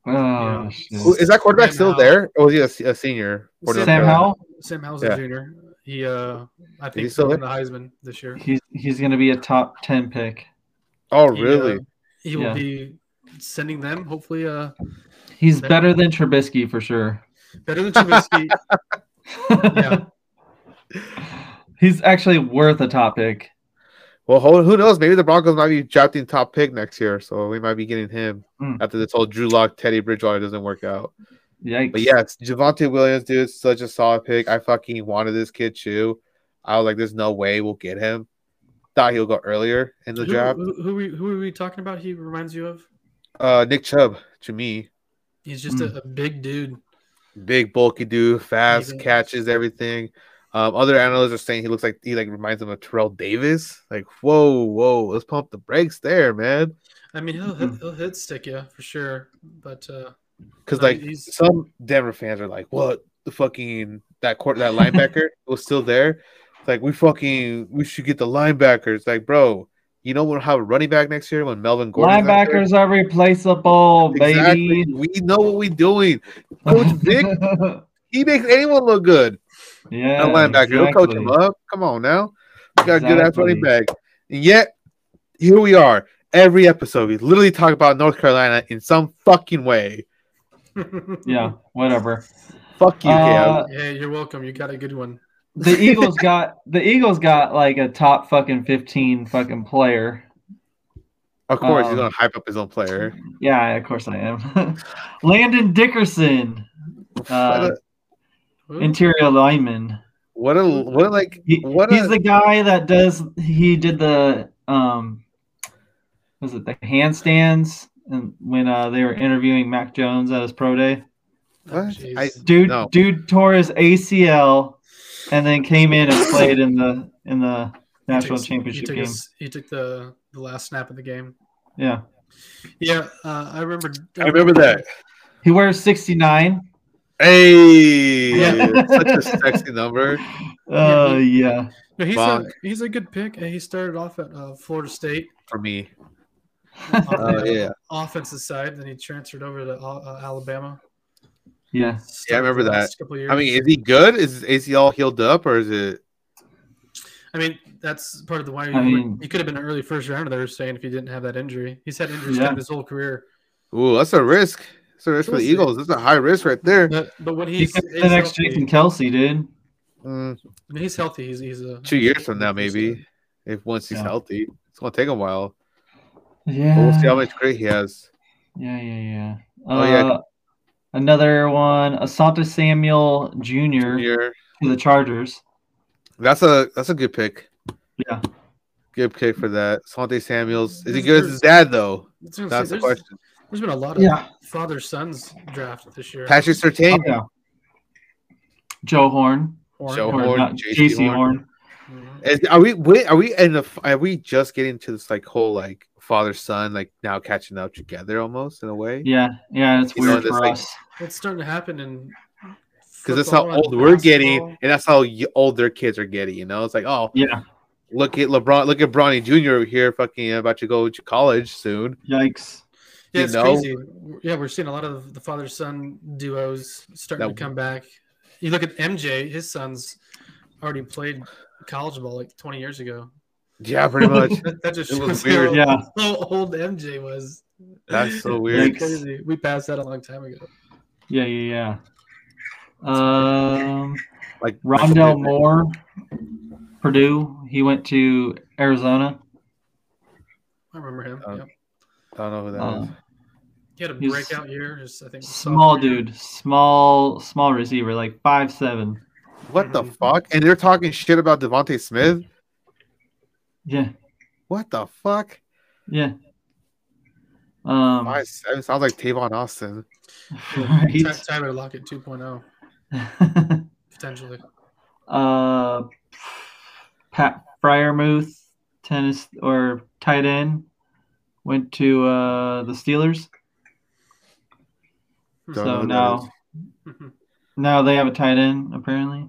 B: oh,
A: Who-
B: shit.
A: Is that quarterback
C: Sam
A: still
C: Howell.
A: there, or was he a, s- a senior? for North
B: Sam
A: Carolina?
B: Howell?
C: Sam Howell's
A: Yeah.
C: a junior. He, uh, I think,
A: he
C: he's
A: still
C: still in the Heisman this year.
B: He's he's gonna be a top ten pick.
A: Oh,
C: He, uh,
A: really?
C: He will
B: Yeah.
C: be sending them hopefully uh,
B: He's
C: That-
B: better than Trubisky for sure.
C: better than Trubisky. yeah,
B: he's actually worth a top pick.
A: Well, who, who knows? Maybe the Broncos might be drafting top pick next year, so we might be getting him
B: Mm.
A: after this whole Drew Lock Teddy Bridgewater doesn't work out.
B: Yikes.
A: But yes, Javante Williams, dude, is such a solid pick. I fucking wanted this kid too. I was like, there's no way we'll get him. Thought he'll go earlier in the
C: who,
A: draft.
C: Who, who, we, who are we talking about? He reminds you of?
A: Uh, Nick Chubb to me,
C: He's just
B: Hmm.
C: a, a big dude.
A: big bulky dude, fast
C: Davis.
A: catches everything. Um, other analysts are saying he looks like he like reminds him of Terrell Davis. Like, whoa, whoa, let's pump the brakes there, man.
C: I mean, he'll
B: Hmm.
C: hit, he'll hit stick you for sure, but uh,
A: Because
C: I mean,
A: like
C: he's-
A: some Denver fans are like, "What the fucking that court that linebacker was still there?" It's like we fucking we should get the linebackers. Like, bro, you know we'll have a running back next year when Melvin Gordon
B: Linebackers are replaceable,
A: Exactly.
B: baby.
A: We know what we're doing. Coach Vic, he makes anyone look good.
B: yeah,
A: a linebacker. He'll coach him
B: exactly.
A: up. Come on now. You got a good ass running
B: Exactly.
A: back. And yet, here we are. Every episode, we literally talk about North Carolina in some fucking way.
B: Yeah, whatever.
A: Fuck you,
B: Uh,
C: Hey, you're welcome. You got a good one.
B: the Eagles got the Eagles got like a top fucking fifteen fucking player.
A: Cam. Of course, he's
B: um,
A: gonna hype up his own player.
B: Yeah, of course I am. Landon Dickerson, uh,
A: Um,
C: Ooh.
B: interior lineman.
A: What a what a like
B: He,
A: what
B: he's
A: a
B: the guy that does. He did the um, was it the handstands and when uh, they were interviewing Mac Jones at his pro day.
C: Oh,
A: what?
C: jeez.
A: I-
B: Dude,
A: No.
B: dude tore his ACL, and then came in and played in the in the national
C: Takes-
B: championship
C: he took
B: game.
C: his- he took the, the last snap of the game.
B: Yeah,
C: Yeah, uh, I remember.
A: I remember that.
B: he wears sixty nine.
A: Hey,
B: Yeah.
A: such a sexy number.
B: Uh, yeah.
C: No, he's a,
A: Fuck.
C: he's a good pick. and He started off at uh, Florida State
A: for me.
C: on
A: Oh
C: the
A: yeah,
C: offensive side, then he transferred over to Al- uh, Alabama.
B: Yeah,
A: Yeah, I remember
C: The
A: that.
C: last couple years.
A: I mean, is he good? Is his ACL healed up, or is it?
C: I mean, that's part of the why
B: I
C: he,
B: mean-
C: he could have been an early first rounder. They're saying if he didn't have that injury, he's had injuries
B: Yeah.
C: kind of his whole career.
A: Ooh, that's a risk. That's a risk for the
C: Listen.
A: Eagles. That's a high risk right there.
C: But, but when
B: he
C: he's,
B: could be the
C: he's
B: next
C: healthy,
B: Jason Kelsey, dude.
A: Mm.
C: when he's healthy, he's he's a
A: two years from now, maybe, if once he's
B: Yeah.
A: healthy. It's gonna take a while.
B: Yeah.
A: But we'll see how much grade he has.
B: Yeah, yeah, yeah.
A: Oh,
B: uh,
A: yeah.
B: Another one, Asante Samuel Jr.
A: Junior.
B: to the Chargers.
A: That's a that's a good pick.
B: Yeah.
A: Good pick for that. Sante Samuels. Is he
C: There's-
A: good as his dad though?
C: That's what I'm
A: That's the
C: saying, there's,
A: question.
C: there's been a lot of
B: Yeah.
C: father sons draft this year.
A: Patrick Sertain,
B: Oh, yeah. Joe Horn.
C: Horn.
A: Joe
B: or
A: Horn,
B: not,
A: JC
B: JC Horn.
A: Horn.
C: Mhm.
A: Is, are we wait, are we in the are we just getting to this like whole like father son like now catching up together almost in a way?
B: Yeah, yeah, it's
A: You know,
B: weird
A: that's
B: for
A: like-
B: us.
C: It's starting to happen, and
A: Because that's how old we're getting, and that's how y- old their kids are getting. You know, it's like, oh,
B: Yeah,
A: look at LeBron, look at Bronny Junior over here, fucking about to go to college soon.
B: yikes.
C: Yeah,
A: you
C: it's
A: know?
C: crazy. Yeah, we're seeing a lot of the father son duos starting
A: That-
C: to come back. You look at MJ; his son's already played college ball like 20 years ago.
A: Yeah, pretty much.
C: That, that just
A: It was
C: shows
A: weird.
C: how,
B: Yeah,
C: how old MJ was.
A: That's so
B: weird.
C: Crazy. We passed that a long time ago.
B: yeah, yeah, yeah. Um,
A: like
B: Rondell Moore, Purdue. He went to Arizona.
C: I remember him.
A: Um,
C: yep.
A: I don't know who that
B: Uh,
A: is.
C: He had a
B: he's-
C: breakout year. His, I think
B: Small
C: sophomore year.
B: dude, small, small receiver, like five seven.
A: What the
C: Mhm.
A: fuck? And they're talking shit about Devonte Smith.
B: Yeah,
A: What the fuck?
B: yeah. Um,
A: Five seven sounds like Tavon Austin.
B: right?
C: Ty- Tyler Lockett 2.0 potentially.
B: uh, Pat Fryermuth, tennis or tight end, went to uh, the Steelers.
A: Don't know who
B: so
A: that
B: now,
A: is.
C: Mm-hmm.
B: now they have a tight end apparently.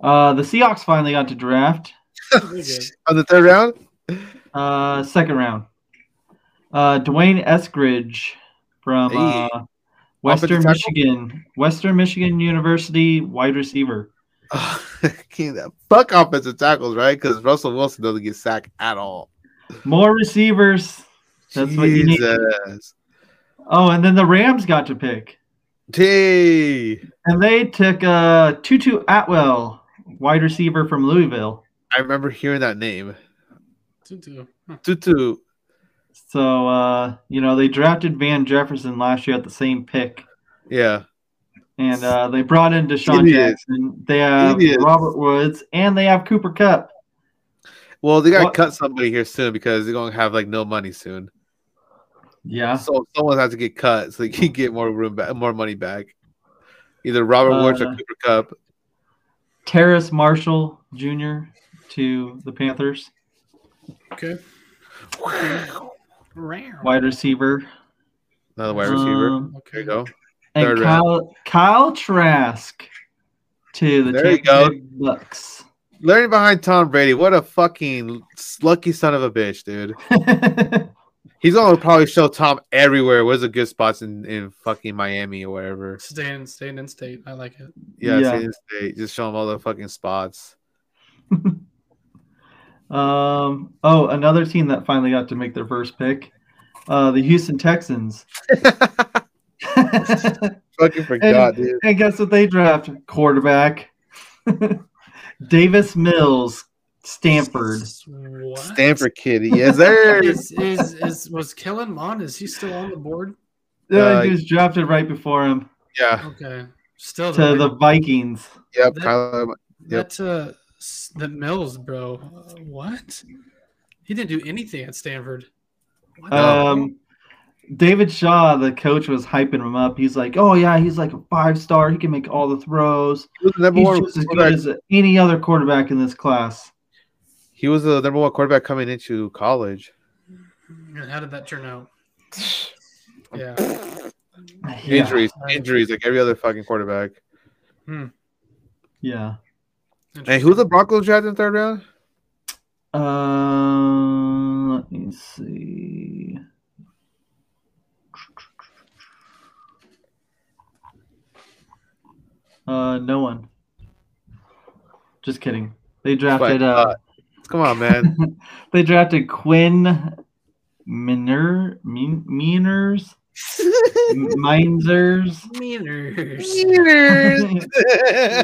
B: Uh, the Seahawks finally got to draft
C: Pretty good.
A: on the third round,
B: uh, second round. Uh, Dwayne Eskridge from
A: Hey.
B: uh,
A: Offensive
B: Western
A: tackle?
B: Michigan, Western Michigan University wide receiver.
A: King, that fuck offensive tackles, right? Because Russell Wilson doesn't get sacked at all.
B: More receivers. That's what you need.
A: Jesus.
B: Oh, and then the Rams got to pick.
A: Gee.
B: And they took uh, Tutu Atwell, wide receiver from Louisville.
A: I remember hearing that name.
C: Two, two. Hmm. Huh.
A: Tutu.
B: So, uh, you know, they drafted Van Jefferson last year at the same pick.
A: Yeah.
B: And uh, they brought in Deshaun
A: Idiots.
B: Jackson. They have
A: Idiots.
B: Robert Woods. And they have Cooper Cup.
A: Well, they gotta
B: What-
A: cut somebody here soon because they're gonna have like no money soon.
B: Yeah.
A: So someone has to get cut so they can get more room back, more money back. Either Robert Woods or
B: Uh,
A: Cooper Cup.
B: Terrace Marshall Jr. to the Panthers,
C: Okay. Round.
B: wide receiver.
A: Another wide receiver.
B: Um,
A: there
C: Okay.
A: you go. Third
B: and
A: round.
B: Kyle, Kyle Trask to the
A: There you
B: Tampa Bay Bucks.
A: Larry behind Tom Brady. What a fucking lucky son of a bitch, dude. He's gonna probably show Tom everywhere. Where's the good spots in, in fucking Miami or wherever?
C: Staying, staying in state. I like it.
A: Yeah,
B: Yeah.
A: San Diego State. Just show him all the fucking spots.
B: um, oh, another team that finally got to make their first pick, uh, the Houston Texans. and
A: Fucking forgot, dude.
B: guess what they draft? Quarterback, Davis Mills, Stanford.
C: What?
A: Stanford kid. Yes, there.
C: Is, is, is, was Kellen Mond, is he still on the board?
B: Uh,
A: Uh,
B: he was drafted right before him
A: yeah.
C: Okay. Still
B: to
C: though,
B: the Vikings.
A: Yep.
C: That-
A: Kyler- yep.
C: That's uh, s- the Mills, bro. Uh, What? He didn't do anything at Stanford. What the-
B: Um, David Shaw, the coach, was hyping him up. He's like, "Oh yeah, he's like a five star. He can make all the throws.
A: He was the number
B: He's
A: one
B: just as good
A: quarterback-
B: as any other quarterback in this class."
A: He was the number one quarterback coming into college.
C: And how did that turn out? Yeah.
B: Yeah, Uh,
A: Injuries,
C: I-
A: injuries, like every other fucking quarterback.
B: Yeah.
A: And who's the Broncos drafted in the third round?
B: Um, let me see. Uh, no one. Just kidding. They drafted.
A: But,
B: uh,
A: uh, Come on, man.
B: they drafted Quinn Miner Min- Miners Miners
C: Meters.
A: Wieners.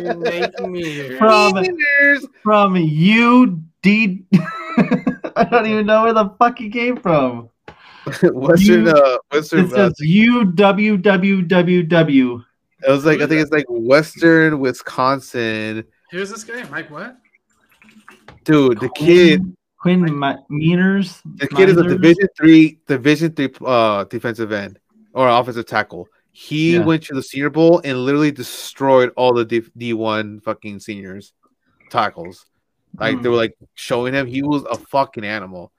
C: You make meters.
B: From-
A: Wieners.
B: from UD. I don't even know where the fuck he came from.
A: Western,
B: You-
A: uh,
B: It
A: Western. Uh,
B: says UWWWW.
A: it was like I think it's like Western Wisconsin,
C: Who's this guy? Mike what?
A: dude. The kid,
B: Quinn Mi- Miners.
A: the kid is a
B: Miners?
A: Division three, Division three uh, defensive end or offensive tackle. He
B: Yeah.
A: went to the Senior Bowl and literally destroyed all the D one fucking seniors tackles. Like they
B: Hmm.
A: were like showing him he was a fucking animal.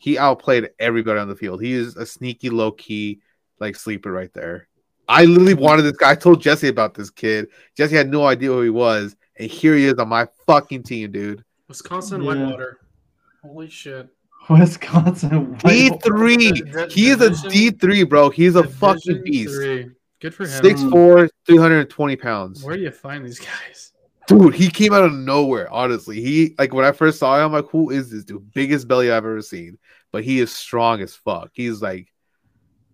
A: He outplayed everybody on the field. He is a sneaky, low key, like sleeper right there. I literally wanted this guy. I told Jesse about this kid. Jesse had no idea who he was, and here he is on my fucking team, dude.
C: Wisconsin
B: Yeah.
C: Whitewater. Holy shit.
B: Wisconsin.
A: D
B: White-
A: three.
C: Div-
A: He is a
C: Division-
A: D three, bro. He's a
C: Division
A: fucking beast.
C: three. Good for him.
A: Six four, three hundred and twenty pounds.
C: Where do you find these guys?
A: Dude, he came out of nowhere. Honestly, he like when I first saw him, I'm like, who is this dude? Biggest belly I've ever seen. But he is strong as fuck. He's like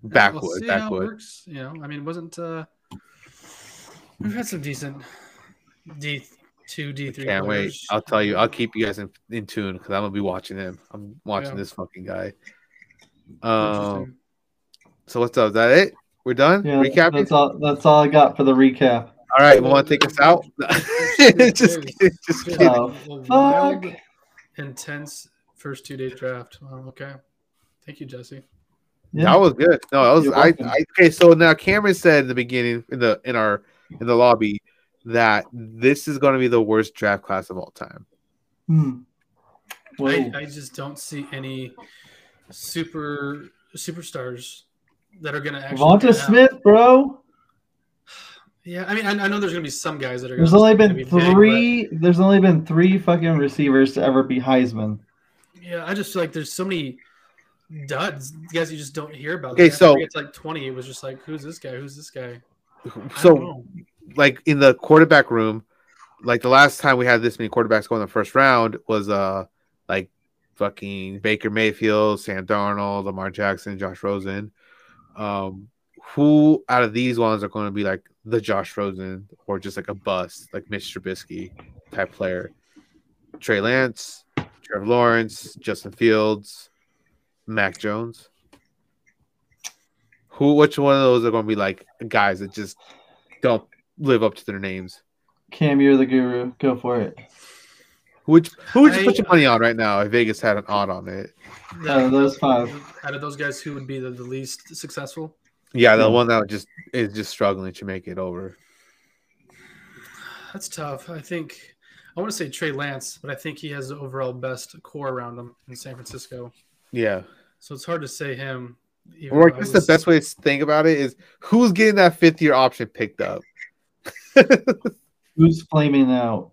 C: We'll
A: backwood,
C: see how it
A: backwood.
C: works. You know, I mean, it wasn't uh, we've had some decent D two D three.
A: Can't wait. I'll tell you. I'll keep you guys in, in tune because I'm gonna be watching him. I'm watching
C: Yeah.
A: this fucking guy. Um. So what's up? Is that it? We're done.
B: Yeah,
A: Recapping.
B: that's all. That's all I got for the recap.
A: All right. We want to take us out. just kidding. Just kidding.
B: Uh, Fuck.
C: intense first two day draft. Wow, okay, thank you, Jesse.
A: That was good. No, that was
B: You're
A: I,
B: welcome.
A: I. Okay, so now Cameron said in the beginning in the in our in the lobby that this is going to be the worst draft class of all time.
B: Hmm. Whoa.
C: I, I just don't see any super superstars that are gonna actually. pan
B: Vonta
C: out.
B: Smith, bro.
C: Yeah, I mean, I, I know there's gonna be some guys that are.
B: There's
C: gonna-
B: only
C: gonna
B: been
C: be big, but-
B: three. There's only been three fucking receivers to ever be Heisman.
C: Yeah, I just feel like there's so many duds guys you just don't hear about.
A: Okay,
C: Like, after
A: so-
C: we get to like 20, it was just like, who's this guy? Who's this guy? I don't
A: So,
C: know.
A: like in the quarterback room, like the last time we had this many quarterbacks go in the first round was uh like fucking Baker Mayfield, Sam Darnold, Lamar Jackson, Josh Rosen. Um, who out of these ones are going to be like the Josh Rosen or just like a bust, like Mitch Trubisky type player? Trey Lance, Trevor Lawrence, Justin Fields, Mac Jones. Who? Which one of those are going to be like guys that just don't live up to their names?
B: Cam, you're the guru. Go for it.
A: Who would who would you put
C: I-
A: your money on right now if Vegas had an odd on it? uh,
B: No, Uh, those five.
C: Out of those guys, who would be the, the least successful?
A: Yeah, the
B: Hmm.
A: one that would just is just struggling to make it over.
C: That's tough. I think I want to say Trey Lance, but I think he has the overall best core around him in San Francisco.
A: Yeah,
C: So it's hard to say him. even
A: or I
C: though I
A: guess
C: was-
A: the best way to think about it is who's getting that fifth year option picked up.
B: Who's flaming out?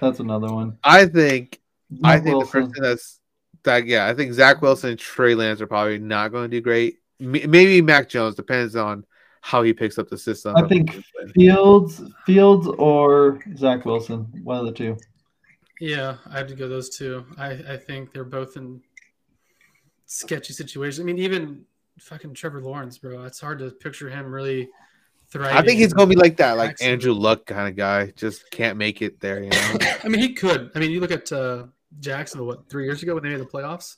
B: That's another one.
A: I think I think
B: Wilson.
A: the person that's that yeah, I think Zach Wilson and Trey Lance are probably not going to do great. M- maybe Mac Jones depends on how he picks up the system.
B: I think Fields, Fields, or Zach Wilson, one of the two.
C: Yeah, I have to go those two. I, I think they're both in sketchy situations. I mean, even fucking Trevor Lawrence, bro. It's hard to picture him really thriving.
A: I think he's gonna be like that, like
C: Jackson.
A: Andrew Luck kind of guy, just can't make it there. You know,
C: I mean, he could. I mean, you look at uh, Jacksonville. What three years ago when they made the playoffs,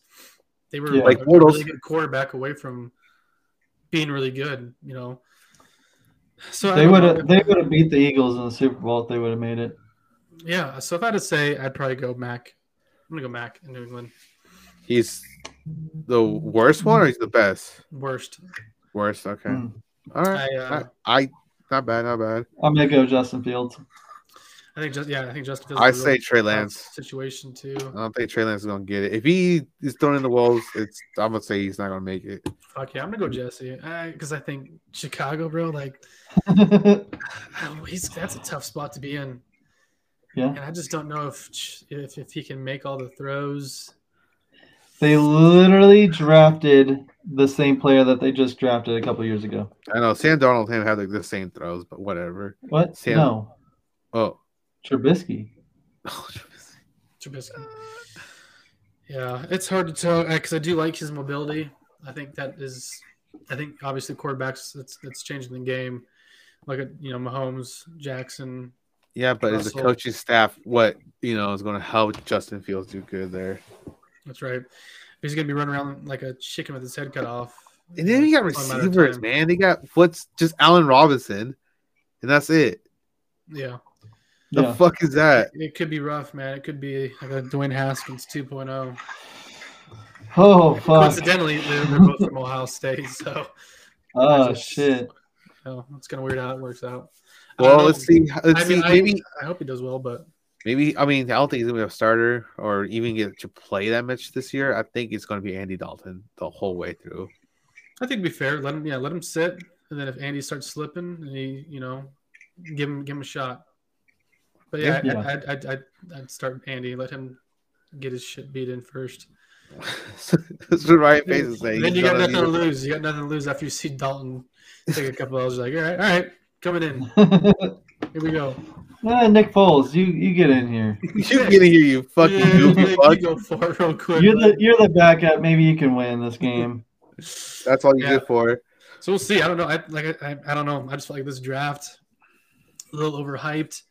C: they were
B: Yeah.
A: Like
C: a
A: Bortles.
C: really good quarterback away from being really good. You know, so I
B: They
C: don't
B: would
C: know.
B: have, they would have beat the Eagles in the Super Bowl if they would have made it.
C: Yeah. So if I had to say, I'd probably go Mac. I'm gonna go Mac in New England.
A: he's the worst one or he's the best?
C: Worst.
A: Worst. Okay.
B: Hmm.
A: All right.
C: I uh,
A: I, I not bad, not bad.
B: I'm gonna go Justin Fields.
C: I think just yeah, I think Justin. Fields
A: I
C: is a
A: say
C: really
A: Trey
C: tough
A: Lance.
C: situation too.
A: I don't think Trey Lance is gonna get it. If he is thrown in the walls, it's I'm gonna say he's not gonna make it.
C: Fuck yeah, I'm gonna go Jesse because I think Chicago, bro. Like,
B: yeah,
C: I don't know, he's that's a tough spot to be in, and I just don't know if Ch- if, if he can make all the throws.
B: they literally drafted the same player that they just drafted a couple years ago.
A: I know Sam Donald and him have like the same throws, but whatever.
B: What?
A: Sam.
B: No,
A: Oh.
B: Trubisky.
C: Trubisky. Yeah, it's hard to tell because I do like his mobility. I think that is, I think obviously quarterbacks that's that's changing the game. Look at you know Mahomes, Jackson.
A: Yeah, but is the
C: Russell.
A: coaching staff what you know is gonna help Justin Fields do good there?
C: That's right. He's gonna be running around like a chicken with his head cut off.
A: And then you got
C: It's only a matter of
A: receivers,
C: time.
A: man. They got what's just Allen Robinson, and that's it.
C: Yeah.
A: The
B: Yeah.
A: fuck is that?
C: It could be rough, man. It could be like a Dwayne Haskins 2.0.
B: Oh fuck.
C: Coincidentally, they're, they're both from Ohio State, so
B: Oh
C: Jesus.
B: shit.
C: you know, it's kind of weird how it works out. I don't
A: Well,
C: know.
A: let's see. Let's
C: I
A: see.
C: mean, I-
A: maybe,
C: I hope he does well, but
A: maybe. I mean, I don't think he's gonna be a starter or even get to play that much this year. I think it's gonna be Andy Dalton the whole way through.
C: I think it'd be fair. Let him, yeah, let him sit, and then if Andy starts slipping, and he, you know, give him give him a shot. But yeah,
B: Yeah.
C: I'd, I'd, I'd, I'd, I'd start Andy. Let him get his shit beat in first.
A: That's what Ryan Pace is saying.
C: then
A: He's
C: you got
A: gonna
C: nothing
A: need-
C: to lose. You got nothing to lose after you see Dalton take a couple hours. Like, all right, all right, coming in. Here we go.
B: Ah, Nick Foles, you you get in here.
A: You get in here, you fucking
C: Yeah,
A: goofy
C: you
A: fuck.
C: go for it real quick.
B: You're the you're the backup. Maybe you can win this game.
A: That's all you
C: Yeah.
A: did for.
C: So we'll see. I don't know. I like. I, I don't know. I just feel like this draft a little overhyped,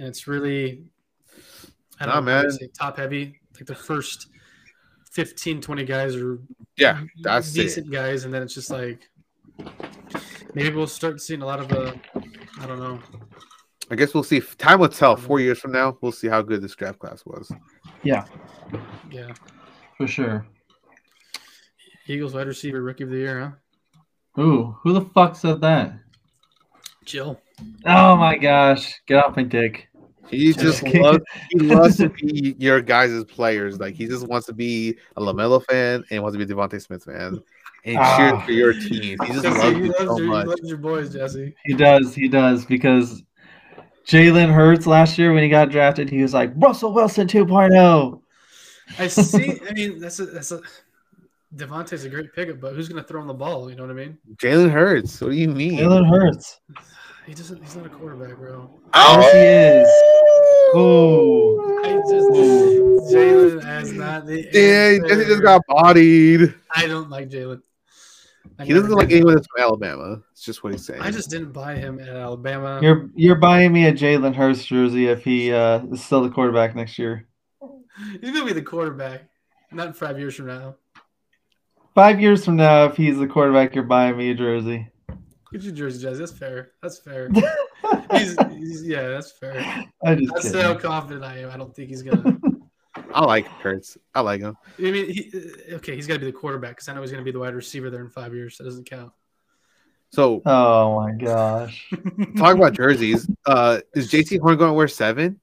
C: and it's really I don't
A: Nah,
C: know, how to
A: man.
C: say, top heavy. Like the first 15, 20 guys are
A: Yeah, that's it.
C: decent guys, and then it's just like maybe we'll start seeing a lot of uh, I don't know.
A: I guess we'll see. If- Time will tell. Four years from now, we'll see how good this draft class was.
C: Yeah,
B: For sure.
C: Eagles wide receiver rookie of the year, huh?
B: Ooh, who the fuck said that?
C: Jill.
B: Oh my gosh. Get off my dick.
A: He just
B: kidding.
A: loves, he loves to be your guys' players. Like he just wants to be a Lamelo fan and wants to be a Devontae Smith fan and cheer
B: Ah.
A: for your team. He just
C: Jesse,
A: loves
C: you
A: you
C: loves
A: so
C: your, you
A: much.
C: loves your boys, Jesse.
B: He does. He does because Jalen Hurts last year when he got drafted, he was like Russell Wilson oh." 2.0.
C: I see. I mean, that's a, that's a Devontae's a great pickup, but who's gonna throw him the ball? You know what I mean?
A: Jalen Hurts. What do you mean?
B: Jalen Hurts.
C: He doesn't. He's not a quarterback, bro.
B: Yes, he is. Oh,
C: I just Jalen has not the.
A: Yeah, Jesse
C: answer.
A: just got bodied.
C: I don't like Jalen. I
A: He doesn't
C: never
A: like
C: did.
A: anyone that's from Alabama. It's just what he's saying.
C: I just didn't buy him at Alabama.
B: you're you're buying me a Jalen Hurts jersey if he uh, is still the quarterback next year.
C: He's gonna be the quarterback, not five years from now.
B: Five years from now, if he's the quarterback, you're buying me a jersey.
C: Get your jersey, Jazz. That's fair. That's fair. he's, he's yeah, that's fair.
B: I just
C: That's
B: kidding.
C: how confident I am. I don't think he's gonna.
A: I like Hurts. I like him.
C: I mean, he, uh, okay, he's got to be the quarterback because I know he's gonna be the wide receiver there in five years. That doesn't count.
A: So
B: Oh my gosh.
A: talk about jerseys. Uh, is JC Horn going to wear seven?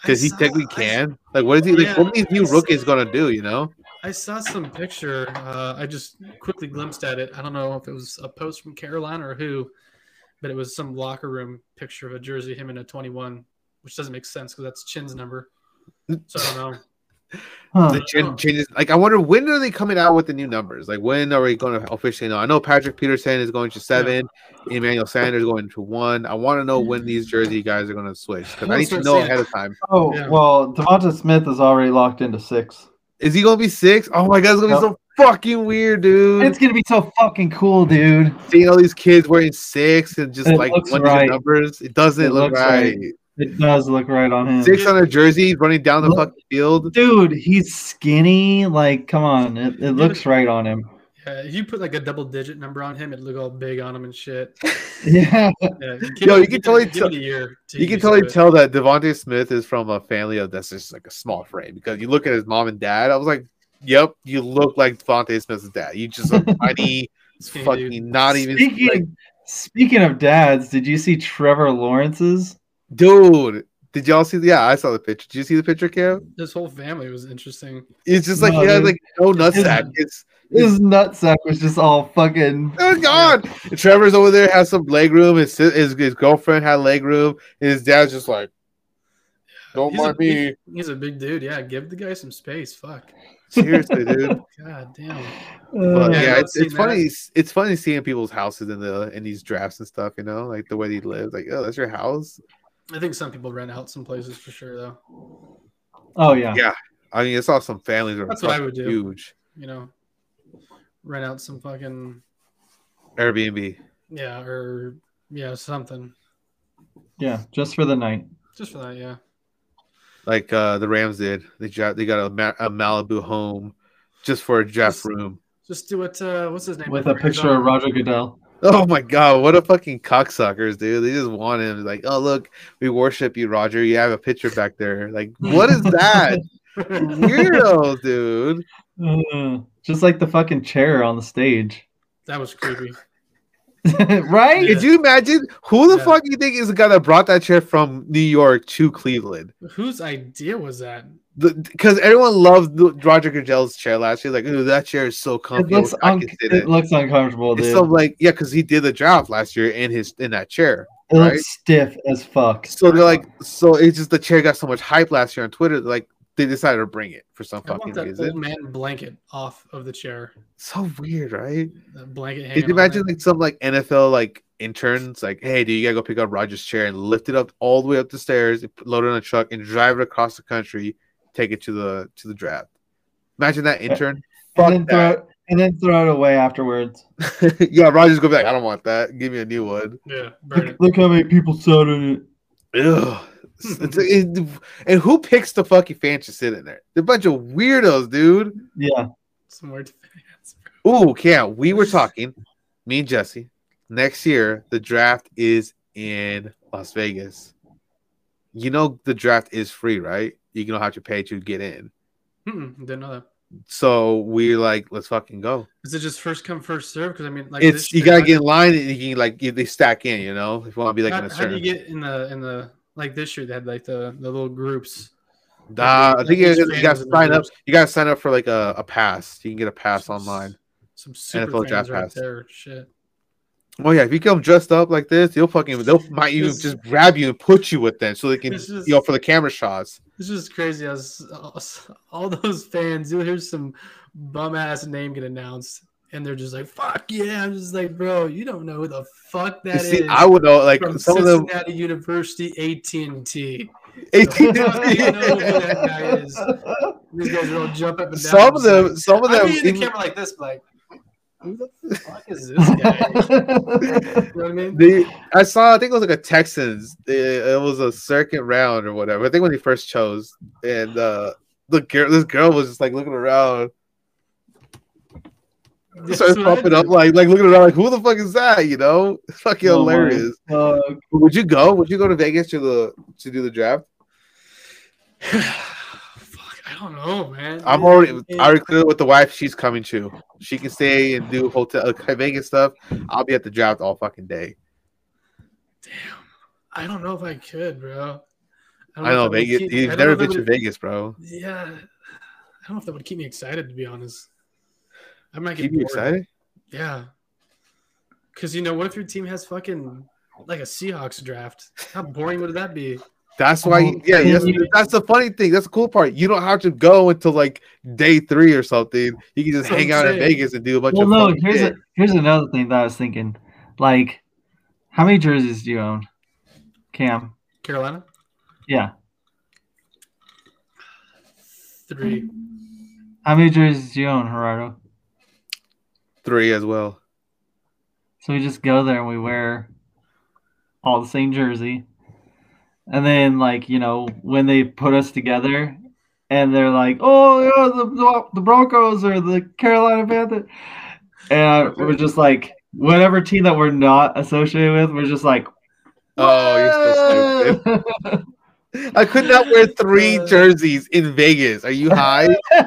A: Because he technically can. Like, what is he? Like,
C: Yeah.
A: what are these new rookies going to do? You know?
C: I saw some picture. Uh, I just quickly glimpsed at it. I don't know if it was a post from Carolina or who, but it was some locker room picture of a jersey, him in a 21. which doesn't make sense because that's Chin's number. So I don't know.
B: Huh.
A: The chin changes. Like, I wonder when are they coming out with the new numbers? Like, when are we going to officially know? I know Patrick Peterson is going to seven, Emmanuel Sanders going to one. I want to know when these jersey guys are going to switch because I
C: Let's
A: need to
C: start
A: know
C: seeing
A: ahead of time.
B: Oh
C: Yeah.
B: well, Devonta Smith is already locked into six.
A: Is he going to be six? Oh my god, it's going to be so fucking weird, dude.
B: It's gonna be so fucking cool, dude.
A: Seeing all these kids wearing six and just
B: It
A: like
B: looks
A: one of
B: right.
A: the numbers, it doesn't
B: It
A: look
B: looks
A: right.
B: right. It does look right on him,
A: Six on a jersey running down the
B: Look-
A: fucking field.
B: dude. He's skinny. Like, come on, it, it looks right on him.
C: Yeah, if you put like a double digit number on him, it'd look all big on him and shit.
B: Yeah,
C: Yeah,
A: Yo, you can totally
C: give it a year to
A: You can
C: get
A: totally
C: used to it.
A: tell that Devontae Smith is from a family of that's just like a small frame because you look at his mom and dad. I was like, "Yep, you look like Devontae Smith's dad. You just a tiny,
C: Skinny
A: fucking
C: dude.
A: not even
B: speaking
A: like,
B: speaking of dads, did you see Trevor Lawrence's?
A: dude." Did y'all see? The, yeah, I saw the picture. Did you see the picture, Cam?
C: His whole family was interesting.
A: It's just like
B: No,
A: he has
B: dude.
A: like no nutsack. It's
B: His nutsack was just all fucking.
A: oh god. Trevor's over there has some leg room. His, si- his his girlfriend had leg room, and his dad's just like, "Don't
C: He's a
A: mind
C: big-
A: me."
C: He's a big dude. Yeah, give the guy some space. Fuck.
A: Seriously, dude.
C: God damn.
A: But
C: Yeah,
B: uh,
A: yeah,
C: I've
A: it's,
C: seen
A: it's
C: that.
A: funny. It's funny seeing people's houses in the in these drafts and stuff. You know, like the way they live. Like, oh, that's your house.
C: I think some people rent out some places for sure, though.
B: Oh yeah.
A: Yeah. I mean, I saw some families that were
C: That's what I would
A: fucking
C: do.
A: huge
C: You know, rent out some fucking
A: Airbnb.
C: yeah or yeah something
B: yeah, just for the night.
C: just for that. Yeah.
A: Like uh, the Rams did. They dra- they got a, Ma- a Malibu home just for a draft
C: Just-
A: room.
C: Just do what. Uh, what's his name?
B: with a picture of Roger Goodell.
A: Oh my god, what a fucking cocksuckers, dude! They just want him. Like, oh look, we worship you, Roger. You have a picture back there. Like, what is that? Weirdo, dude.
B: Uh, just like the fucking chair on the stage.
C: that was creepy.
B: right?
C: Yeah.
A: Could you imagine who the
C: Yeah.
A: fuck you think is the guy that brought that chair from New York to Cleveland?
C: Whose idea was that?
A: Because everyone loved the- Roger Goodell's chair last year. Like, ooh, that chair is so
B: It
A: comfy. I
B: looks,
A: wish I
B: un-
A: could sit
B: it
A: in it.
B: looks uncomfortable, dude.
A: It's so like, yeah, because he did the draft last year in his in that chair.
B: it looks
A: right?
B: stiff as fuck.
A: So they're like, so it's just the chair got so much hype last year on Twitter. Like, they decided to bring it for some
C: I want
A: fucking
C: that
A: reason.
C: old man blanket off of the chair.
A: So weird, right?
C: That blanket.
A: Could
C: hanging
A: you
C: on
A: imagine
C: there.
A: like some like NFL like interns like, hey, dude, you gotta go pick up Roger's chair and lift it up all the way up the stairs, load it on a truck, and drive it across the country, take it to the to the draft. Imagine that intern.
B: and, then
A: Fuck
B: throw
A: that.
B: it, and then throw it away afterwards.
A: yeah, Roger's gonna be like, I don't want that. Give me a new one.
C: Yeah, burn
B: Look,
C: it.
B: look how many people sat in it.
A: Ugh. It's- it- and who picks the fucking fans to sit in there? They're a bunch of weirdos, dude.
B: Yeah.
C: Some weird fans.
A: Ooh, yeah, we were talking, me and Jesse. Next year, the draft is in Las Vegas. You know the draft is free, right? You don't have to pay to get in.
C: Mm-mm, Hmm, didn't know that.
A: So we're like, let's fucking go.
C: Is it just first come first serve? Because I mean, like
A: it's
C: this
A: you
C: year,
A: gotta
C: like,
A: get in line and you can like you- they stack in, you know, if you want to be like
C: how,
A: in a
C: how do you
A: certain.
C: get in the in the like this year? They had like the the little groups.
A: Nah, I
C: like
A: think you,
C: these
A: you
C: fans
A: gotta
C: in the
A: sign up.
C: groups?
A: You gotta sign up for like a, a pass. You can get a pass online.
C: Some super
A: NFL
C: fans
A: draft
C: right
A: pass.
C: there. Shit.
A: Oh yeah, if you come dressed up like this, they'll fucking they'll might even
C: This-
A: just grab you and put you with them so they can
C: This is-
A: you know for the camera shots.
C: It's just crazy. how s- all- s- all those fans, you'll hear some bum ass name get announced, and they're just like, "Fuck yeah!" I'm just like, "Bro, you don't know who the fuck
A: You
C: that is."
A: see, I would know like
C: from
A: some of them.
C: Cincinnati University AT&T.
A: 18
C: You don't even know who that guy is.
B: Dude,
C: These guys will jump up and down.
A: some of
C: Just like,
A: them, some
C: I'm
A: of them,
C: looking at
A: even-
C: the camera like this, like, who the fuck is this guy? you know what I mean?
A: they, I saw. I think it was like a Texans. It, it was a second round or whatever. I think when they first chose, and uh, the girl, this girl was just like looking around,
C: That's
A: started
C: what I
A: popping
C: do.
A: up like, like looking around, like who the fuck is that? You know, it's fucking
B: Oh my
A: hilarious.
B: fuck.
A: Would you go? Would you go to Vegas to the to do the draft?
C: Fuck, I don't know, man.
A: I'm already I already cleared it with the wife. She's coming too. She can stay and do hotel uh, Vegas stuff. I'll be at the draft all fucking day.
C: Damn, I don't know if I could, bro. don't
A: I know
C: if that would
A: Vegas.
C: keep- I
A: You've
C: don't know
A: never
C: if that
A: been to
C: would-
A: Vegas, bro.
C: Yeah, I don't know if that would keep me excited to be honest. I might get
A: Keep you
C: bored.
A: excited.
C: Yeah, because you know what if your team has fucking like a Seahawks draft? How boring would that be?
A: That's why,
B: Oh,
A: yeah,
B: yeah.
A: that's, that's the funny thing. That's the cool part. You don't have to go until like day three or something. You can just
C: That's what
A: hang
C: I'm
A: out in
C: saying.
A: Vegas and do a bunch
B: Well,
A: of
B: no.
A: fun
B: Here's
A: shit.
B: a, here's another thing that I was thinking. Like, how many jerseys do you own, Cam?
C: Carolina,
B: Yeah.
C: three.
B: How many jerseys do you own, Gerardo?
A: three as well.
B: So we just go there and we wear all the same jersey. And then, like, you know, when they put us together and they're like, oh, yeah, the, the, the Broncos or the Carolina Panthers. And we're just like, whatever team that we're not associated with, we're just like,
A: Oh, you're so stupid.
B: stupid.
A: I could not wear three
C: Uh.
A: jerseys in Vegas. Are you high?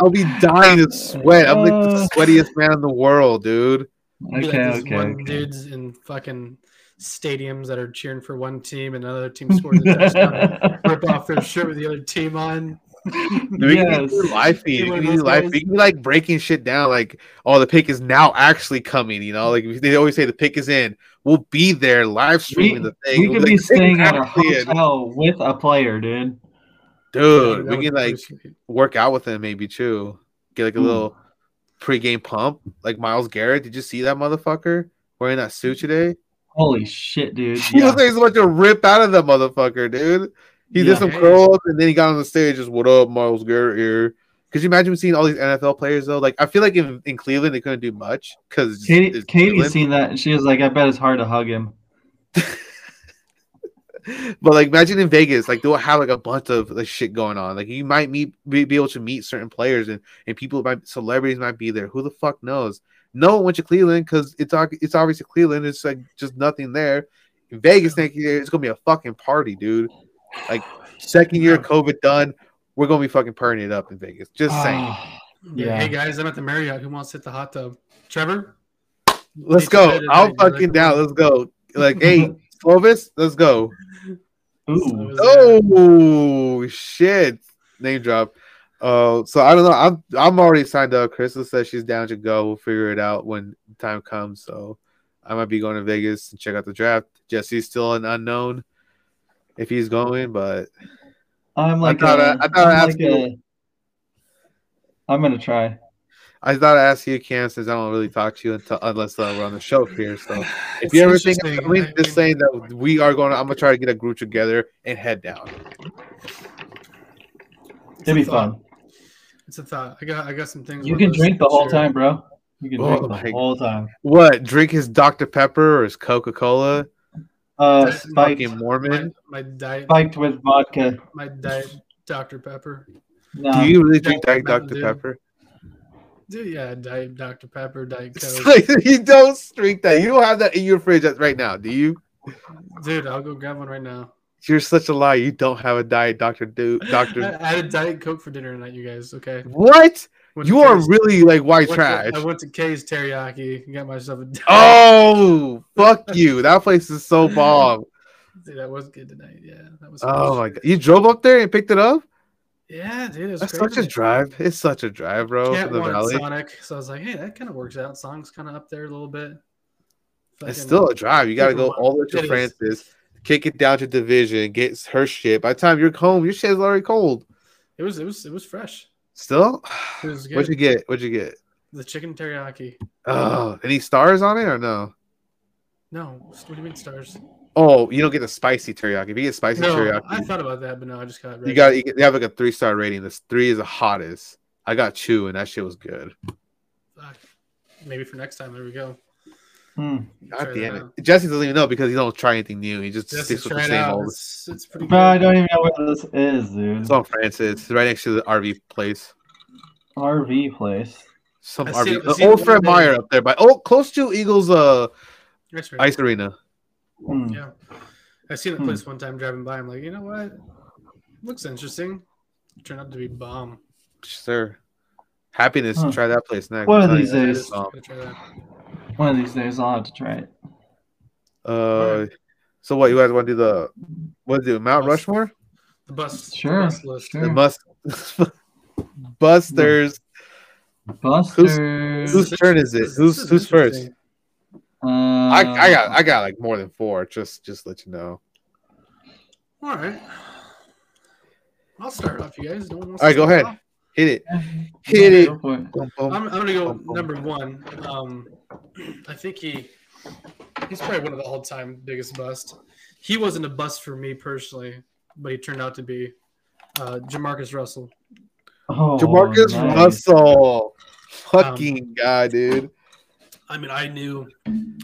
A: I'll be dying of sweat. I'm like the
B: Uh.
A: sweatiest man in the world, dude.
C: Be
B: okay,
C: like these
B: okay.
C: one
B: okay.
C: dudes in fucking stadiums that are cheering for one team and another team scores a touchdown, rip off their shirt with the other team on.
A: Dude, We can do live feed.
C: Be
A: We
C: one
A: can
C: of
A: do
C: those
A: live
C: guys.
A: feed. We can be like breaking shit down. Like, oh, the pick is now actually coming. You know, like they always say, the pick is in. We'll be there live streaming the thing.
B: we
A: We'll
B: could be
A: like, "The pick is
B: staying at a
A: actually in."
B: hotel with a player, dude.
A: dude.
C: That
A: We can
C: would be
A: like
C: sweet.
A: work out with him maybe too. Get like a
B: Hmm.
A: little pre-game pump. Like Miles Garrett. Did you see that motherfucker wearing that suit today?
B: Holy shit, dude.
A: He looks like he's about to rip out of that motherfucker, dude. He
B: Yeah.
A: did some
C: Yeah.
A: curls and then he got on the stage, just what up, Miles Garrett here. Could you imagine seeing all these NFL players though? Like I feel like in, in Cleveland they couldn't do much because
B: Katie, Katie's seen that, and she was like, "I bet it's hard to hug him."
A: But like imagine in Vegas, like they'll have like a bunch of like shit going on. Like you might meet be, be able to meet certain players and and people might celebrities might be there. Who the fuck knows? No one went to Cleveland because it's ob- it's obviously Cleveland. It's like just nothing there. In Vegas next year, it's gonna be a fucking party, dude. Like second year COVID done, we're gonna be fucking partying it up in Vegas. Just saying.
B: Ah,
C: Yeah,
B: Yeah.
C: Hey guys, I'm at the Marriott. Who wants to hit the hot tub? Trevor,
A: Let's
C: it's
A: go.
C: better than
A: I'm
C: you're
A: fucking
C: like-
A: down. Let's go. Like, hey, Slovis, let's go.
B: ooh.
C: uh,
A: Oh shit! Name drop. Oh, so I don't know. I'm I'm already signed up. Crystal says she's down to go. We'll figure it out when the time comes. So I might be going to Vegas and check out the draft. Jesse's still an unknown if he's going, but
B: I'm like,
A: thought I-
B: a-
A: I thought I
B: I'm
A: asked
B: like a- I'm gonna try.
A: I thought I'd ask you, Cam, since I don't really talk to you until unless uh, we're on the show here. So if you ever think, I mean, just saying that we are going. to I'm gonna try to get a group together and head down.
B: It'd be fun.
C: It's a thought. I got I got some things.
B: You
C: on
B: can
C: those
B: drink the
C: to
B: whole
C: share.
B: time, bro. You can
A: Oh
B: drink
A: my
B: the whole time.
A: What drink his Dr Pepper or his Coca Cola?
B: Uh,
C: That's
B: spiked,
A: Fucking
C: My,
A: Mormon.
C: my diet,
B: spiked with vodka.
C: my diet, Dr Pepper.
B: No,
A: Do you really drink Diet
C: Mountain
A: Dr
C: Dew.
A: Pepper?
C: Dude, yeah, diet Dr Pepper, diet
A: It's
C: Coke.
A: like, you don't drink that. You don't have that in your fridge at- right now, do you?
C: Dude, I'll go grab one right now.
A: You're such a liar. You don't have a diet, Doctor Dude.
C: I
A: Doctor,
C: I had a diet Coke for dinner tonight, you guys. Okay.
A: what?
C: Went to
A: You are
C: K's-
A: really like white
C: went to-
A: trash.
C: I went to K's Teriyaki and got myself a diet.
A: Oh, fuck you. That place is so bomb.
C: dude, that was good tonight. Yeah, that was.
A: Oh my god, you drove up there and picked it up.
C: Yeah, dude, it was
A: That's
C: crazy.
A: such a drive. It's such a drive, bro.
C: Cat
A: From the
C: wanted
A: valley,
C: Sonic, so I was like, hey, that kind of works out. Sonic's kind of up there a little bit.
A: it's
C: Fucking-
A: still a drive. You got to go all the way
C: It
A: to
C: is.
A: Francis, kick it down to Division, get her shit. By the time you're home, your shit's already cold.
C: It was it was it was fresh.
A: Still,
C: It was good.
A: what'd you get? What'd you get?
C: The chicken teriyaki.
A: Oh, any stars on it or no?
C: No, what do you mean stars?
A: Oh, you don't get the spicy teriyaki. If you get spicy
C: No, I
A: teriyaki,
C: thought about that, but no, I just got it.
A: you
C: right.
A: got you get- they have like a three star rating. This three is the hottest. I got two, and that shit was good.
C: Fuck. Maybe for next time. There we go.
B: Hmm.
A: God
C: Try that
A: damn it!
C: out.
A: Jesse doesn't even know because he don't try anything new. He just
C: Just
A: sticks with
C: try
A: the
C: it
A: same
C: out.
A: old.
C: It's, it's pretty good.
B: bro, I don't even know where this is, dude.
A: It's on Francis, It's right next to the RV place.
B: RV place.
A: Some
C: I see
A: RV,
C: it- I
A: the
C: see it
A: old
C: one
A: Fred
C: day.
A: Meyer up there, by oh, close to Eagles uh
C: That's right.
A: ice arena.
B: Hmm.
C: Yeah. I seen the
B: Hmm.
C: place one time driving by. I'm like, you know what? Looks interesting. Turned out to be bomb.
A: Sure, happiness.
B: Huh.
A: Try that place next.
B: One
A: I'm
B: of
A: telling
B: these
A: you,
C: I
B: days.
A: it's
C: just
A: bomb.
C: gotta try that.
B: One of these days, I'll have to try it.
A: Uh, so what you guys want to do the what do Mount
C: Let's-
A: Rushmore?
C: The bus.
B: Sure,
C: The bus list.
A: The
B: Sure.
A: must Busters.
C: Hmm.
B: Busters.
A: Whose turn is it?
C: This
A: Who's
C: is
A: who's first?
C: interesting.
B: Uh,
C: Um,
A: I, I got I got like more than four. Just just let you know.
C: All right. I'll start off, you guys. No one wants
A: All right,
C: to
A: go
C: start
A: ahead.
C: off?
A: Hit it.
B: uh,
A: Hit
B: Yeah,
A: it.
B: go for it.
A: Boom, boom.
C: I'm, I'm gonna go
A: Bum, bum.
C: number one. Um, I think he he's probably one of the all-time biggest bust. He wasn't a bust for me personally, but he turned out to be. Uh, Jamarcus Russell.
B: Oh,
A: Jamarcus
B: nice.
A: Russell. Fucking
C: Um,
A: guy, dude.
C: I mean, I knew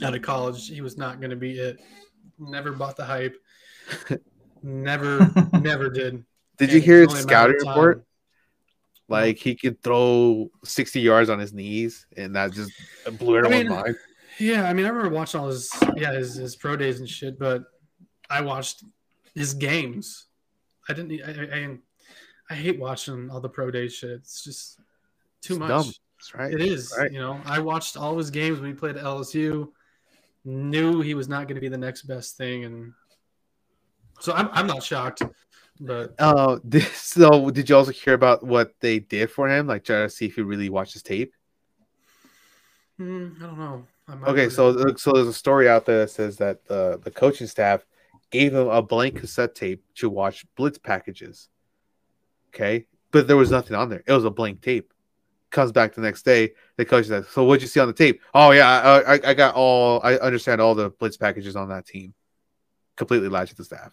C: out of college he was not going to be it. Never bought the hype. never, never did.
A: Did
C: And
A: you
C: it's
A: hear his
C: only a matter
A: scouting
C: of time.
A: report? Like he could throw 60 yards on his knees, and that just blew
C: mean,
A: everyone's mind.
C: Yeah, I mean, I remember watching all his yeah his, his pro days and shit, but I watched his games. I didn't. I, I, I, I hate watching all the pro day shit. It's just too
A: It's
C: much.
A: dumb. That's right.
C: It is.
A: Right.
C: You know, I watched all his games when he played at LSU. Knew he was not going to be the next best thing, and so I'm I'm not shocked. But
A: Uh, this, so did you also hear about what they did for him? Like, try to see if he really watches tape.
C: mm, I don't know. I might
A: Okay,
C: put it-
A: so so there's a story out there that says that the the coaching staff gave him a blank cassette tape to watch blitz packages. Okay, but there was nothing on there. It was a blank tape. Comes back the next day. The coach says, "So what'd you see on the tape? Oh yeah, I, I, I got all. I understand all the blitz packages on that team. Completely lied to the staff.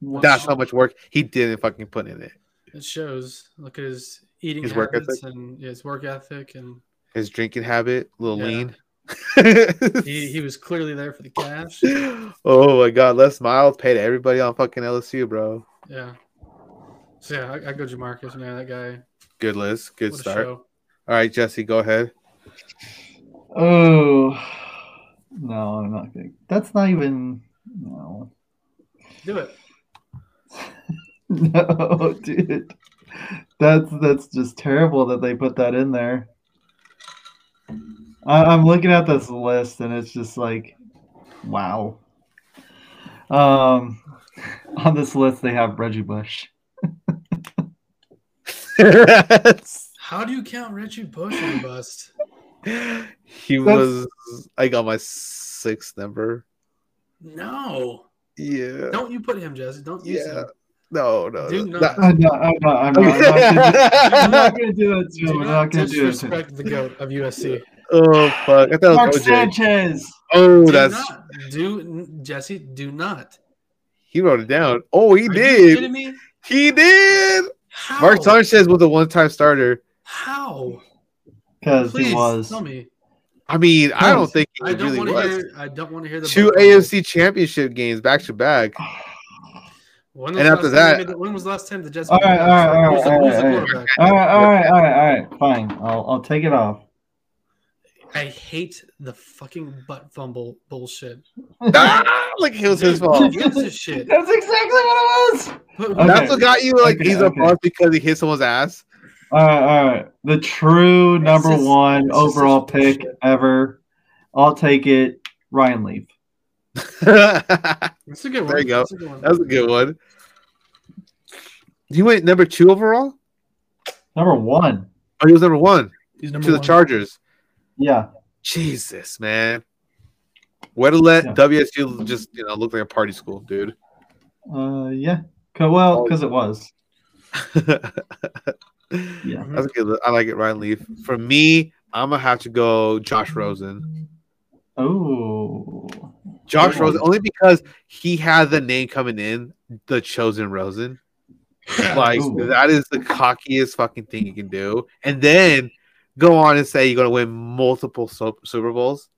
B: Wow.
A: That's how much work he didn't fucking put in it.
C: it shows. Look at his eating
A: His work
C: habits and his work ethic and.
A: His drinking habit, a little
C: Yeah.
A: lean.
C: he, he was clearly there for the cash.
A: oh my god, Les Miles paid everybody on fucking LSU, bro.
C: Yeah. So yeah, I, I go Jamarcus, man. That guy.
A: Good list. Good
C: what a
A: start.
C: show.
A: All right, Jesse, go ahead.
B: Oh no, I'm not gonna. That's not even no,
C: Do it.
B: no, dude. That's that's just terrible that they put that in there. I, I'm looking at this list and it's just like, wow. Um, on this list they have Reggie Bush.
C: How do you count Reggie Bush in the bust?
A: he was I got my sixth number.
C: No.
A: Yeah.
C: Don't you put him, Jesse. Don't use
A: Yeah.
C: him.
A: No, no.
C: Do
A: no.
C: not-
B: I'm not. Uh, I'm not. I'm not, I'm not gonna do it
C: Do
B: to him. I'm not
C: not
B: gonna do it to him.
C: disrespect the GOAT of USC.
A: oh fuck. I thought
B: Mark
A: it was OJ.
B: Sanchez.
A: Oh,
C: do
A: that's
C: not. Do Jesse, do not.
A: he wrote it down. Oh, he
C: Are You
A: did.
C: kidding me?
A: He did.
C: How?
A: Mark Sanchez was a one-time starter.
C: How?
B: Because
C: Please
B: he was.
C: tell me.
A: I mean, I don't
B: Nice.
A: think he
C: I don't
A: really
C: want
A: was.
C: to hear. I don't want to hear the
A: Two
C: butt fumble.
A: AFC championship games back to back.
C: When
A: and
C: was the last
A: after
C: time
A: that-
C: they made- when was the last time the Jets?
B: All right, all right, all
C: Who's the-
B: right,
C: who's the
B: all right,
C: quarterback?
B: All right, all right, all right, all right. Fine. I'll, I'll take it off.
C: I hate the fucking butt fumble bullshit.
A: Ah, like it was his
C: Dude,
A: fault.
C: who gives a shit?
B: That's exactly what it was.
C: Who-
B: Okay.
A: That's what got you like
B: Okay,
A: he's a
B: okay.
A: boss because he hit someone's ass.
B: All right, all right. The true number
C: just-
B: one
C: it's just
B: overall
C: such
B: pick
C: bullshit.
B: ever. I'll take it. Ryan Leaf.
A: that
C: That's a good one.
A: There you go.
C: That's a good one.
A: was a good one. He went number two overall.
B: Number one.
A: Oh, he was number one
C: He's
A: to the Chargers.
B: Yeah.
A: Jesus, man. Way to let
B: Yeah.
A: WSU just you know look like a party school, dude.
B: Uh, yeah. 'Cause- well, because it was. Yeah.
A: That's a good. li- I like it, Ryan Leaf. For me, I'm gonna have to go Josh Rosen.
B: Oh.
A: Josh
B: Good one.
A: Rosen only because he had the name coming in, the chosen Rosen. Like
B: Ooh.
A: that is the cockiest fucking thing you can do, and then go on and say you're gonna win multiple so- Super Bowls,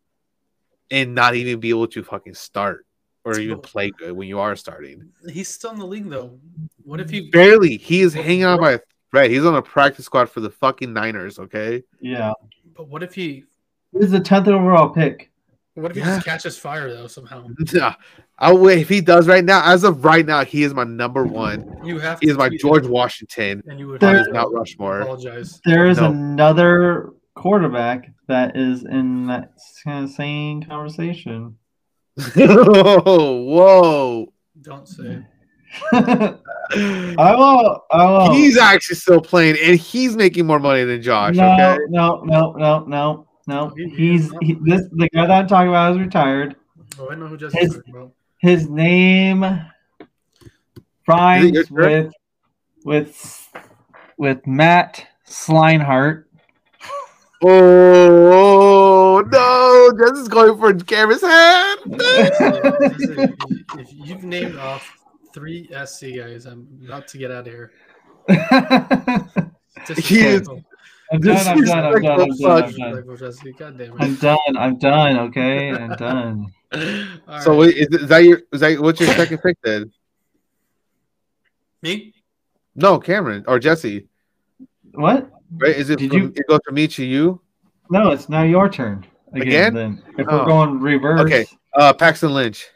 A: and not even be able to fucking start or even play good when you are starting.
C: He's still in the league though. What if he?
A: Barely, he is hanging on by a thread. He's on a practice squad for the fucking Niners. Okay,
B: Yeah.
C: But what if he?
B: He's the 10th overall pick.
C: What if he just catches fire though somehow?
A: Nah. I wait if he does right now. As of right now, he is my number one.
C: You have.
A: He is my
C: tweet
A: George
C: him,
A: Washington
C: And you would
A: on
B: There-
A: his Mount Rushmore.
C: apologize.
B: There is
A: No.
B: another quarterback that is in that s- same conversation.
A: Whoa.
C: Don't say.
B: I will. I
C: Oh.
B: will.
A: He's actually still playing, and he's making more money than Josh.
B: no,
A: Okay,
B: no, no, no, no, no.
C: He- he is
B: He's he, this the guy that I'm talking about is retired.
C: Oh, I know who Jesse
B: His-
C: talking about.
B: His name
A: Is it your
B: Rhymes
A: turn?
B: with with with Matt Slinehart.
A: Oh no, Jess is going for Cameron's hand.
C: if if you've named off three SC guys, I'm about to get out of here.
B: I'm
C: Disrespectful.
B: done. I'm done. I'm done. I'm done. I'm done.
C: Disrespectful, SC, God damn
B: I'm
C: it.
B: done. I'm done. Okay, I'm done.
C: All
A: So
C: right.
A: wait, is, is that your is that what's your second pick then?
C: me?
A: No, Cameron or Jesse.
B: What?
A: Right? Is it
B: Did
A: from,
B: you-
A: it goes from me to you?
B: No, it's now your turn
A: Again?
B: again. Then, if
A: Oh.
B: we're going reverse,
A: Okay. Uh Paxton Lynch.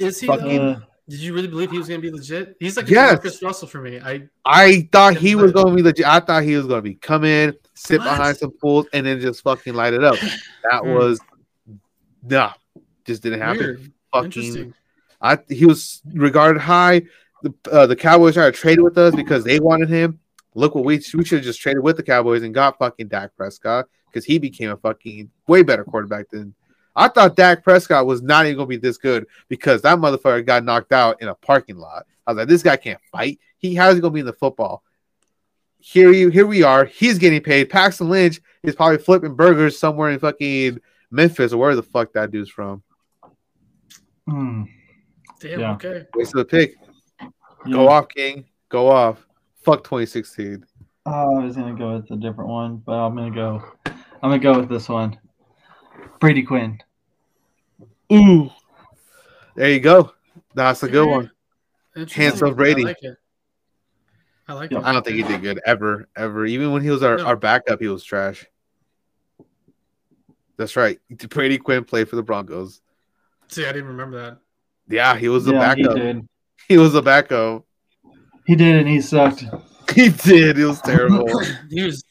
C: Is he?
A: Fucking-
C: though?
B: uh,
C: Did you really believe he was going to be legit? He's like
A: Yes.
C: a Chris Russell for me. I
A: I thought he was gonna be legit. I thought he was gonna be come in, sit
C: What?
A: behind some pools, and then just fucking light it up. That
C: Hmm.
A: was nah, just didn't happen.
C: weird.
A: Fucking
C: Interesting.
A: I he was regarded high. The uh, the Cowboys tried to trade with us because they wanted him. Look what we we should have just traded with the Cowboys and got fucking Dak Prescott because he became a fucking way better quarterback than I thought. Dak Prescott was not even gonna be this good because that motherfucker got knocked out in a parking lot. I was like, this guy can't fight. He how's he gonna be in the football? Here you here we are. He's getting paid. Paxton Lynch is probably flipping burgers somewhere in fucking Memphis or where the fuck that dude's from.
B: hmm,
C: Damn.
B: Yeah.
C: Okay.
A: Waste of the pick.
B: yeah.
A: Go off, King. Go off. Fuck 2016.
B: Oh, I was gonna go with a different one, but I'm gonna go. I'm gonna go with this one. Brady Quinn.
A: Ooh. There you go. That's a good one.
C: Interesting.
A: Hands up, Brady.
C: I like it. I like
B: Yeah.
C: it.
A: I don't think he did good ever, ever. Even when he was our,
C: No.
A: our backup, he was trash. That's right. Brady Quinn played for the Broncos.
C: See, I didn't remember that.
A: Yeah, he was a
B: yeah, he
A: backup. He,
B: did.
A: was a backup.
B: He did, and he sucked.
A: He did. It was terrible.
C: he was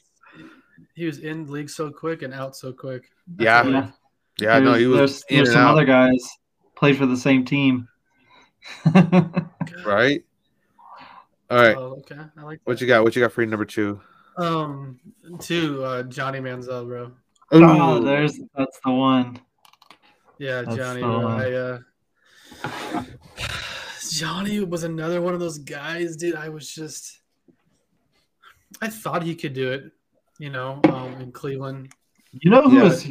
C: he was in the league so quick and out so quick.
A: Yeah.
C: what-
B: Yeah.
A: Yeah, no, he was
B: There's,
A: in
B: there's
A: and
B: some
A: out,
B: other guys played for the same team.
A: right? All right.
C: Oh, okay. I like
A: What you got? What you got for your number two?
C: that. Um, two uh, Johnny Manziel, bro.
B: oh,
A: Ooh.
B: there's that's the one.
C: Yeah,
B: That's
C: Johnny.
B: the
C: bro.
B: one.
C: I, uh, Johnny was another one of those guys, dude. I was just, I thought he could do it, you know, um, in Cleveland.
B: You know who
A: Yeah.
B: was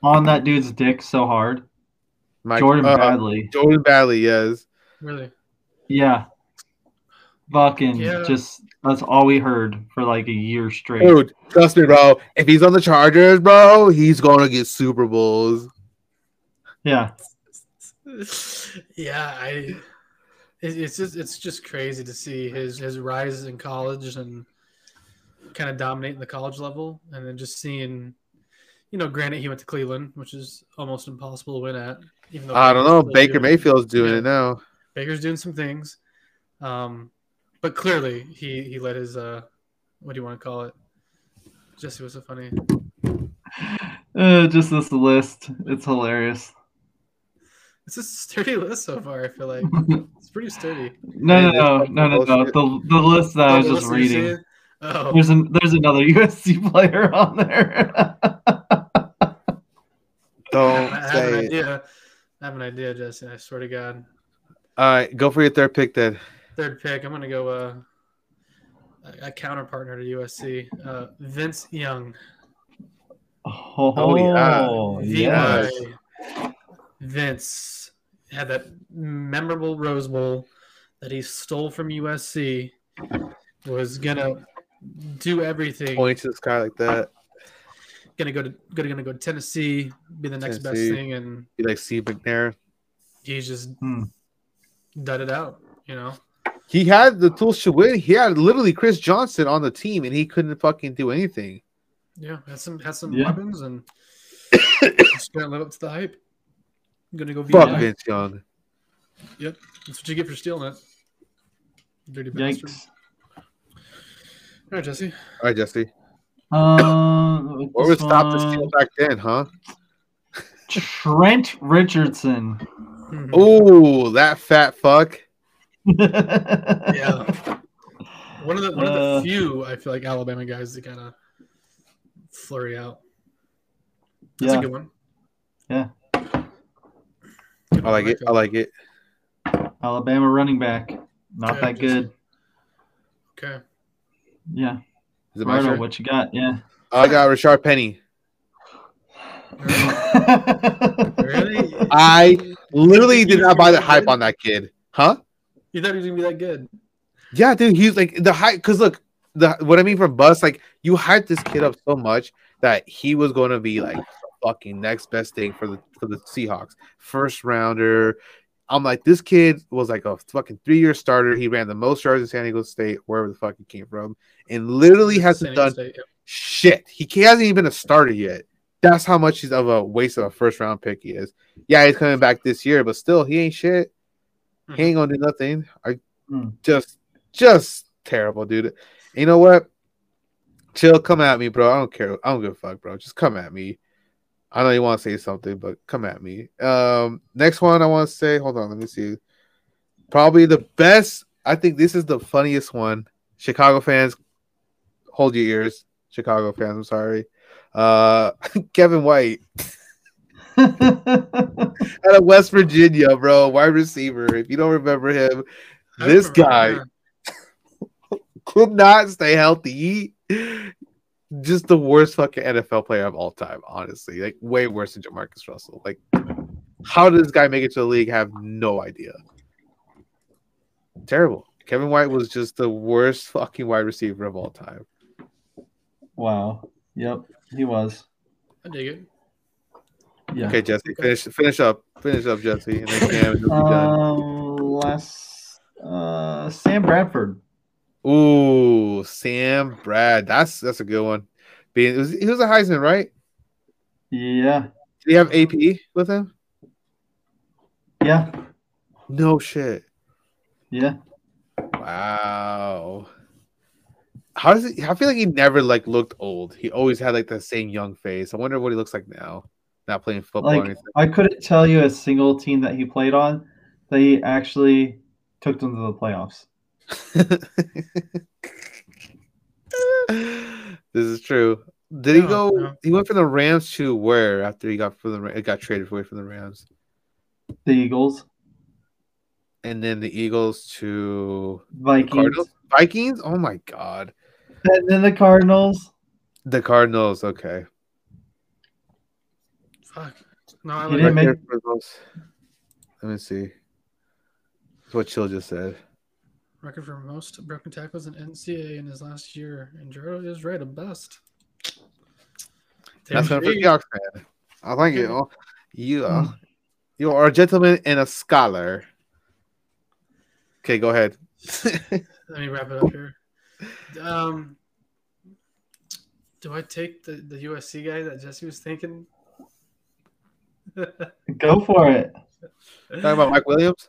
B: on that dude's dick so hard?
A: Mike-
B: Jordan
A: uh,
B: Badley.
A: Jordan Badley, yes.
C: Really,
B: Yeah. Fucking
C: Yeah.
B: just that's all we heard for like a year straight.
A: Dude, trust me, bro. If he's on the Chargers, bro, he's gonna get Super Bowls.
B: Yeah.
C: yeah. I, it, it's just, it's just crazy to see his his rise in college and kind of dominating the college level, and then just seeing. You know, granted, he went to Cleveland, which is almost impossible to win at. Even though
A: I don't know.
C: Cleveland's still
A: Baker
C: doing-
A: Mayfield's doing
C: Yeah.
A: it now.
C: Baker's doing some things, um, but clearly he he let his uh, what do you want to call it? Jesse was so funny.
B: Uh, just this list. It's hilarious.
C: It's a sturdy list so far. I feel like it's pretty sturdy.
B: No,
A: Hey,
B: no, no,
A: that's
B: no, no, no.
A: bullshit.
B: The, the list that I was
C: Oh,
B: just
C: the listeners see
B: reading.
C: it? Oh,
B: There's an, there's another USC player on there.
A: Don't
C: I have an
A: say it.
C: idea. I have an idea, Jesse. I swear to God.
A: All right, go for your third pick then.
C: Third pick. I'm gonna go uh, a, a counter partner to USC. Uh, Vince Young.
A: ah,
B: oh,
A: yeah. ah.
B: yes.
C: VY. Vince had that memorable Rose Bowl that he stole from USC. Was gonna do everything.
A: Point to the sky like that.
C: Gonna go to gonna, gonna go to Tennessee, be the next
A: Tennessee.
C: best thing, and
A: You like Steve McNair.
C: he just
B: Hmm.
C: dud it out. You know,
A: He had the tools to win. He had literally Chris Johnson on the team and he couldn't fucking do anything.
C: yeah, had some had some
B: Yeah.
C: weapons and just gonna live up to the hype. I'm gonna go VY.
A: Fuck Vince Young.
C: That's what you get for stealing it. Dirty bastard.
B: Yikes.
C: All right, Jesse.
A: All right, Jesse.
B: Um, with
A: Where
B: this
A: was stop the
B: one,
A: steal back then, huh?
B: Trent Richardson.
C: Mhm.
A: Oh, that fat fuck.
B: yeah.
C: yeah. One of the one
B: Uh,
C: of the few I feel like Alabama guys that kind of flurry out. That's a good one.
B: Yeah.
C: Good
A: I like it. I like it.
B: Alabama running back, not
C: Yeah,
B: that
C: just-
B: good.
C: Okay.
B: Yeah,
A: Is it my
B: Righto,
A: turn?
B: what you got? Yeah.
A: I got Rashard Penny.
C: Really?
A: I- Literally did not buy the hype on that kid, huh?
C: You thought he was gonna be that good?
A: Yeah, dude, he's like the hype. Cause look, the what I mean from Bus, like you hyped this kid up so much that he was going to be like the fucking next best thing for the for the Seahawks, first rounder. I'm like, this kid was like a fucking three year starter. He ran the most yards in San Diego State, wherever the fuck he came from, and literally
C: San
A: hasn't
C: Diego
A: done
C: State, yeah.
A: shit. He ca- hasn't even been a starter yet. That's how much he's of a waste of a first round pick he is. Yeah, he's coming back this year, but still, he ain't shit. He ain't gonna do nothing. I
B: Hmm.
A: just, just terrible, dude. You know what? Chill, come at me, bro. I don't care. I don't give a fuck, bro. Just come at me. I know you want to say something, but come at me. Um, next one I want to say. Hold on, let me see. Probably the best. I think this is the funniest one. Chicago fans, hold your ears. Chicago fans, I'm sorry. Uh, Kevin White out of West Virginia, bro, wide receiver. If you don't remember him,
C: I
A: this
C: remember,
A: guy
C: yeah.
A: could not stay healthy. He- Just the worst fucking NFL player of all time, honestly. Like way worse than Jamarcus Russell. Like, how did this guy make it to the league? I have no idea. Terrible. Kevin White was just the worst fucking wide receiver of all time.
B: wow. Yep, he was.
C: I dig it.
B: Yeah.
A: Okay, Jesse, finish finish up, finish up, Jesse, and then Cam, and we'll be done.
B: Um, last, uh, Sam Bradford.
A: Ooh, Sam Brad. That's that's a good one. Being it was, he was a Heisman, right?
B: Yeah,
A: Did he have AP with him?
B: yeah,
A: No shit.
B: yeah.
A: Wow. How does he? I feel like he never like looked old. He always had like the same young face. I wonder what he looks like now. Not playing football or
B: Like
A: anything.
B: I couldn't tell you a single team that he played on that he actually took them to the playoffs.
A: this is true. Did he
C: No,
A: go?
C: no.
A: He went from the Rams to where after he got from the Ra- got traded away from the Rams,
B: The Eagles,
A: and then the Eagles to the
B: Vikings,
A: Cardinals, Vikings. Oh my god,
B: and then the Cardinals.
A: the Cardinals. Okay,
C: Fuck. No, I like
B: He didn't
A: Right
C: it.
B: make-
A: there for those- Let me see. That's what Chill just said.
C: record for most broken tackles in NCAA in his last year, and Gerald is right, a bust.
A: That's
C: There
A: not for
C: you
A: Seahawks fan. I like it. Oh, You,
B: Hmm.
A: uh, you are a gentleman and a scholar. Okay, go ahead.
C: Let me wrap it up here. Um, do I take the, the USC guy that Jesse was thinking?
B: Go for it.
A: Talking about Mike Williams.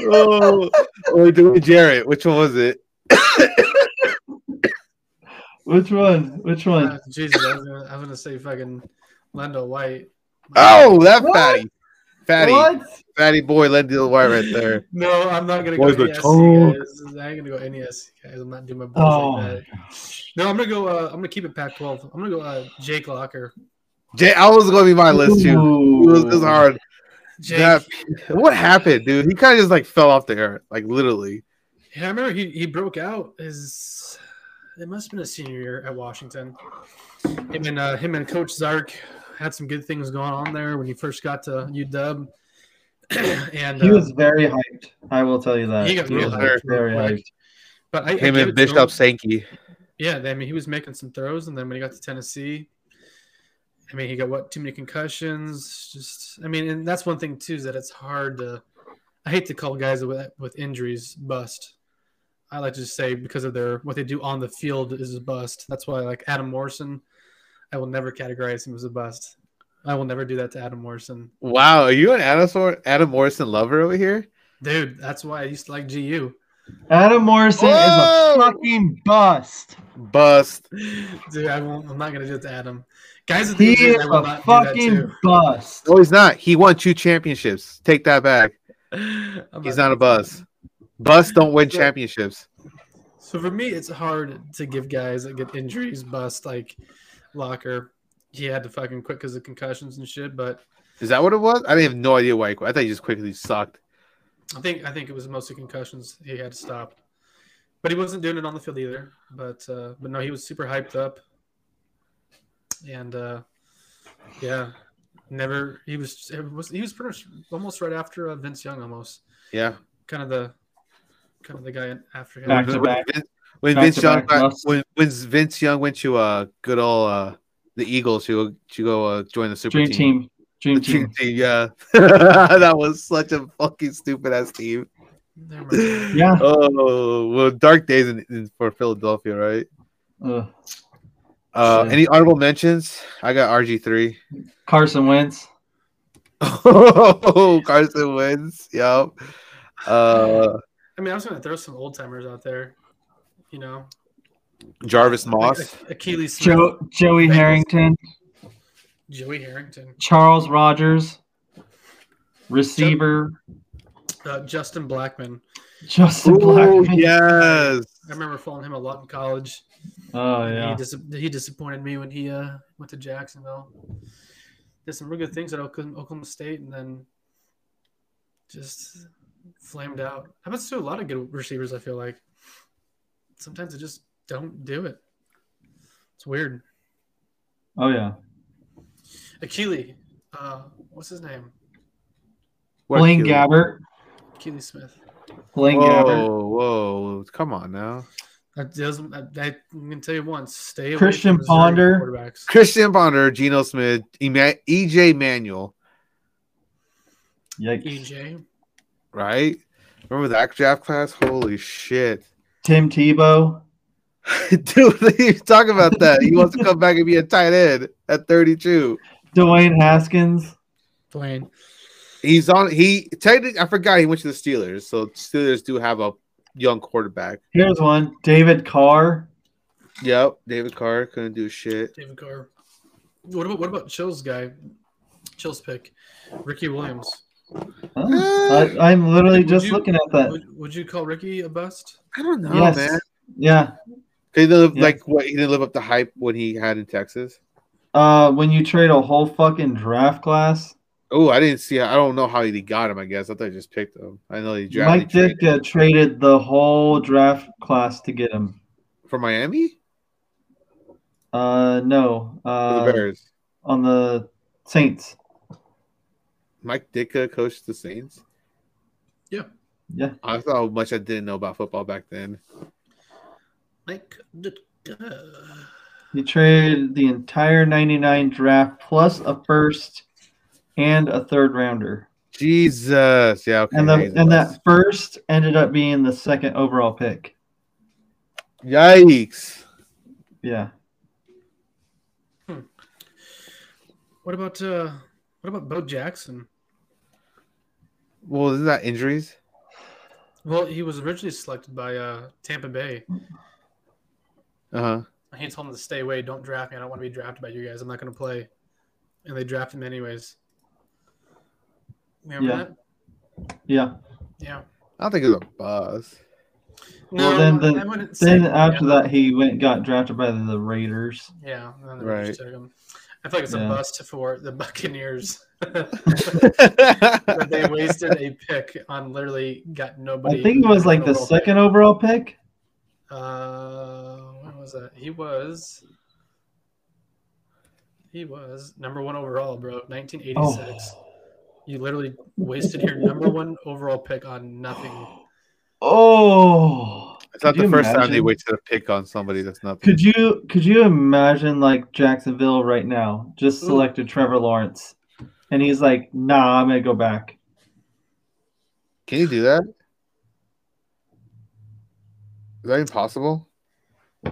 A: oh, or doing Jarrett. Which one was it?
B: which one? Which
C: Ah,
B: one?
C: Jesus, I was, gonna, I was gonna say fucking Lando White.
A: Oh, that
B: What?
A: fatty, fatty,
B: What?
A: fatty boy, Lendell White right there.
C: No, I'm not gonna go
A: Boys with
C: NESC guys. I ain't gonna go NESC guys. I'm not doing my boys
B: Oh
C: like that. No, I'm gonna go. Uh, I'm gonna keep it Pac-12. I'm gonna go uh, Jake Locker.
A: Jay, I was going to be my list too. It was, it was hard.
C: Jake,
A: That- what happened, dude? He kind of just like fell off the earth, like literally.
C: Yeah, I remember he, he broke out his it must have been his senior year at Washington. Him and uh, him and Coach Zark had some good things going on there when he first got to UW. and
B: He
C: uh,
B: was very hyped. I will tell you that.
C: He got
A: real
B: was
A: hyped
B: very
C: real quick.
B: hyped.
C: but I, I
A: Him
C: gave
A: and
C: it to him.
A: Bishop Sankey.
C: Yeah, I mean he was making some throws and then when he got to Tennessee, I mean he got what too many concussions. Just I mean, and that's one thing too, is that it's hard to I hate to call guys with with injuries bust. I like to just say because of their what they do on the field is a bust. That's why like Adam Morrison, I will never categorize him as a bust. I will never do that to Adam Morrison.
A: Wow, are you an Adam, Adam Morrison lover over here?
C: Dude, that's why I used to like GU.
B: Adam Morrison
A: Whoa!
B: is a fucking bust.
A: Bust.
C: Dude, I won't, I'm not gonna do it to Adam. Guys, with
B: He
C: injuries,
B: is
C: I will
B: a
C: not do that
B: fucking
C: to.
B: bust.
A: No, he's not. He won two championships. Take that back.
C: I'm
A: He's not a bust. Bust don't win championships.
C: So for me, it's hard to give guys that get injuries, bust like Locker. He had to fucking quit because of concussions and shit. But
A: Is that what it was? I didn't have no idea why. He quit. I thought he just quickly sucked.
C: I think I think it was mostly concussions. He had to stop. But he wasn't doing it on the field either. But uh, but no, he was super hyped up. And uh, yeah, never. He was it was he was pretty much almost right after uh, Vince Young, almost
A: Yeah.
C: kind of the kind of the guy after him.
B: Back to back.
A: Vince- When
B: Back
A: Vince
B: to
A: Young
B: back
A: got,
B: loss.
A: when, when Vince Young went to uh good old uh the Eagles to to go uh, join the super
B: Dream team. Dream
A: The dream
B: team.
A: team, yeah. that was such a fucking stupid ass team.
C: Never mind.
B: Yeah.
A: Oh well, dark days in, in, for Philadelphia, right?
B: Uh,
A: Uh,
B: Sure.
A: Any honorable mentions? I got RG three.
B: Carson Wentz.
A: Oh, Carson wins. Yep. Uh,
C: I mean, I was gonna throw some old timers out there. You know,
A: Jarvis Moss.
C: Like Achilles Smith,
B: Joe, Joey
C: Bengals.
B: Harrington.
C: Joey Harrington,
B: Charles Rogers. Receiver.
C: uh, Justin Blackman.
B: Justin
A: Oh
B: Blackman.
A: yes.
C: I remember following him a lot in college.
B: Oh,
C: And
B: yeah.
C: He, dis- he disappointed me when he uh, went to Jacksonville. Did some real good things at Oklahoma, Oklahoma State, and then just flamed out. Happens to a lot of good receivers. I feel like sometimes they just don't do it. It's weird.
B: Oh, yeah.
C: Achille, uh, what's his name?
A: What
B: Blaine
A: killer.
B: Gabbert.
C: Achille Smith.
B: Blaine Gabbert.
A: Whoa, whoa! Come on now,
C: That doesn't. I, I, am gonna tell you once. Stay away
B: Christian
C: from Missouri
B: Ponder.
C: quarterbacks.
A: Christian Bonner, Geno Smith, Ema- EJ Manuel,
B: Yikes.
C: EJ.
A: right? Remember that draft class? Holy shit,
B: Tim Tebow.
A: dude! You talk about that. He wants to come back and be a tight end at 32.
B: Dwayne Haskins.
C: Blaine.
A: He's on. He technically, I forgot he went to the Steelers, so Steelers do have a young quarterback.
B: Here's one. David Carr.
A: Yep, David Carr couldn't do shit.
C: David Carr. What about what about Chill's guy? Chill's pick, Ricky Williams.
B: Oh,
A: Uh,
B: I, I'm literally
C: Would
B: just
C: you-
B: looking at that.
C: Would, would you call Ricky a bust?
A: I don't know,
B: yes.
A: Oh, man.
B: Yeah.
A: He didn't live,
B: Yeah.
A: like what he didn't live up to hype when he had in Texas.
B: Uh, when you trade a whole fucking draft class,
A: Oh, I didn't see. I don't know how he got him. I guess I thought he just picked him. I know he drafted
B: Mike Ditka traded. the whole draft class to get him.
A: from Miami
B: Uh, no,
A: or
B: uh,
A: the Bears.
B: on the Saints.
A: Mike Ditka coached the Saints.
B: Yeah,
A: I thought how much I didn't know about football back then.
C: Like, d- d- uh,
B: he traded the entire '99 draft plus a first and a third rounder,
A: Jesus, yeah, okay.
B: and the
A: Jesus.
B: and that first ended up being the second overall pick.
A: yikes.
B: Yeah,
C: what about uh, what about Bo Jackson?
A: Well, isn't that injuries?
C: Well, he was originally selected by uh, Tampa Bay.
A: Uh huh.
C: And He told him to stay away. Don't draft me. I don't want to be drafted by you guys. I'm not going to play. And they drafted him anyways. Remember
B: Yeah.
C: that?
B: yeah.
C: Yeah.
A: I don't think it's a buzz.
B: Well,
C: I
B: then
C: wouldn't-
B: the-
C: I wouldn't say-
B: Then after
C: yeah.
B: that, he went and got drafted by the Raiders.
C: Yeah, and then
A: Right.
C: they just took him. I feel like it's
B: Yeah.
C: a bust for the Buccaneers. they wasted a pick on literally got nobody.
B: I think it was like the
C: overall pick.
B: second overall pick.
C: Uh, when was that? He was. He was number one overall, bro. 1986.
B: Oh.
C: You literally wasted your number one overall pick on nothing.
B: Oh.
A: it's not
B: Could
A: the
B: you
A: first time they
B: imagine?
A: wasted a pick on somebody that's not.
B: Could you could you imagine like Jacksonville right now just
C: Ooh.
B: selected Trevor Lawrence, and he's like, "Nah, I'm gonna go back."
A: Can you do that? Is that impossible?
C: I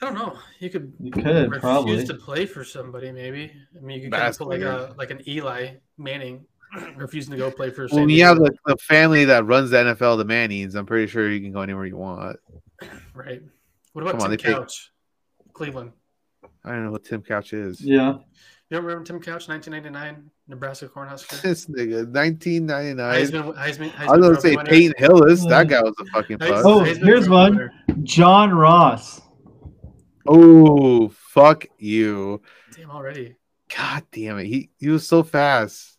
C: don't know. You could
B: You could
C: refuse
B: probably.
C: to play for somebody, maybe. I mean, you could kind
A: That's
C: of put like
A: weird.
C: a like an Eli Manning refusing to go play for. San
A: When you have
C: Diego,
A: the, the family that runs the NFL, the Mannings, I'm pretty sure you can go anywhere you want.
C: right. What about Tim
A: Come on, they paid-
C: Couch, Cleveland?
A: I don't know what Tim Couch is.
B: Yeah.
C: You don't remember Tim Couch, 1999, Nebraska Cornhusker?
A: This nigga, 1999.
C: Heisman, Heisman, Heisman
A: I was gonna
C: Trophy
A: say
C: winner.
A: Peyton Hillis. That guy was a fucking
C: Heisman-
A: bust.
B: Hmm. Oh,
C: Heisman
B: here's
C: Trophy
B: one.
C: winner.
B: John Ross.
A: Oh, fuck you.
C: Damn, already.
A: God damn it. He he was so fast.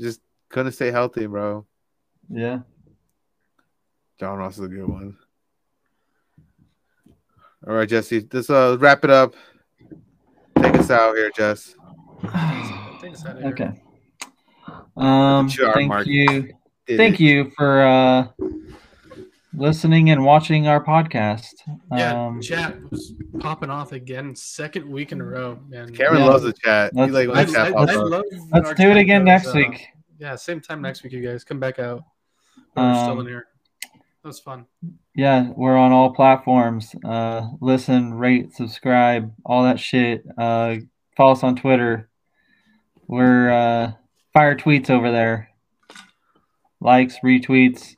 A: Just couldn't stay healthy, bro.
B: Yeah.
A: John Ross is a good one. All right, Jesse. Let's uh, wrap it up. Take us out here, Jess.
C: Take us out of here.
B: Okay. Um,
A: you are,
B: thank
A: Mark.
B: you.
A: Did
B: Thank
A: it.
B: you for uh, listening and watching our podcast.
C: Yeah,
B: Um,
C: chat was popping off again, second week in a row, man.
A: Cameron
B: Yeah.
A: loves the chat. He
B: Let's-
A: like
C: I,
A: when the
C: I, I
A: chat pops up.
C: love
B: let's
C: our
B: do it
C: chat
B: again
C: goes,
B: next
C: uh,
B: week.
C: Yeah, same time next week, you guys. Come back out. We're still in
B: Um,
C: here. That was fun.
B: Yeah, we're on all platforms. Uh, listen, rate, subscribe, all that shit. Uh, follow us on Twitter. We're uh, fire tweets over there. Likes, retweets.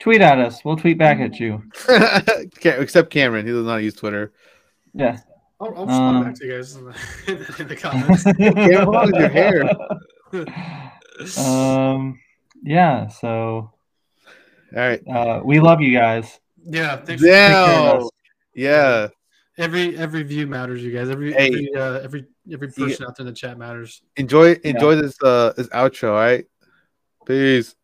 B: Tweet at us. We'll tweet back at you.
A: Ca- Except Cameron, he does not use Twitter.
B: Yeah.
C: I'll, I'll respond
B: um,
C: back to you guys in the, in the comments.
A: how long is your hair?
B: Um, yeah. So
A: All right.
B: uh, we love you guys.
C: yeah, thanks. for-
B: Take care of
A: Now,
B: us.
A: yeah.
C: Every every view matters, you guys. Every
A: Hey.
C: every uh, every every person out there in the chat matters.
A: Enjoy enjoy this uh this outro, all right? Peace.